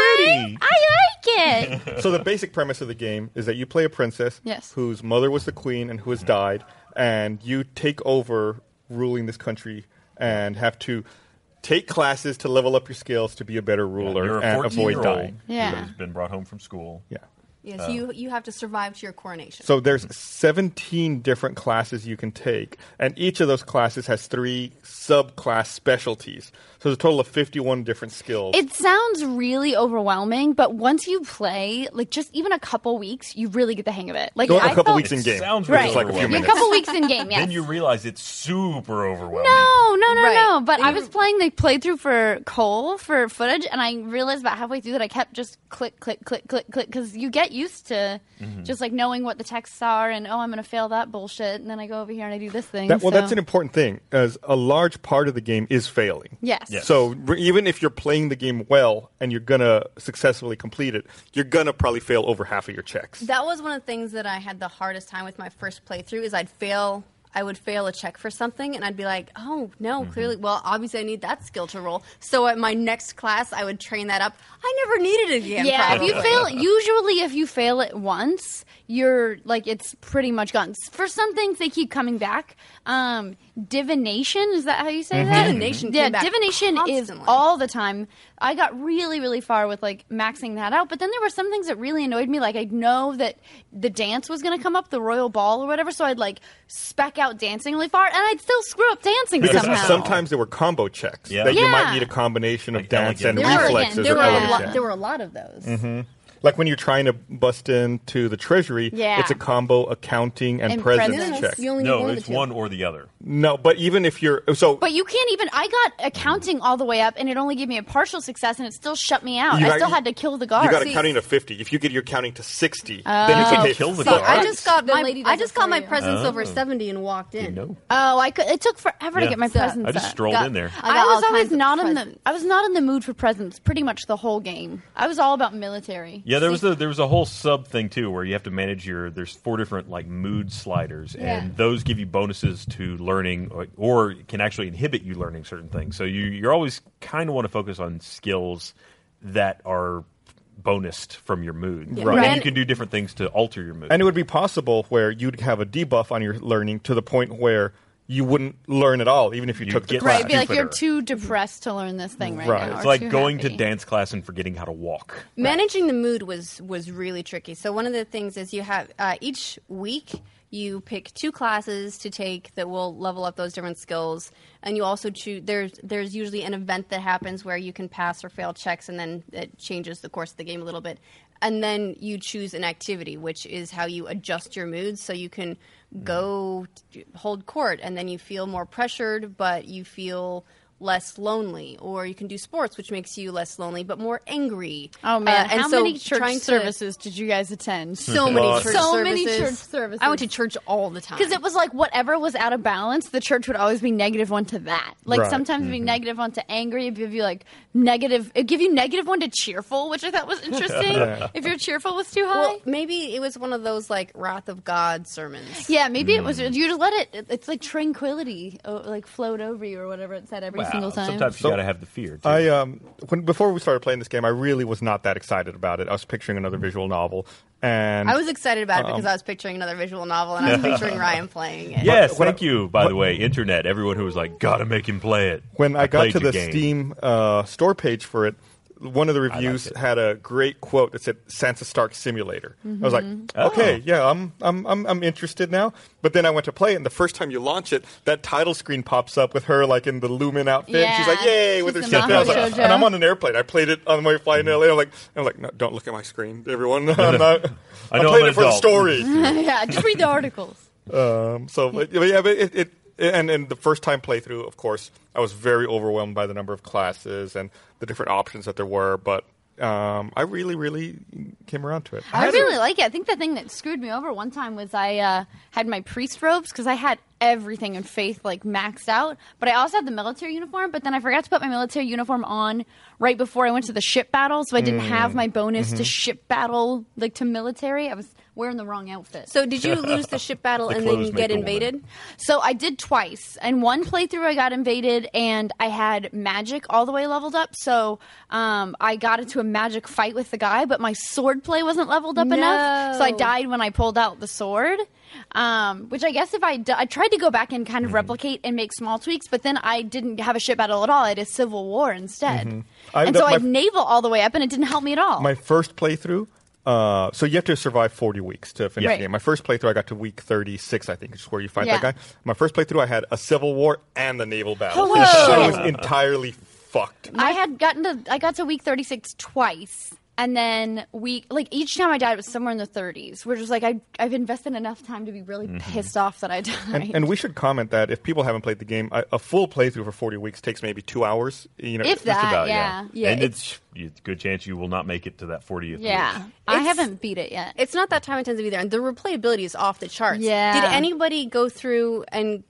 Speaker 2: pretty."
Speaker 3: party? I like it."
Speaker 1: so the basic premise of the game is that you play a princess
Speaker 3: Yes.
Speaker 1: whose mother was the queen and who has died, and you take over ruling this country and have to take classes to level up your skills to be a better ruler
Speaker 2: You're a
Speaker 1: and
Speaker 2: 14 year
Speaker 1: avoid
Speaker 2: old
Speaker 1: dying.
Speaker 3: Yeah.
Speaker 2: who's been brought home from school.
Speaker 1: Yeah.
Speaker 7: Yes,
Speaker 2: uh,
Speaker 7: you you have to survive to your coronation.
Speaker 1: So there's 17 different classes you can take, and each of those classes has three subclass specialties. So there's a total of 51 different skills.
Speaker 3: it sounds really overwhelming, but once you play, like just even a couple weeks, you really get the hang of it. Like
Speaker 1: Go
Speaker 3: I
Speaker 1: a couple
Speaker 3: felt-
Speaker 1: weeks in game.
Speaker 2: sounds
Speaker 1: which is
Speaker 2: really
Speaker 1: like a few
Speaker 2: overwhelming.
Speaker 3: Yeah, a
Speaker 1: minutes.
Speaker 3: couple weeks in game. Yes.
Speaker 2: Then you realize it's super overwhelming.
Speaker 3: No, no, no,
Speaker 7: Right.
Speaker 3: no. But I
Speaker 7: You-
Speaker 3: was playing the playthrough for Cole for footage, and I realized about halfway through that I kept just click, click, click, click, click, because you get used to
Speaker 7: Mm-hmm.
Speaker 3: just like knowing what the texts are, and oh, I'm going to fail that bullshit, and then I go over here and I do this thing.
Speaker 1: That, well,
Speaker 3: so-
Speaker 1: that's an important thing, as a large part of the game is failing.
Speaker 3: Yes. Yes.
Speaker 1: So re- even if you're playing the game well and you're gonna successfully complete it, you're gonna probably fail over half of your checks.
Speaker 7: That was one of the things that I had the hardest time with my first playthrough is I'd fail I would fail a check for something and I'd be like, "Oh, no,
Speaker 2: Mm-hmm.
Speaker 7: clearly well, obviously I need that skill to roll." So at my next class, I would train that up. I never needed it again.
Speaker 3: Yeah, if you
Speaker 7: probably.
Speaker 3: fail, usually if you fail it once, you're like it's pretty much gone. For some things, they keep coming back. Um, divination is that how you say that?
Speaker 7: Mm-hmm. Divination
Speaker 3: Yeah,
Speaker 7: came back
Speaker 3: divination is
Speaker 7: constantly.
Speaker 3: all the time. I got really, really far with like maxing that out, but then there were some things that really annoyed me. Like I know that the dance was going to come up, the royal ball or whatever, so I'd like spec out dancing really far, and I'd still screw up dancing
Speaker 1: because
Speaker 3: somehow.
Speaker 1: sometimes there were combo checks
Speaker 2: Yeah.
Speaker 1: that you might
Speaker 3: Yeah.
Speaker 1: need a combination of
Speaker 2: Like
Speaker 1: dance and
Speaker 2: elegant.
Speaker 3: There were
Speaker 1: reflexes.
Speaker 3: again-
Speaker 1: or
Speaker 7: there were, a
Speaker 1: elegant
Speaker 7: lot,
Speaker 1: check.
Speaker 7: there were a lot of those.
Speaker 2: Mm-hmm.
Speaker 1: Like when you're trying to bust into the treasury,
Speaker 3: Yeah.
Speaker 1: it's a combo accounting and,
Speaker 3: And
Speaker 1: presence,
Speaker 3: presence.
Speaker 1: check.
Speaker 7: You only need
Speaker 2: No,
Speaker 7: one of the
Speaker 2: it's
Speaker 7: two.
Speaker 2: one or the other.
Speaker 1: No, but even if you're so,
Speaker 3: But you can't even. I got accounting all the way up, and it only gave me a partial success, and it still shut me out.
Speaker 1: You
Speaker 3: I
Speaker 1: got-
Speaker 3: still had to kill the Oh. guard.
Speaker 1: you got
Speaker 7: See-
Speaker 1: accounting to 50. If you get your counting to 60, then you can take
Speaker 2: kill the
Speaker 7: See,
Speaker 2: guard.
Speaker 7: I just got
Speaker 5: The
Speaker 7: my
Speaker 5: lady does
Speaker 7: I just
Speaker 5: it
Speaker 7: got
Speaker 5: for
Speaker 7: my
Speaker 5: you.
Speaker 7: presence
Speaker 2: Oh.
Speaker 7: over 70 and walked in.
Speaker 3: oh, I could. It took forever to
Speaker 2: Yeah.
Speaker 3: get my
Speaker 2: So-
Speaker 3: presents.
Speaker 2: I just
Speaker 3: up.
Speaker 2: strolled
Speaker 7: Got-
Speaker 2: in there.
Speaker 7: I
Speaker 3: I,
Speaker 7: got
Speaker 3: was
Speaker 7: all
Speaker 3: always
Speaker 7: kinds of
Speaker 3: not in the.
Speaker 7: presents.
Speaker 3: I was not in the mood for presents. Pretty much the whole game. I was all about military.
Speaker 2: Yeah, there was the, there was a whole sub thing too, where you have to manage your. There's four different like mood sliders, and those give you bonuses to learning, or, or can actually inhibit you learning certain things. So you you're always kind of want to focus on skills that are bonused from your mood,
Speaker 1: Right.
Speaker 2: And
Speaker 7: And-
Speaker 2: you can do different things to alter your mood.
Speaker 1: And it would be possible where you'd have a debuff on your learning to the point where you wouldn't learn at all, even if you
Speaker 2: You'd
Speaker 1: took the
Speaker 2: get
Speaker 1: class.
Speaker 3: Right,
Speaker 2: Right.
Speaker 3: be like you're
Speaker 2: Jupiter.
Speaker 3: too depressed to learn this thing right,
Speaker 1: Right.
Speaker 3: now.
Speaker 2: it's
Speaker 3: or
Speaker 2: like
Speaker 3: too
Speaker 2: going to
Speaker 3: happy.
Speaker 2: dance class and forgetting how to walk.
Speaker 7: Managing the mood was was really tricky. So one of the things is you have uh, each week you pick two classes to take that will level up those different skills, and you also choose. There's there's usually an event that happens where you can pass or fail checks, and then it changes the course of the game a little bit. And then you choose an activity, which is how you adjust your mood. So you can go t- hold court, and then you feel more pressured, but you feel less lonely, or you can do sports, which makes you less lonely but more angry.
Speaker 3: Oh man,
Speaker 7: Uh, and
Speaker 3: how
Speaker 7: so
Speaker 3: many church
Speaker 7: trying to-
Speaker 3: services did you guys attend?
Speaker 7: so many
Speaker 2: Lots.
Speaker 7: church
Speaker 3: So
Speaker 7: services.
Speaker 3: many church services.
Speaker 7: I went to church all the time
Speaker 3: Because it was like whatever was out of balance, the church would always be negative one to that. Like
Speaker 1: Right.
Speaker 3: sometimes it'd be negative one to angry, it'd give you like negative, it'd give you negative one to cheerful, which I thought was interesting. If your cheerful was too high.
Speaker 7: Well, maybe it was one of those like wrath of God sermons.
Speaker 3: yeah, maybe it was. You just let it. it- It's like tranquility, oh, like float over you or whatever it said every single time.
Speaker 2: Sometimes you
Speaker 1: So-
Speaker 2: gotta have the fear. Too.
Speaker 1: I um when before we started playing this game, I really was not that excited about it. I was picturing another visual novel, and
Speaker 7: I was excited about it because I was picturing another visual novel and I was picturing Ryan playing it.
Speaker 2: yes,
Speaker 1: what-
Speaker 2: thank you. By the way, internet, everyone who was like, gotta make him play it.
Speaker 1: when I, got
Speaker 2: played
Speaker 1: to the
Speaker 2: game.
Speaker 1: Steam uh, store page for it, one of the reviews
Speaker 2: it.
Speaker 1: had a great quote that said "Sansa Stark Simulator." I was like,
Speaker 2: Mm-hmm. Oh.
Speaker 1: "Okay, yeah, I'm, I'm, I'm, I'm interested now." But then I went to play it, and the first time you launch it, that title screen pops up with her like in the Lumen outfit. and she's
Speaker 3: Yeah.
Speaker 1: like, "Yay!"
Speaker 3: She's
Speaker 1: with her
Speaker 3: the
Speaker 1: stuff. And, I was
Speaker 3: Maho
Speaker 1: like,
Speaker 3: Shoujo.
Speaker 1: and I'm on an airplane. I played it on my flight in LA. I'm like, I'm like, no, don't look at my screen, everyone. I'm not. I
Speaker 2: I
Speaker 1: am
Speaker 2: know I'm
Speaker 1: playing
Speaker 2: an
Speaker 1: it for the
Speaker 2: adult.
Speaker 1: story.
Speaker 3: yeah, just read the articles.
Speaker 1: Um, so, but, but yeah, but it, it and and the first time playthrough, of course, I was very overwhelmed by the number of classes and the different options that there were. But um, I really, really came around to it.
Speaker 3: I really like it. I think the thing that screwed me over one time was I uh, had my priest robes because I had everything in faith like maxed out, but I also had the military uniform. But then I forgot to put my military uniform on right before I went to the ship battle, so I didn't have my bonus to ship battle like to military. I was wearing the wrong outfit. So,
Speaker 7: So did you lose the ship battle
Speaker 2: The
Speaker 7: and then
Speaker 2: clothes make
Speaker 7: get
Speaker 2: the woman.
Speaker 7: invaded?
Speaker 3: so I did twice, and one playthrough I got invaded, and I had magic all the way leveled up. So um, I got into a magic fight with the guy, but my sword play wasn't leveled up enough, so I
Speaker 7: No.
Speaker 3: died. died when I pulled out the sword. Um, which I guess if I, d- I tried to go back and kind of
Speaker 1: Mm-hmm.
Speaker 3: replicate and make small tweaks, but then I didn't have a ship battle at all. I had a civil war instead.
Speaker 1: Mm-hmm. I-
Speaker 3: and
Speaker 1: that-
Speaker 3: so I had
Speaker 1: my-
Speaker 3: naval all the way up and it didn't help me at all.
Speaker 1: My first playthrough. Uh, so you have to survive 40 weeks to finish
Speaker 3: Right.
Speaker 1: the game. My first playthrough, I got to week 36, I think, which is where you find
Speaker 3: Yeah.
Speaker 1: that guy. My first playthrough, I had a civil war and the naval battle.
Speaker 3: Whoa.
Speaker 1: So I was entirely fucked.
Speaker 3: I had gotten to, I got to week 36 twice. And then week, like each time I died was somewhere in the 30s, which was like, I, I've invested enough time to be really pissed off that I died.
Speaker 1: Mm-hmm. And, and we should comment that if people haven't played the game, a, a full playthrough for 40 weeks takes maybe two hours. You know,
Speaker 3: If
Speaker 1: just
Speaker 3: that,
Speaker 1: about,
Speaker 3: yeah.
Speaker 2: yeah.
Speaker 3: Yeah,
Speaker 2: and
Speaker 3: it-
Speaker 2: it's, it's a good chance you will not make it to that 40th.
Speaker 3: yeah.
Speaker 2: week.
Speaker 3: I
Speaker 7: It's-
Speaker 3: haven't beat it yet.
Speaker 7: It's not that time intensive either, and the replayability is off the charts.
Speaker 3: Yeah.
Speaker 7: Did anybody go through and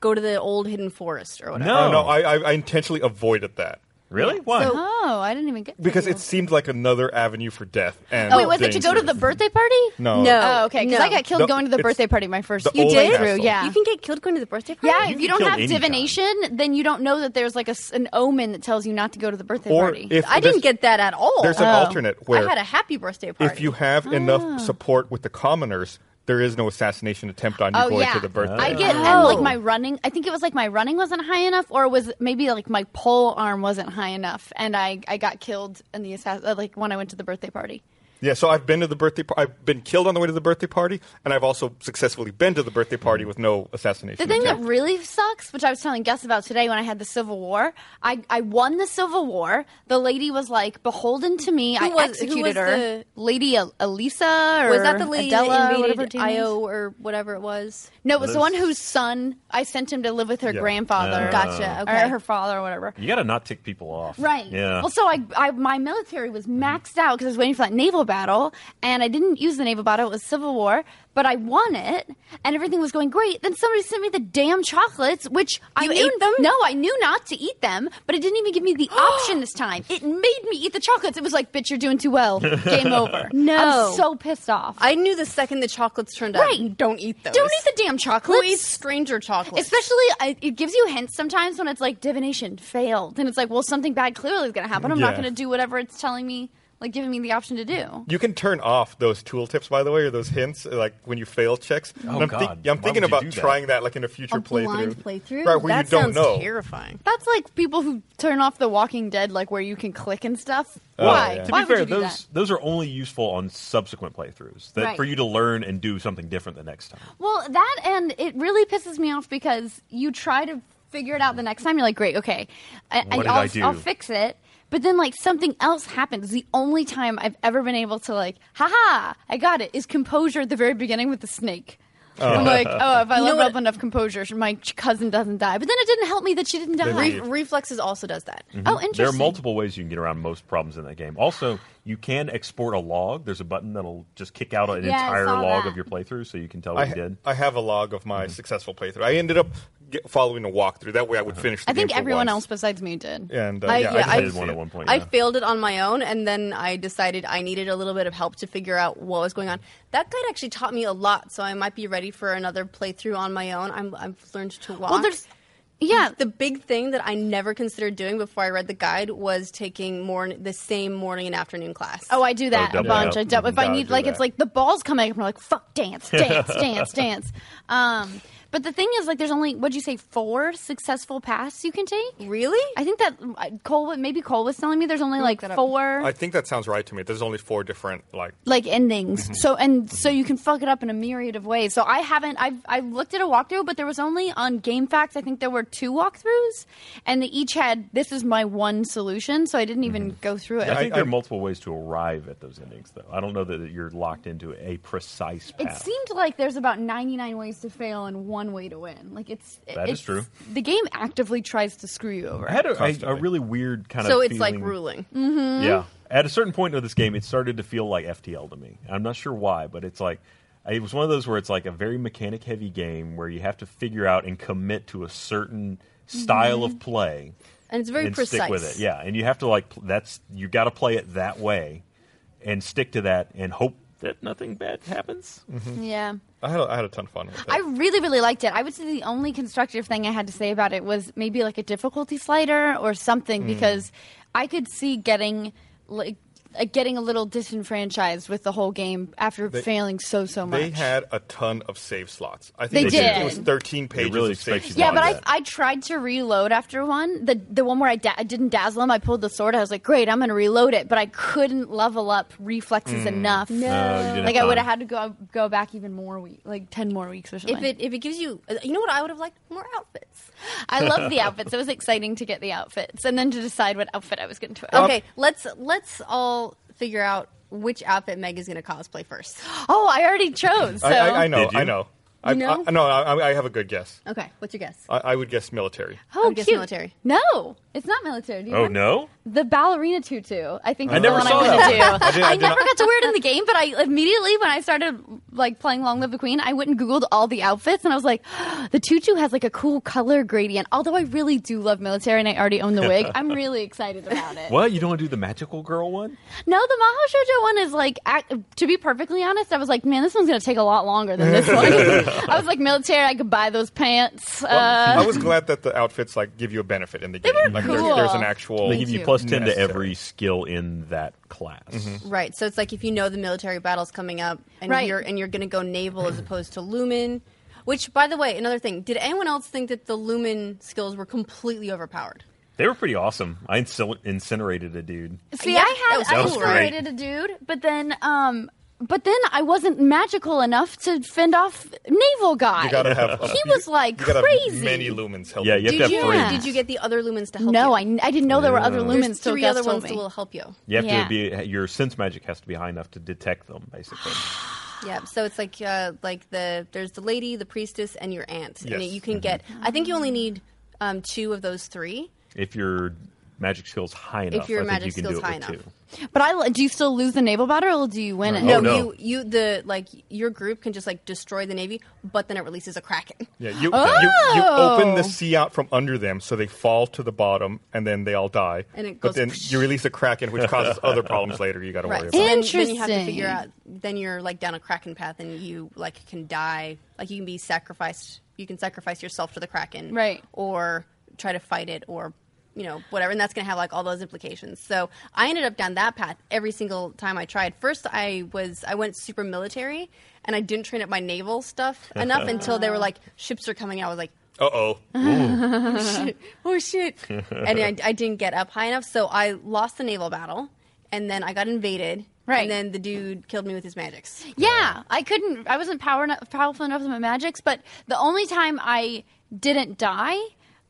Speaker 7: go to the old hidden forest or whatever?
Speaker 2: No.
Speaker 1: Oh, no, I, I, I intentionally avoided that
Speaker 2: Really? Why?
Speaker 7: So-
Speaker 3: oh, I didn't even get to
Speaker 1: because
Speaker 3: the-
Speaker 1: it seemed like another avenue for death. And
Speaker 3: Oh, wait, was it to go to the
Speaker 1: danger.
Speaker 3: birthday party?
Speaker 1: No.
Speaker 7: No.
Speaker 3: Oh, okay. Because
Speaker 7: No.
Speaker 3: I got killed
Speaker 1: The-
Speaker 3: going to the
Speaker 1: it's-
Speaker 3: birthday party my first.
Speaker 1: the You old did? castle.
Speaker 3: Yeah.
Speaker 7: You can get killed going to the birthday party.
Speaker 3: yeah, if you don't
Speaker 2: killed
Speaker 3: have
Speaker 2: any time.
Speaker 3: divination, then you don't know that there's like a s an omen that tells you not to go to the birthday
Speaker 1: Or
Speaker 3: party.
Speaker 1: if-
Speaker 7: I
Speaker 1: there's-
Speaker 7: didn't get that at all.
Speaker 1: There's an
Speaker 3: Oh.
Speaker 1: alternate where
Speaker 7: I had a happy birthday party.
Speaker 1: if you have
Speaker 3: Ah.
Speaker 1: enough support with the commoners, there is no assassination attempt on you
Speaker 3: oh
Speaker 1: going
Speaker 3: yeah,
Speaker 1: to the birthday.
Speaker 3: I get and like my running. I think it was like my running wasn't high enough, or was maybe like my pole arm wasn't high enough, and I I got killed in the assass- uh, like when I went to the birthday party.
Speaker 1: Yeah, so I've been to the birthday. Par- I've been killed on the way to the birthday party, and I've also successfully been to the birthday party with no assassination.
Speaker 3: The thing that
Speaker 1: attempt.
Speaker 3: really sucks, which I was telling Gus about today when I had the Civil War, I, I won the Civil War. The lady was like beholden to me. I
Speaker 7: was- who
Speaker 3: executed
Speaker 7: was
Speaker 3: her.
Speaker 7: the-
Speaker 3: Lady El- Elisa or
Speaker 7: was that the lady
Speaker 3: Adela or
Speaker 7: that
Speaker 3: whatever her
Speaker 7: invaded
Speaker 3: name is?
Speaker 7: Io or whatever it was?
Speaker 3: No, it was the one whose son I sent him to live with her grandfather.
Speaker 7: Gotcha,
Speaker 1: Oh.
Speaker 3: Or
Speaker 7: okay.
Speaker 3: her father or whatever.
Speaker 2: you gotta not tick people off.
Speaker 3: Right.
Speaker 2: Yeah.
Speaker 3: Well, so I, I my military was
Speaker 7: Mm-hmm.
Speaker 3: maxed out because I was waiting for that naval battle, and I didn't use the naval battle. It was Civil War, but I won it, and everything was going great. Then somebody sent me the damn chocolates, which I
Speaker 7: You
Speaker 3: knew,
Speaker 7: ate them?
Speaker 3: No, I knew not to eat them, but it didn't even give me the option this time. It made me eat the chocolates. It was like, bitch, you're doing too well. Game over.
Speaker 7: No.
Speaker 3: I'm so pissed off.
Speaker 7: I knew the second the chocolates turned up.
Speaker 3: Right.
Speaker 7: Don't eat those.
Speaker 3: don't eat the damn
Speaker 7: Who
Speaker 3: chocolates.
Speaker 7: eats stranger chocolates?
Speaker 3: Especially, I, it gives you hints sometimes when it's like divination failed, and it's like, well, something bad clearly is going to happen. I'm not
Speaker 1: Yeah.
Speaker 3: going to do whatever it's telling me, like giving me the option to do.
Speaker 1: You can turn off those tooltips, by the way, or those hints, like when you fail checks. And I'm,
Speaker 2: Oh, God.
Speaker 1: think-
Speaker 2: Why
Speaker 1: I'm
Speaker 2: would
Speaker 1: thinking
Speaker 2: you
Speaker 1: about
Speaker 2: do that?
Speaker 1: trying that, like in a future
Speaker 7: a blind playthrough.
Speaker 1: right? Where
Speaker 7: that
Speaker 1: you don't
Speaker 7: sounds
Speaker 1: know.
Speaker 7: terrifying.
Speaker 3: That's like people who turn off The Walking Dead, like where you can click and stuff.
Speaker 2: Oh,
Speaker 3: Why?
Speaker 1: Oh, yeah.
Speaker 2: To
Speaker 3: Why
Speaker 2: be fair,
Speaker 3: would you do
Speaker 2: those
Speaker 3: that?
Speaker 2: those are only useful on subsequent playthroughs. That
Speaker 3: Right.
Speaker 2: for you to learn and do something different the next time.
Speaker 3: Well, that and it really pisses me off because you try to figure it out the next time. You're like, great, okay, I,
Speaker 2: What did
Speaker 3: I'll,
Speaker 2: I do?
Speaker 3: will fix it. But then, like something else happens. The only time I've ever been able to, like, haha, I got it, is composure at the very beginning with the snake. I'm like, oh, if I level up enough composure, my ch- cousin doesn't die. But then it didn't help me that she didn't die.
Speaker 2: They
Speaker 7: Re- reflexes also does that.
Speaker 1: Mm-hmm.
Speaker 3: Oh, interesting.
Speaker 2: There are multiple ways you can get around most problems in that game. Also, you can export a log. There's a button that'll just kick out an
Speaker 7: Yeah, I
Speaker 2: entire
Speaker 7: saw
Speaker 2: log
Speaker 7: that.
Speaker 2: of your playthrough, so you can tell what
Speaker 6: I,
Speaker 2: you did. Mm-hmm.
Speaker 6: I have a log of my successful playthrough. I ended up get, following a walkthrough. That way, I would
Speaker 2: Uh-huh.
Speaker 6: finish. The
Speaker 3: I think
Speaker 6: game for
Speaker 3: everyone
Speaker 6: once.
Speaker 3: else besides me did.
Speaker 6: And uh,
Speaker 7: I-
Speaker 6: yeah,
Speaker 7: yeah,
Speaker 6: I,
Speaker 7: I-
Speaker 2: I
Speaker 6: didn't
Speaker 2: did
Speaker 6: see
Speaker 2: one
Speaker 6: it.
Speaker 2: at one point.
Speaker 7: I
Speaker 2: yeah.
Speaker 7: failed it on my own, and then I decided I needed a little bit of help to figure out what was going on. That guide actually taught me a lot, so I might be ready for another playthrough on my own. I'm, I've learned to walk.
Speaker 3: Well, there's, yeah,
Speaker 7: the big thing that I never considered doing before I read the guide was taking morn- the same morning and afternoon class.
Speaker 3: Oh, I do that a
Speaker 2: double
Speaker 3: bunch.
Speaker 2: tap.
Speaker 3: I do, if I
Speaker 6: Gotta
Speaker 3: need
Speaker 6: do
Speaker 3: like
Speaker 6: that.
Speaker 3: it's like the balls come out, I'm like fuck dance, dance, dance, dance. Um, but the thing is, like, there's only what'd you say four successful paths you can take.
Speaker 7: really?
Speaker 3: I think that uh, Cole, maybe Cole was telling me there's only like
Speaker 7: that up.
Speaker 3: four
Speaker 6: I think that sounds right to me. There's only four different like.
Speaker 3: like endings. So and so you can fuck it up in a myriad of ways. So I haven't. I've I looked at a walkthrough, but there was only on Game Facts. I think there were two walkthroughs, and they each had this is my one solution. So I didn't even go through it.
Speaker 2: I think there are
Speaker 6: I-
Speaker 2: multiple ways to arrive at those endings, though. I don't know that you're locked into a precise
Speaker 3: It
Speaker 2: path.
Speaker 3: seemed like there's about 99 ways to fail and one way to win. Like it's
Speaker 2: That is
Speaker 3: it's-
Speaker 2: true.
Speaker 3: The game actively tries to screw you over.
Speaker 2: I had a, a, a
Speaker 6: Constantly.
Speaker 2: really weird kind
Speaker 7: So
Speaker 2: of.
Speaker 7: it's like
Speaker 2: feeling-
Speaker 7: ruling. Mm-hmm.
Speaker 2: Yeah. At a certain point of this game, it started to feel like FTL to me. I'm not sure why, but it's like it was one of those where it's like a very mechanic heavy game where you have to figure out and commit to a certain style of play
Speaker 7: And it's Mm-hmm. very
Speaker 2: and
Speaker 7: precise.
Speaker 2: stick with it. Yeah, and you have to like pl- that's you got to play it that way and stick to that and hope that nothing bad happens.
Speaker 7: Mm-hmm.
Speaker 3: Yeah.
Speaker 6: I had a, I had a ton of fun. With it.
Speaker 3: I really, really liked it. I would say the only constructive thing I had to say about it was maybe like a difficulty slider or
Speaker 2: Hmm.
Speaker 3: something because I could see getting like uh, getting a little disenfranchised with the whole game after failing so so much.
Speaker 6: They had a ton of save slots. I
Speaker 3: They
Speaker 6: think it was-
Speaker 3: did.
Speaker 6: it was 13 pages
Speaker 2: really
Speaker 6: of save slots.
Speaker 2: expect you to
Speaker 3: Yeah, but
Speaker 2: Bond
Speaker 3: I,
Speaker 2: that.
Speaker 3: I tried to reload after one. The the one where I, da- I didn't dazzle him, I pulled the sword. I was like, great, I'm going to reload it. But I couldn't level up reflexes enough. No.
Speaker 2: Uh, you didn't have
Speaker 3: like, I would have
Speaker 2: time.
Speaker 3: had to go go back even more week, like 10 more weeks or
Speaker 7: If
Speaker 3: something.
Speaker 7: it if it gives you, uh, you know what I would have liked more outfits.
Speaker 3: I loved the outfits. It was exciting to get the outfits and then to decide what outfit I was going to wear.
Speaker 7: Okay, let's let's all figure out which outfit Meg is going to cosplay first.
Speaker 3: Oh, I already chose. So.
Speaker 6: I, I, I know.
Speaker 2: Did you?
Speaker 6: I know. I,
Speaker 7: know?
Speaker 6: I, no, I, I have a good guess.
Speaker 7: Okay, what's your guess?
Speaker 6: I, I would guess military.
Speaker 3: Oh,
Speaker 7: I'm guessing
Speaker 3: cute.
Speaker 7: military.
Speaker 3: No, it's not military. Do you
Speaker 2: Oh
Speaker 3: want-
Speaker 2: no.
Speaker 3: The ballerina tutu. I think
Speaker 2: I
Speaker 3: is the
Speaker 2: never
Speaker 3: one I
Speaker 2: saw
Speaker 3: wanted
Speaker 2: that
Speaker 3: to do.
Speaker 2: one.
Speaker 3: I,
Speaker 6: did- I did
Speaker 3: never
Speaker 6: not-
Speaker 3: got to wear it in the game, but I immediately when I started like playing Long Live the Queen, I went and googled all the outfits, and I was like, the tutu has like a cool color gradient. Although I really do love military, and I already own the wig, I'm really excited about it.
Speaker 2: What you don't want to do the magical girl one?
Speaker 3: No, the Maho Shoujo one is like, ac- to be perfectly honest, I was like, man, this one's gonna take a lot longer than this one. I was like, military, I could buy those pants. uh,
Speaker 6: I was glad that the outfits like give you a benefit in the game.
Speaker 3: were
Speaker 6: like
Speaker 3: cool.
Speaker 6: there's, there's an actual.
Speaker 2: They give you
Speaker 3: too.
Speaker 2: plus ten to
Speaker 6: Necessary.
Speaker 2: every skill in that class.
Speaker 7: Right. So it's like if you know the military battles coming up, and
Speaker 3: Right.
Speaker 7: you're and you're going to go naval as opposed to lumen. Which, by the way, another thing. Did anyone else think that the lumen skills were completely overpowered?
Speaker 2: They were pretty awesome. I incin- incinerated a dude.
Speaker 3: See,
Speaker 7: Yeah,
Speaker 3: I
Speaker 7: that
Speaker 3: had
Speaker 7: was
Speaker 3: I
Speaker 2: cool, right?
Speaker 3: incinerated a dude, but then um, but then I wasn't magical enough to fend off naval guy.
Speaker 6: You gotta have. a-
Speaker 3: he was like
Speaker 6: you gotta have
Speaker 3: crazy.
Speaker 6: Many lumens. helping
Speaker 2: Yeah, you have
Speaker 7: Did
Speaker 2: to
Speaker 7: you
Speaker 2: have three.
Speaker 3: Yeah.
Speaker 7: did you get the other lumens to help?
Speaker 3: no, I,
Speaker 7: you?
Speaker 3: I didn't know there were other
Speaker 7: There's
Speaker 3: lumens. till
Speaker 7: three
Speaker 3: Gus
Speaker 7: other
Speaker 3: told
Speaker 7: ones
Speaker 3: me.
Speaker 7: that will help you.
Speaker 2: You have
Speaker 3: Yeah.
Speaker 2: to be your sense magic has to be high enough to detect them, basically.
Speaker 7: Yeah, so it's like uh, like the there's the lady, the priestess, and your aunt, and
Speaker 6: Yes.
Speaker 7: you
Speaker 2: Mm-hmm.
Speaker 7: can get. I think you only need um, two of those three.
Speaker 2: if your magic skill's high enough,
Speaker 7: your
Speaker 2: I think
Speaker 7: magic
Speaker 2: you can do
Speaker 7: skill's
Speaker 2: it
Speaker 7: high
Speaker 2: with
Speaker 7: enough.
Speaker 2: two.
Speaker 3: But I do you still lose the naval battle or do you win it?
Speaker 2: No. Oh,
Speaker 7: you you the like your group can just like destroy the navy, but then it releases a kraken.
Speaker 6: Yeah, you, you you open
Speaker 3: Oh.
Speaker 6: the sea out from under them, so they fall to the bottom, and then they all die.
Speaker 7: And it
Speaker 6: but
Speaker 7: goes
Speaker 6: then you release a kraken, which causes other problems later. You got to
Speaker 7: Right.
Speaker 6: worry
Speaker 7: So
Speaker 6: about.
Speaker 7: then, then you have to
Speaker 3: Interesting.
Speaker 7: figure out. Then you're like down a kraken path, and you like can die. Like you can be sacrificed. You can sacrifice yourself to the kraken,
Speaker 3: Right.
Speaker 7: Or try to fight it, or you know whatever. And that's going to have like all those implications. So I ended up down that path every single time I tried. First, I was I went super military, and I didn't train up my naval stuff enough until they were like ships are coming out. I was like,
Speaker 6: Uh oh.
Speaker 7: shit. Oh shit. and I, I didn't get up high enough, so I lost the naval battle, and then I got invaded.
Speaker 3: Right.
Speaker 7: And then the dude killed me with his magics.
Speaker 3: Yeah, I couldn't. I wasn't power enough, powerful enough with my magics. But the only time I didn't die,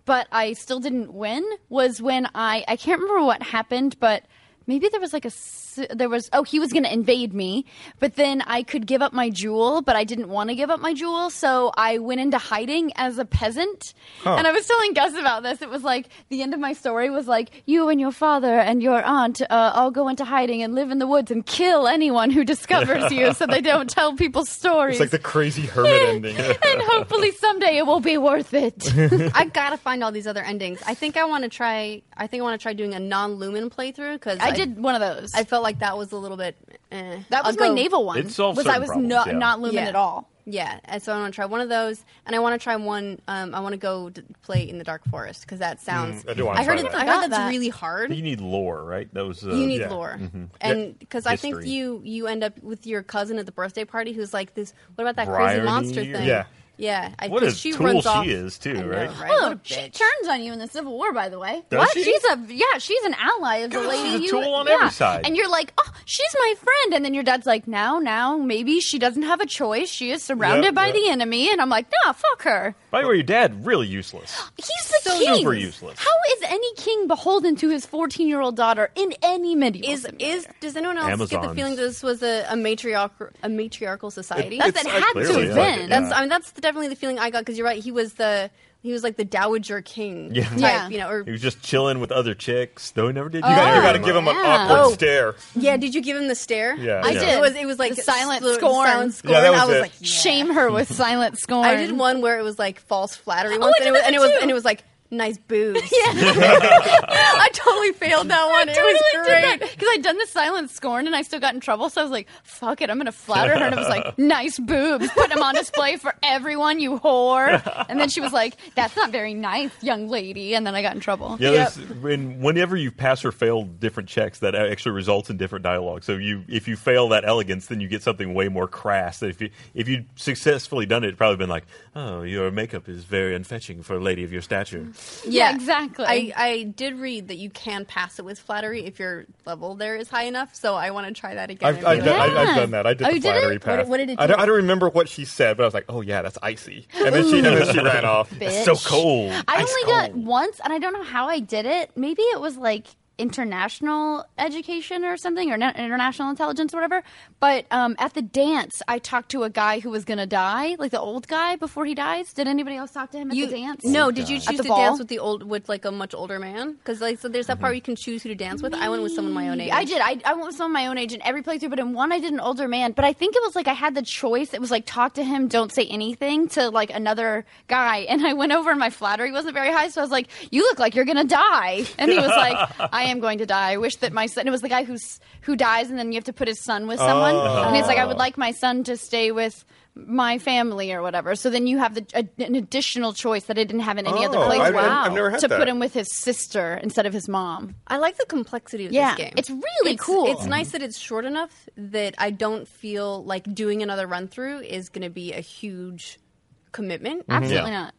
Speaker 3: but I still didn't win, was when I I can't remember what happened, but maybe there was like a s- there was oh he was going to invade me, but then I could give up my jewel, but I didn't want to give up my jewel, so I went into hiding as a peasant. And I was telling Gus about this. It was like the end of my story was like you and your father and your aunt uh, all go into hiding and live in the woods and kill anyone who discovers you, so they don't tell people stories.
Speaker 6: It's like the crazy hermit ending.
Speaker 3: and hopefully someday it will be worth it.
Speaker 7: I gotta find all these other endings. I think I want to try. I think I want to try doing a non-lumen playthrough because
Speaker 3: I did one of those.
Speaker 7: I felt like that was a little bit. Eh.
Speaker 3: that was
Speaker 7: I'll
Speaker 3: my
Speaker 7: go-
Speaker 3: naval one.
Speaker 2: It solves
Speaker 3: was I
Speaker 2: certain
Speaker 3: was
Speaker 2: problems,
Speaker 3: not
Speaker 2: yeah.
Speaker 3: not lumen
Speaker 7: Yeah.
Speaker 3: at all.
Speaker 7: Yeah, and so I want to try one of those, and I want to try one. Um, I want to go d- play in the dark forest because that sounds.
Speaker 6: Mm, I do wanna
Speaker 7: heard
Speaker 6: try
Speaker 7: it's-
Speaker 6: that.
Speaker 7: I heard
Speaker 3: Forgot
Speaker 7: that's
Speaker 3: that.
Speaker 7: really hard.
Speaker 2: You need lore, right? That was uh,
Speaker 7: you need
Speaker 6: yeah.
Speaker 7: lore and because i think
Speaker 2: History.
Speaker 7: you you end up with your cousin at the birthday party who's like this what about that
Speaker 2: Bryony
Speaker 7: crazy monster
Speaker 2: or-
Speaker 7: thing
Speaker 6: Yeah.
Speaker 7: yeah I,
Speaker 2: What
Speaker 7: 'cause
Speaker 2: a
Speaker 7: she
Speaker 2: tool
Speaker 7: runs
Speaker 2: she
Speaker 7: off,
Speaker 2: is, too,
Speaker 7: I know,
Speaker 2: right?
Speaker 7: right?
Speaker 3: Oh,
Speaker 7: What a
Speaker 3: she
Speaker 7: bitch.
Speaker 3: turns on you in the Civil War, by the way.
Speaker 2: Does she?
Speaker 3: She's a yeah, she's an ally of the
Speaker 2: God,
Speaker 3: lady.
Speaker 2: she's a
Speaker 3: you-
Speaker 2: tool on
Speaker 3: yeah.
Speaker 2: every side.
Speaker 3: And you're like, oh, she's my friend. And then your dad's like, now, now, maybe she doesn't have a choice. She is surrounded
Speaker 6: Yep,
Speaker 3: by
Speaker 6: yep.
Speaker 3: the enemy. And I'm like, nah, fuck her.
Speaker 2: By the way, your dad really useless.
Speaker 3: He's the
Speaker 2: So
Speaker 3: king.
Speaker 2: super useless.
Speaker 3: How is any king beholden to his 14 year old daughter in any medieval?
Speaker 7: is
Speaker 3: simulator?
Speaker 7: is does anyone else get the
Speaker 2: Amazons.
Speaker 7: feeling this was a, a matriarchal a matriarchal society
Speaker 3: that's
Speaker 6: It's
Speaker 3: it
Speaker 6: like
Speaker 3: had to
Speaker 2: uh, clearly
Speaker 3: have
Speaker 2: like
Speaker 3: been.
Speaker 2: it,
Speaker 7: That's I mean that's definitely the feeling I got because you're right. He was the he was like the dowager king
Speaker 2: Yeah.
Speaker 7: type,
Speaker 3: Yeah.
Speaker 7: you know. Or
Speaker 2: He was just chilling with other chicks, though he never did.
Speaker 6: You got,
Speaker 2: very
Speaker 6: you got to
Speaker 2: much.
Speaker 6: give him an
Speaker 3: yeah.
Speaker 6: awkward
Speaker 7: Oh.
Speaker 6: stare.
Speaker 7: yeah, did you give him the stare?
Speaker 6: Yeah.
Speaker 3: I
Speaker 6: Yeah.
Speaker 3: did.
Speaker 7: It was it was like
Speaker 3: The silent
Speaker 7: slu-
Speaker 3: scorn.
Speaker 7: silent scorn.
Speaker 6: Yeah, that was
Speaker 7: I was
Speaker 6: it.
Speaker 7: like yeah.
Speaker 3: Shame her with silent scorn.
Speaker 7: I did one where it was like false flattery
Speaker 3: I
Speaker 7: once, and, it
Speaker 3: did
Speaker 7: was,
Speaker 3: that
Speaker 7: and it was
Speaker 3: too.
Speaker 7: and it was like nice boobs. Yeah, I totally failed that one.
Speaker 3: I
Speaker 7: it was
Speaker 3: totally
Speaker 7: great.
Speaker 3: because I'd done the silent scorn and I still got in trouble. So I was like, "Fuck it, I'm gonna flatter her." And I was like, "Nice boobs, put them on display for everyone, you whore." And then she was like, "That's not very nice, young lady." And then I got in trouble.
Speaker 2: Yeah, there's- when, whenever you pass or fail different checks, that actually results in different dialogue. So you, if you fail that elegance, then you get something way more crass. That if you if you would successfully done it, it'd probably been like, oh, your makeup is very unfetching for a lady of your stature.
Speaker 3: Yeah, exactly.
Speaker 7: I, I did read that you can pass it with flattery if your level there is high enough. So I want to try that again.
Speaker 6: I've, I've,
Speaker 7: and be
Speaker 6: done,
Speaker 7: like,
Speaker 6: I've, I've done that. I did
Speaker 3: Oh,
Speaker 6: the
Speaker 3: you did it?
Speaker 6: flattery
Speaker 3: What-
Speaker 6: pass.
Speaker 7: what did it
Speaker 6: I, don't,
Speaker 7: do?
Speaker 6: I don't remember what she said, but I was like, "Oh yeah, that's icy." And then she and then she ran off.
Speaker 2: It's so
Speaker 3: Bitch.
Speaker 2: cold.
Speaker 3: I
Speaker 2: Ice
Speaker 3: only got
Speaker 2: cold.
Speaker 3: once, and I don't know how I did it. Maybe it was like international education or something, or na- international intelligence, or whatever. But um, at the dance, I talked to a guy who was gonna die, like the old guy before he dies. Did anybody else talk to him at
Speaker 7: you
Speaker 3: the dance?
Speaker 7: no? Did you
Speaker 3: At
Speaker 7: choose
Speaker 3: the
Speaker 7: to
Speaker 3: ball?
Speaker 7: dance with the old with like a much older man? Because like so there's that part where you can choose who to dance with. I went with someone my own age.
Speaker 3: I did. I, I went with someone my own age in every playthrough, but in one I did an older man. But I think it was like I had the choice. It was like talk to him, don't say anything to like another guy. And I went over and my flattery wasn't very high, so I was like, "You look like you're gonna die." And he was like, "I am going to die. I wish that my son." It was the guy who's who dies, and then you have to put his son with someone. And he's like,
Speaker 6: Oh.
Speaker 3: "I would like my son to stay with." My family or whatever. So then you have the, a, an additional choice that I didn't have in any other
Speaker 6: Oh,
Speaker 3: place
Speaker 6: I've-
Speaker 7: I've-
Speaker 6: I've never had
Speaker 3: to
Speaker 6: that. Mm-hmm.
Speaker 3: put him with his sister instead of his mom.
Speaker 7: I like the complexity of
Speaker 3: Yeah,
Speaker 7: this game.
Speaker 3: it's really
Speaker 7: It's-
Speaker 3: cool.
Speaker 7: It's nice that it's short enough that I don't feel like doing another run through is going to be a huge commitment.
Speaker 3: Absolutely
Speaker 2: Yeah.
Speaker 3: not.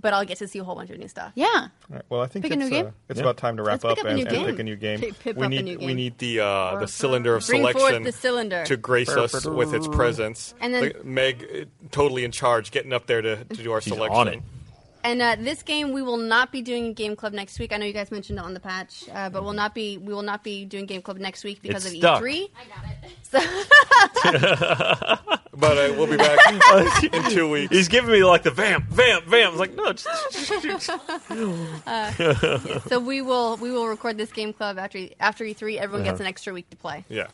Speaker 7: But I'll get to see a whole bunch of new stuff.
Speaker 3: Mm-hmm. Yeah.
Speaker 6: All right, well, I think
Speaker 3: Pick a
Speaker 6: it's,
Speaker 3: new
Speaker 6: uh,
Speaker 3: game?
Speaker 6: it's
Speaker 2: Yeah.
Speaker 6: about time to wrap
Speaker 7: Let's pick
Speaker 6: up
Speaker 7: up a
Speaker 6: and,
Speaker 7: new
Speaker 6: and
Speaker 7: game.
Speaker 6: pick a new game.
Speaker 7: Pick- pick
Speaker 6: we
Speaker 7: up a
Speaker 6: need
Speaker 7: new
Speaker 6: we
Speaker 7: game.
Speaker 6: need the uh, the cylinder of
Speaker 7: Bring forth
Speaker 6: selection
Speaker 7: the cylinder.
Speaker 6: to grace us with its presence.
Speaker 7: And then-
Speaker 6: Look, Meg uh, totally in charge, getting up there to, to do our
Speaker 2: She's
Speaker 6: selection.
Speaker 2: on it.
Speaker 7: And uh, this game we will not be doing game club next week. I know you guys mentioned it on the patch, uh, but we'll not be we will not be doing game club next week because
Speaker 2: It's
Speaker 7: of E
Speaker 2: stuck.
Speaker 7: E3.
Speaker 6: But uh, we'll be back in two weeks.
Speaker 2: He's giving me like the vamp, vamp, vamp. I was like, no, just,
Speaker 7: so we will we will record this game club after after E3. Everyone
Speaker 2: Uh-huh.
Speaker 7: gets an extra week to play.
Speaker 6: Yeah.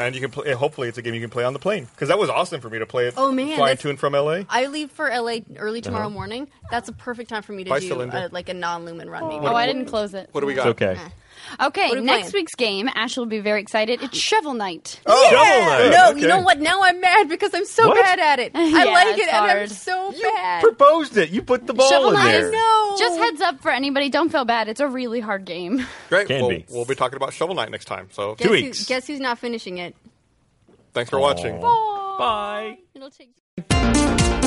Speaker 6: And you can play. Hopefully, it's a game you can play on the plane because that was awesome for me to play it.
Speaker 7: Oh, man,
Speaker 6: flying
Speaker 7: that's-
Speaker 6: to and from LA.
Speaker 7: I leave for LA early tomorrow
Speaker 2: Uh-huh.
Speaker 7: morning. That's a perfect time for me to
Speaker 6: By
Speaker 7: do
Speaker 6: cylinder.
Speaker 7: uh, like a non-lumen run. Maybe.
Speaker 3: Oh, I didn't close it.
Speaker 6: What do we got?
Speaker 2: it's okay.
Speaker 3: Okay,
Speaker 7: What are we
Speaker 3: next
Speaker 7: playing?
Speaker 3: week's game, Ash will be very excited. It's Shovel Knight.
Speaker 6: Oh,
Speaker 2: Shovel Knight.
Speaker 7: No,
Speaker 6: Okay.
Speaker 7: you know what? Now I'm mad because I'm so
Speaker 2: What?
Speaker 7: bad at it. I
Speaker 3: Yeah,
Speaker 7: like
Speaker 3: it's
Speaker 7: it, and I'm
Speaker 3: hard.
Speaker 7: so
Speaker 2: You
Speaker 7: bad.
Speaker 2: proposed it. You put the ball
Speaker 3: Shovel
Speaker 2: in
Speaker 3: Knight.
Speaker 2: there.
Speaker 7: I know.
Speaker 3: Just heads up for anybody, don't feel bad. It's a really hard game.
Speaker 6: Great.
Speaker 2: Can
Speaker 6: We'll,
Speaker 2: be.
Speaker 6: we'll be talking about Shovel Knight next time. So
Speaker 7: guess,
Speaker 2: Two weeks.
Speaker 7: Who, guess who's not finishing it?
Speaker 6: thanks for watching.
Speaker 2: Aw. Bye.
Speaker 7: It'll take.